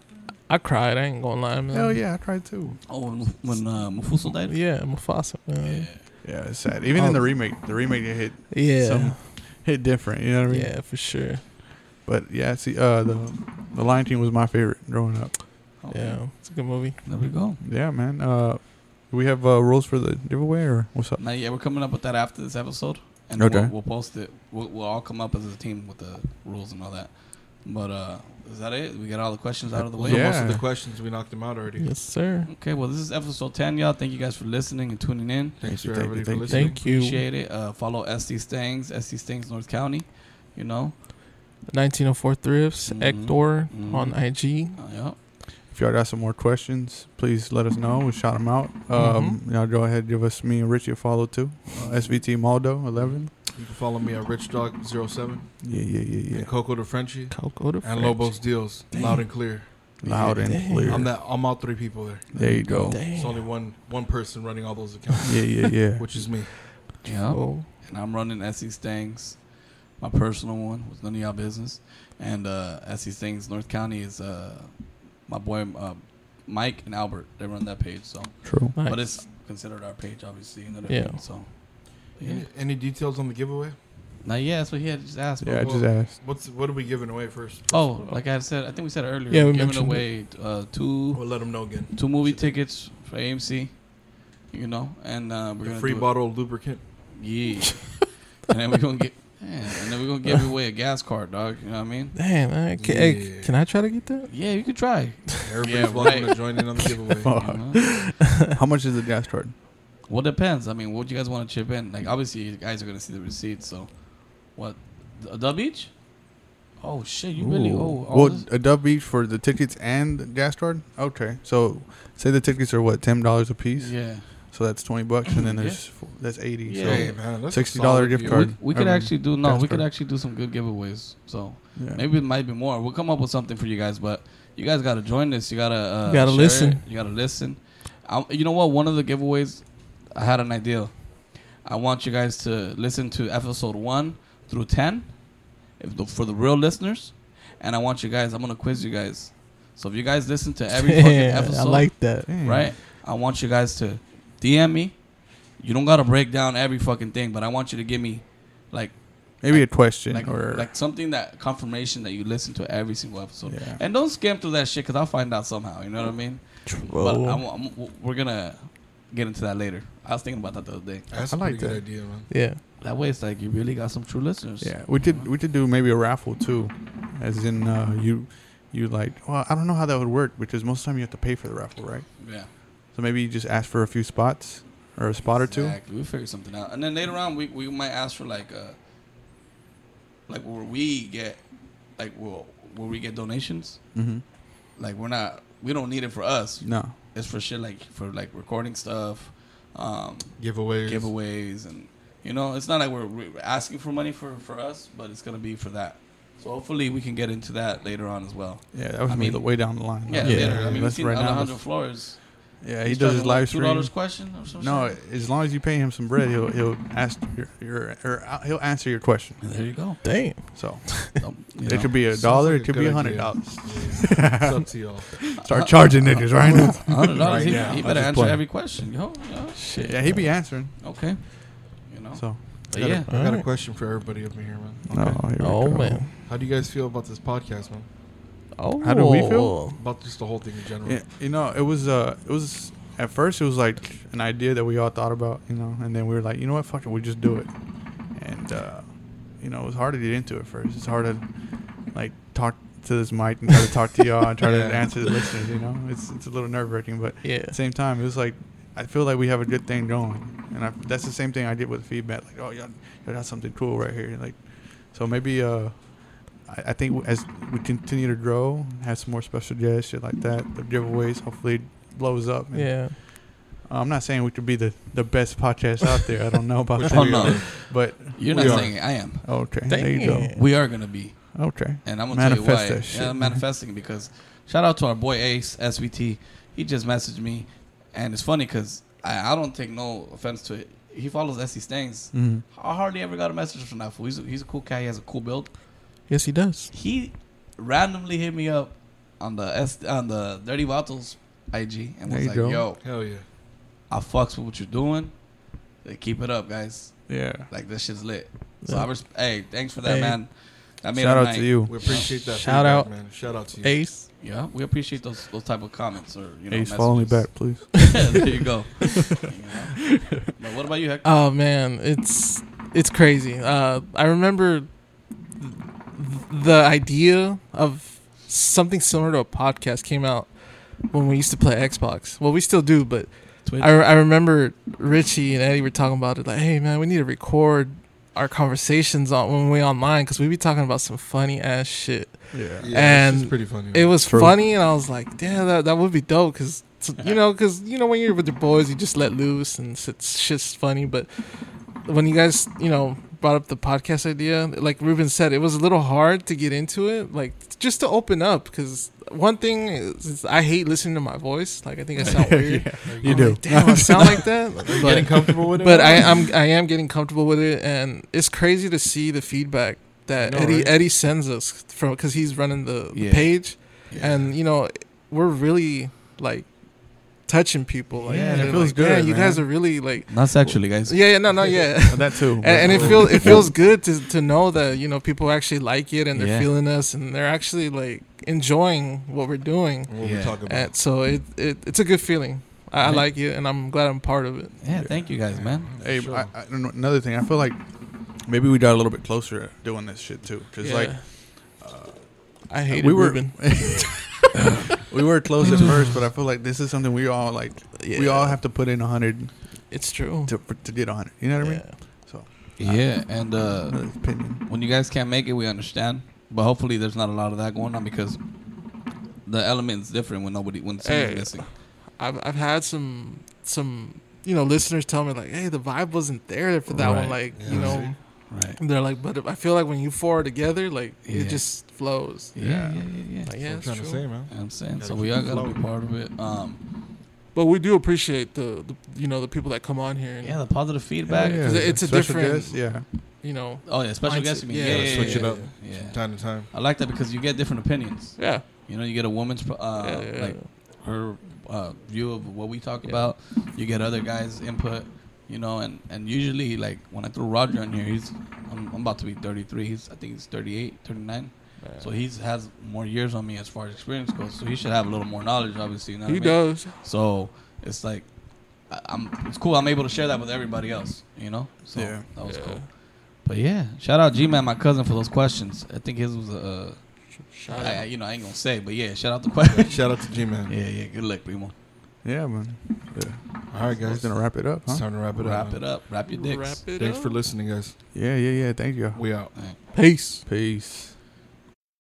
Speaker 6: I cried. I ain't gonna lie, man.
Speaker 4: hell yeah, I tried too.
Speaker 3: Oh, when, when uh, Mufasa died.
Speaker 6: Yeah, Mufasa, man.
Speaker 4: Yeah, it's sad.
Speaker 6: Oh.
Speaker 4: Even in the remake, the remake it hit
Speaker 6: Yeah,
Speaker 4: some hit different. You know what I mean?
Speaker 6: yeah, for sure.
Speaker 4: But yeah, see, uh, the the Lion King was my favorite growing up.
Speaker 3: Oh,
Speaker 6: Yeah, it's a good movie.
Speaker 3: There we go.
Speaker 4: Yeah, man. Uh, we have uh, rules for the giveaway or what's up?
Speaker 3: Now, yeah, we're coming up with that after this episode, and
Speaker 4: Okay.
Speaker 3: we'll, we'll post it. We'll, we'll all come up as a team with the rules and all that. But uh, is that it? We got all the questions out of the way.
Speaker 2: So most
Speaker 4: Yeah.
Speaker 2: of the questions we knocked them out already.
Speaker 6: Yes, sir.
Speaker 3: Okay. Well, this is episode ten, y'all. Thank you guys for listening and tuning in.
Speaker 2: Thanks
Speaker 4: Thank you,
Speaker 2: for
Speaker 4: thank you,
Speaker 2: everybody for
Speaker 4: thank you.
Speaker 2: listening.
Speaker 6: Thank you.
Speaker 3: Appreciate it. Uh, follow SD Stangs, SD Stangs North County. You know.
Speaker 6: 1904 Thrifts,
Speaker 3: Mhm.
Speaker 6: Ector
Speaker 3: Mhm.
Speaker 6: on IG.
Speaker 3: Uh, yeah.
Speaker 4: If y'all got some more questions, please let us know. We'll shout them out. Um,
Speaker 3: Mm-hmm.
Speaker 4: Y'all go ahead, give us me and Richie a follow too. Uh, SVT Maldo eleven.
Speaker 2: You can follow me at RichDog07
Speaker 4: Yeah, yeah, yeah, yeah.
Speaker 2: and Coco the Frenchie
Speaker 6: Calco to
Speaker 2: and
Speaker 6: French.
Speaker 2: Lobos Deals, loud and clear.
Speaker 4: Loud and
Speaker 6: Dang.
Speaker 4: clear.
Speaker 2: I'm that. I'm all three people there.
Speaker 4: there you go.
Speaker 2: It's
Speaker 6: Damn.
Speaker 2: only one one person running all those accounts,
Speaker 4: Yeah, yeah, yeah.
Speaker 2: which is me.
Speaker 3: Yeah.
Speaker 6: Oh,
Speaker 3: And I'm running SD Stangs, my personal one. It's none of y'all business. And uh, SD Stangs North County is uh, my boy uh, Mike and Albert. They run that page. So.
Speaker 4: True.
Speaker 6: nice.
Speaker 3: But it's considered our page, obviously. And
Speaker 6: Yeah.
Speaker 3: yeah. So. Yeah.
Speaker 2: Any, any details on the giveaway?
Speaker 3: Now, yeah, that's what he had just asked.
Speaker 4: Yeah, I
Speaker 3: bro.
Speaker 4: just asked.
Speaker 2: What's what are we giving away first? First of
Speaker 3: Oh,
Speaker 2: all.
Speaker 3: like I said, I think we said earlier.
Speaker 6: Yeah, we
Speaker 3: we're giving
Speaker 6: mentioned
Speaker 3: away uh, two
Speaker 2: we'll let them know again.
Speaker 3: two movie tickets for AMC. You know, and uh, we're
Speaker 2: The
Speaker 3: gonna
Speaker 2: free
Speaker 3: do it-
Speaker 2: bottle of lubricant.
Speaker 3: Yeah. and then we're gonna get. Man, and then we're gonna give away a gas card, dog. You know what I mean?
Speaker 6: damn. I, can, hey,
Speaker 2: Yeah.
Speaker 6: can I try to get that?
Speaker 3: Yeah, you could try.
Speaker 2: Everybody's
Speaker 3: Yeah,
Speaker 2: welcome
Speaker 3: right.
Speaker 2: to join in on the giveaway.
Speaker 3: You know?
Speaker 4: How much is the gas card?
Speaker 3: Well, depends. I mean, what you guys want to chip in? Like, obviously, you guys are gonna see the receipt. So, what? A dub each? Oh shit! You really?
Speaker 6: Ooh.
Speaker 3: Oh, all
Speaker 4: Well,
Speaker 3: this?
Speaker 4: a dub each for the tickets and the gas card. Okay, so say the tickets are what ten dollars a piece.
Speaker 3: yeah.
Speaker 4: So that's twenty bucks, and then
Speaker 3: Yeah.
Speaker 4: there's four, that's eighty.
Speaker 3: Yeah.
Speaker 4: So
Speaker 2: Hey, man, that's a
Speaker 4: Sixty dollar
Speaker 2: solid
Speaker 4: gift
Speaker 2: deal.
Speaker 4: card.
Speaker 3: We could
Speaker 4: Everyone.
Speaker 3: actually do no.
Speaker 4: Gas
Speaker 3: We could
Speaker 4: card.
Speaker 3: actually do some good giveaways. So
Speaker 4: yeah.
Speaker 3: maybe it might be more. We'll come up with something for you guys, but you guys gotta join this. You gotta uh,
Speaker 6: You gotta
Speaker 3: share
Speaker 6: listen.
Speaker 3: it. You gotta listen. I, you know what? One of the giveaways, I had an idea. I want you guys to listen to episode one through ten, if the, for the real listeners, and I want you guys. I'm gonna quiz you guys. So if you guys listen to every fucking
Speaker 6: Yeah,
Speaker 3: episode,
Speaker 6: I like that.
Speaker 4: Damn.
Speaker 3: right? I want you guys to DM me. You don't gotta break down every fucking thing, but I want you to give me like
Speaker 4: Maybe a question
Speaker 3: like
Speaker 4: or
Speaker 3: like something that confirmation that you listen to every single episode.
Speaker 4: Yeah.
Speaker 3: And don't skim through that shit because I'll find out somehow. You know what I mean? But I'm, I'm, we're gonna get into that later. I was thinking about that the other day.
Speaker 2: That's
Speaker 4: I
Speaker 2: a
Speaker 4: like
Speaker 2: pretty good
Speaker 4: that.
Speaker 2: idea, man.
Speaker 6: Yeah.
Speaker 3: That way, it's like you really got some true listeners.
Speaker 4: yeah. We could we could do maybe a raffle too, as in uh, you you like. Well, I don't know how that would work because most of the time you have to pay for the raffle, right?
Speaker 3: yeah.
Speaker 4: So maybe you just ask for a few spots or a spot or two.
Speaker 3: Exactly. We figure something out, and then later on, we, we might ask for like uh like where we get like where, where we get donations.
Speaker 4: Mm-hmm.
Speaker 3: Like we're not we don't need it for us.
Speaker 4: No.
Speaker 3: It's for shit like for like recording stuff, um,
Speaker 2: Giveaways.
Speaker 3: giveaways, and you know it's not like we're, we're asking for money for for us, but it's gonna be for that. So hopefully we can get into that later on as well.
Speaker 4: Yeah, that was
Speaker 3: I
Speaker 4: me
Speaker 3: mean-
Speaker 4: the way down the line.
Speaker 3: Yeah,
Speaker 4: yeah.
Speaker 3: later. I mean, we've
Speaker 4: that's
Speaker 3: seen
Speaker 4: right now.
Speaker 3: Alejandro
Speaker 4: that's-
Speaker 3: Flores.
Speaker 4: Yeah, he does his live
Speaker 3: Two
Speaker 4: stream.
Speaker 3: dollars question or something.
Speaker 4: No, as long as you pay him some bread, he'll he'll ask your, your or uh, he'll answer your question.
Speaker 3: there you go.
Speaker 6: Damn.
Speaker 4: So
Speaker 3: Don't- you
Speaker 4: it
Speaker 3: know.
Speaker 4: could be a
Speaker 2: Sounds
Speaker 4: dollar,
Speaker 2: like
Speaker 4: it
Speaker 2: a
Speaker 4: could be
Speaker 2: good
Speaker 4: a hundred
Speaker 2: idea.
Speaker 4: dollars.
Speaker 2: Yeah. it's up to y'all.
Speaker 4: Start charging niggas right now.
Speaker 3: uh, hundred dollars.
Speaker 2: Right
Speaker 3: he,
Speaker 2: now.
Speaker 3: he
Speaker 2: I'm
Speaker 3: better
Speaker 4: just
Speaker 3: answer
Speaker 4: playing.
Speaker 3: every question. Yo, yo.
Speaker 6: Shit.
Speaker 4: Yeah, he be answering.
Speaker 3: okay. You know.
Speaker 4: So
Speaker 3: But yeah.
Speaker 2: I got a
Speaker 6: Alright.
Speaker 2: question for everybody up in here, man.
Speaker 4: no, here we
Speaker 6: Oh
Speaker 4: go.
Speaker 6: man.
Speaker 2: How do you guys feel about this podcast, man?
Speaker 6: Oh.
Speaker 4: How do we feel?
Speaker 2: About just the whole thing in general.
Speaker 4: Yeah, you know, it was uh, it was at first it was like an idea that we all thought about, you know, and then we were like, you know what, fuck it, we just do it, and uh, you know, it was hard to get into it first. It's hard to like talk to this mic and try to talk to y'all and try
Speaker 2: Yeah.
Speaker 4: to answer the listeners. You know, it's it's a little nerve wracking, but
Speaker 6: Yeah.
Speaker 4: at the same time, it was like I feel like we have a good thing going, and I, that's the same thing I did with feedback. Like, oh, y'all, y'all got something cool right here. Like, so maybe uh, I, I think as we continue to grow, have some more special guests, shit like that, the giveaways hopefully blows up. And,
Speaker 6: Yeah.
Speaker 4: uh, I'm not saying we could be the the best podcast out there. I don't know about
Speaker 3: Which
Speaker 4: that,
Speaker 3: one not?
Speaker 4: but
Speaker 3: You're
Speaker 2: We
Speaker 3: not
Speaker 2: are.
Speaker 3: saying it. I am.
Speaker 4: okay, there you go.
Speaker 6: Damn.
Speaker 3: We are gonna be,
Speaker 4: Okay,
Speaker 3: and I'm gonna tell you
Speaker 4: Manifest
Speaker 3: why.
Speaker 4: that shit,
Speaker 3: yeah, I'm
Speaker 4: man.
Speaker 3: manifesting because shout out to our boy Ace SVT. He just messaged me, and it's funny because I, I don't take no offense to it. He follows Essie Stangs.
Speaker 2: Mm-hmm.
Speaker 4: Mhm.
Speaker 3: I hardly ever got a message from that fool. He's a, he's a cool guy. He has a cool build.
Speaker 6: Yes, he does.
Speaker 3: he randomly hit me up on the S- on the Dirty Bottles IG and
Speaker 4: There
Speaker 3: was
Speaker 4: you
Speaker 3: like,
Speaker 4: go.
Speaker 3: "Yo,
Speaker 2: Hell yeah.
Speaker 3: I fucks with what you're doing. Like, keep it up, guys.
Speaker 4: yeah.
Speaker 3: Like this shit's lit." So
Speaker 6: Yeah.
Speaker 3: I res- hey, thanks for that,
Speaker 6: Hey.
Speaker 3: man. I made
Speaker 4: Shout
Speaker 3: our
Speaker 4: out
Speaker 3: night.
Speaker 4: to you.
Speaker 2: We appreciate that.
Speaker 6: Shout
Speaker 2: feedback,
Speaker 6: out.
Speaker 2: man. Shout out to you.
Speaker 6: Ace.
Speaker 3: Yeah, we appreciate those those type of comments or you know.
Speaker 4: Ace, follow me
Speaker 3: messages.
Speaker 4: back, please.
Speaker 3: there you go. You know? But what about you, Hector?
Speaker 6: Oh man, it's it's crazy. Uh, I remember th- the idea of something similar to a podcast came out when we used to play Xbox. Well, we still do, but I, I remember Richie and Eddie were talking about it. Like, hey man, we need to record our conversations on when we online because we be talking about some funny ass shit.
Speaker 4: Yeah.
Speaker 6: And
Speaker 2: it's pretty funny.
Speaker 6: It was
Speaker 4: True.
Speaker 6: funny, and I was like, damn, that, that would be dope because you know, because you know, when you're with your boys, you just let loose and it's, it's shit's funny. But when you guys, you know, brought up the podcast idea, like Ruben said, it was a little hard to get into it, like just to open up. Because one thing is, is I hate listening to my voice. Like I think I sound weird.
Speaker 4: You
Speaker 6: I'm
Speaker 4: do.
Speaker 6: like, damn, I sound like that.
Speaker 2: Getting
Speaker 6: But,
Speaker 2: comfortable with it.
Speaker 6: but I, I'm I am getting comfortable with it, and it's crazy to see the feedback that
Speaker 2: I know,
Speaker 6: Eddie
Speaker 2: right?
Speaker 6: Eddie sends us from because he's running the, the
Speaker 3: Yeah.
Speaker 6: page,
Speaker 3: Yeah.
Speaker 6: and you know we're really like touching people. Like,
Speaker 4: Yeah, and it
Speaker 6: they're
Speaker 4: feels
Speaker 6: like,
Speaker 4: good,
Speaker 6: "Man, you guys
Speaker 4: man."
Speaker 6: are really like
Speaker 3: Not sexually, guys.
Speaker 6: yeah, yeah no no yeah.
Speaker 4: that too.
Speaker 6: And, and it feels it feels good to, to know that you know people actually like it and they're
Speaker 3: Yeah.
Speaker 6: feeling us and they're actually like enjoying what we're doing.
Speaker 2: What
Speaker 3: Yeah.
Speaker 2: we talking about.
Speaker 6: And so it, it it's a good feeling. I, I
Speaker 3: Right.
Speaker 6: like it and I'm glad I'm part of it.
Speaker 3: Yeah, thank you guys, man.
Speaker 4: Hey,
Speaker 2: Sure.
Speaker 4: I, I don't know. Another thing, I feel like maybe we got a little bit closer doing this shit too, because
Speaker 6: Yeah.
Speaker 4: like
Speaker 6: uh, I hate
Speaker 4: we
Speaker 6: we
Speaker 4: were
Speaker 6: Ruben.
Speaker 4: we were close at first, but I feel like this is something we all like. We
Speaker 6: Yeah.
Speaker 4: all have to put in hundred
Speaker 6: It's true.
Speaker 4: to for- to get hundred. You know what I mean? So
Speaker 3: Yeah, and uh,
Speaker 4: another opinion.
Speaker 3: when you guys can't make it, we understand. But hopefully, there's not a lot of that going on because the element's different when nobody when someone's
Speaker 6: Hey.
Speaker 3: missing.
Speaker 6: I've I've had some some you know listeners tell me like, hey, the vibe wasn't there for that one. Like you
Speaker 2: Yeah.
Speaker 6: know,
Speaker 3: Right.
Speaker 6: they're like, but I feel like when you four are together, like
Speaker 3: Yeah.
Speaker 6: it just flows.
Speaker 3: Yeah, yeah, yeah, yeah.
Speaker 6: Like,
Speaker 2: That's what
Speaker 6: yeah,
Speaker 2: I'm
Speaker 6: it's
Speaker 2: trying
Speaker 6: true.
Speaker 2: to say, man.
Speaker 3: I'm saying so. We all gotta be part of it. Um,
Speaker 6: But we do appreciate the, the you know the people that come on here. And,
Speaker 3: yeah, the positive feedback.
Speaker 4: Yeah,
Speaker 6: 'Cause it's a
Speaker 4: special
Speaker 6: different-
Speaker 4: guest, yeah.
Speaker 6: You know.
Speaker 3: Oh yeah, special
Speaker 6: Oh, Mindset.
Speaker 3: guest. You mean
Speaker 6: Yeah,
Speaker 3: yeah, yeah,
Speaker 2: gotta
Speaker 3: yeah,
Speaker 2: switch it
Speaker 3: yeah,
Speaker 2: up.
Speaker 3: Yeah.
Speaker 2: From time to time.
Speaker 3: I like that because you get different opinions.
Speaker 6: Yeah.
Speaker 3: You know, you get a woman's pro- uh,
Speaker 6: yeah, yeah,
Speaker 3: like her uh, view of what we talk
Speaker 6: Yeah.
Speaker 3: about. You get other guys' input. you know, and, and usually like when I threw Roger on here, he's I'm, I'm about to be 33. He's I think he's 38, 39. So he's has more years on me as far as experience goes. So he should have a little more knowledge, obviously. You know what
Speaker 6: He
Speaker 3: I mean?
Speaker 6: does.
Speaker 3: So it's like, I, I'm. It's cool. I'm able to share that with everybody else. You know. So
Speaker 4: Yeah.
Speaker 3: that was cool. But yeah, shout out G Man, my cousin, for those questions. I think his was a. Uh, I, I- you know, I ain't gonna say, but yeah, shout out the question.
Speaker 2: Shout out to G Man.
Speaker 3: yeah, yeah. Good luck, primo.
Speaker 4: Yeah, man. Yeah.
Speaker 2: All right, guys.
Speaker 4: Just gonna wrap it up,
Speaker 2: It's
Speaker 4: huh?
Speaker 2: time to wrap it up.
Speaker 3: Wrap
Speaker 2: man.
Speaker 3: it up. Wrap your dicks.
Speaker 6: Wrap it
Speaker 2: Thanks
Speaker 6: up.
Speaker 2: for listening, guys.
Speaker 4: Yeah, yeah, yeah. Thank you.
Speaker 2: We out.
Speaker 4: Peace. Peace.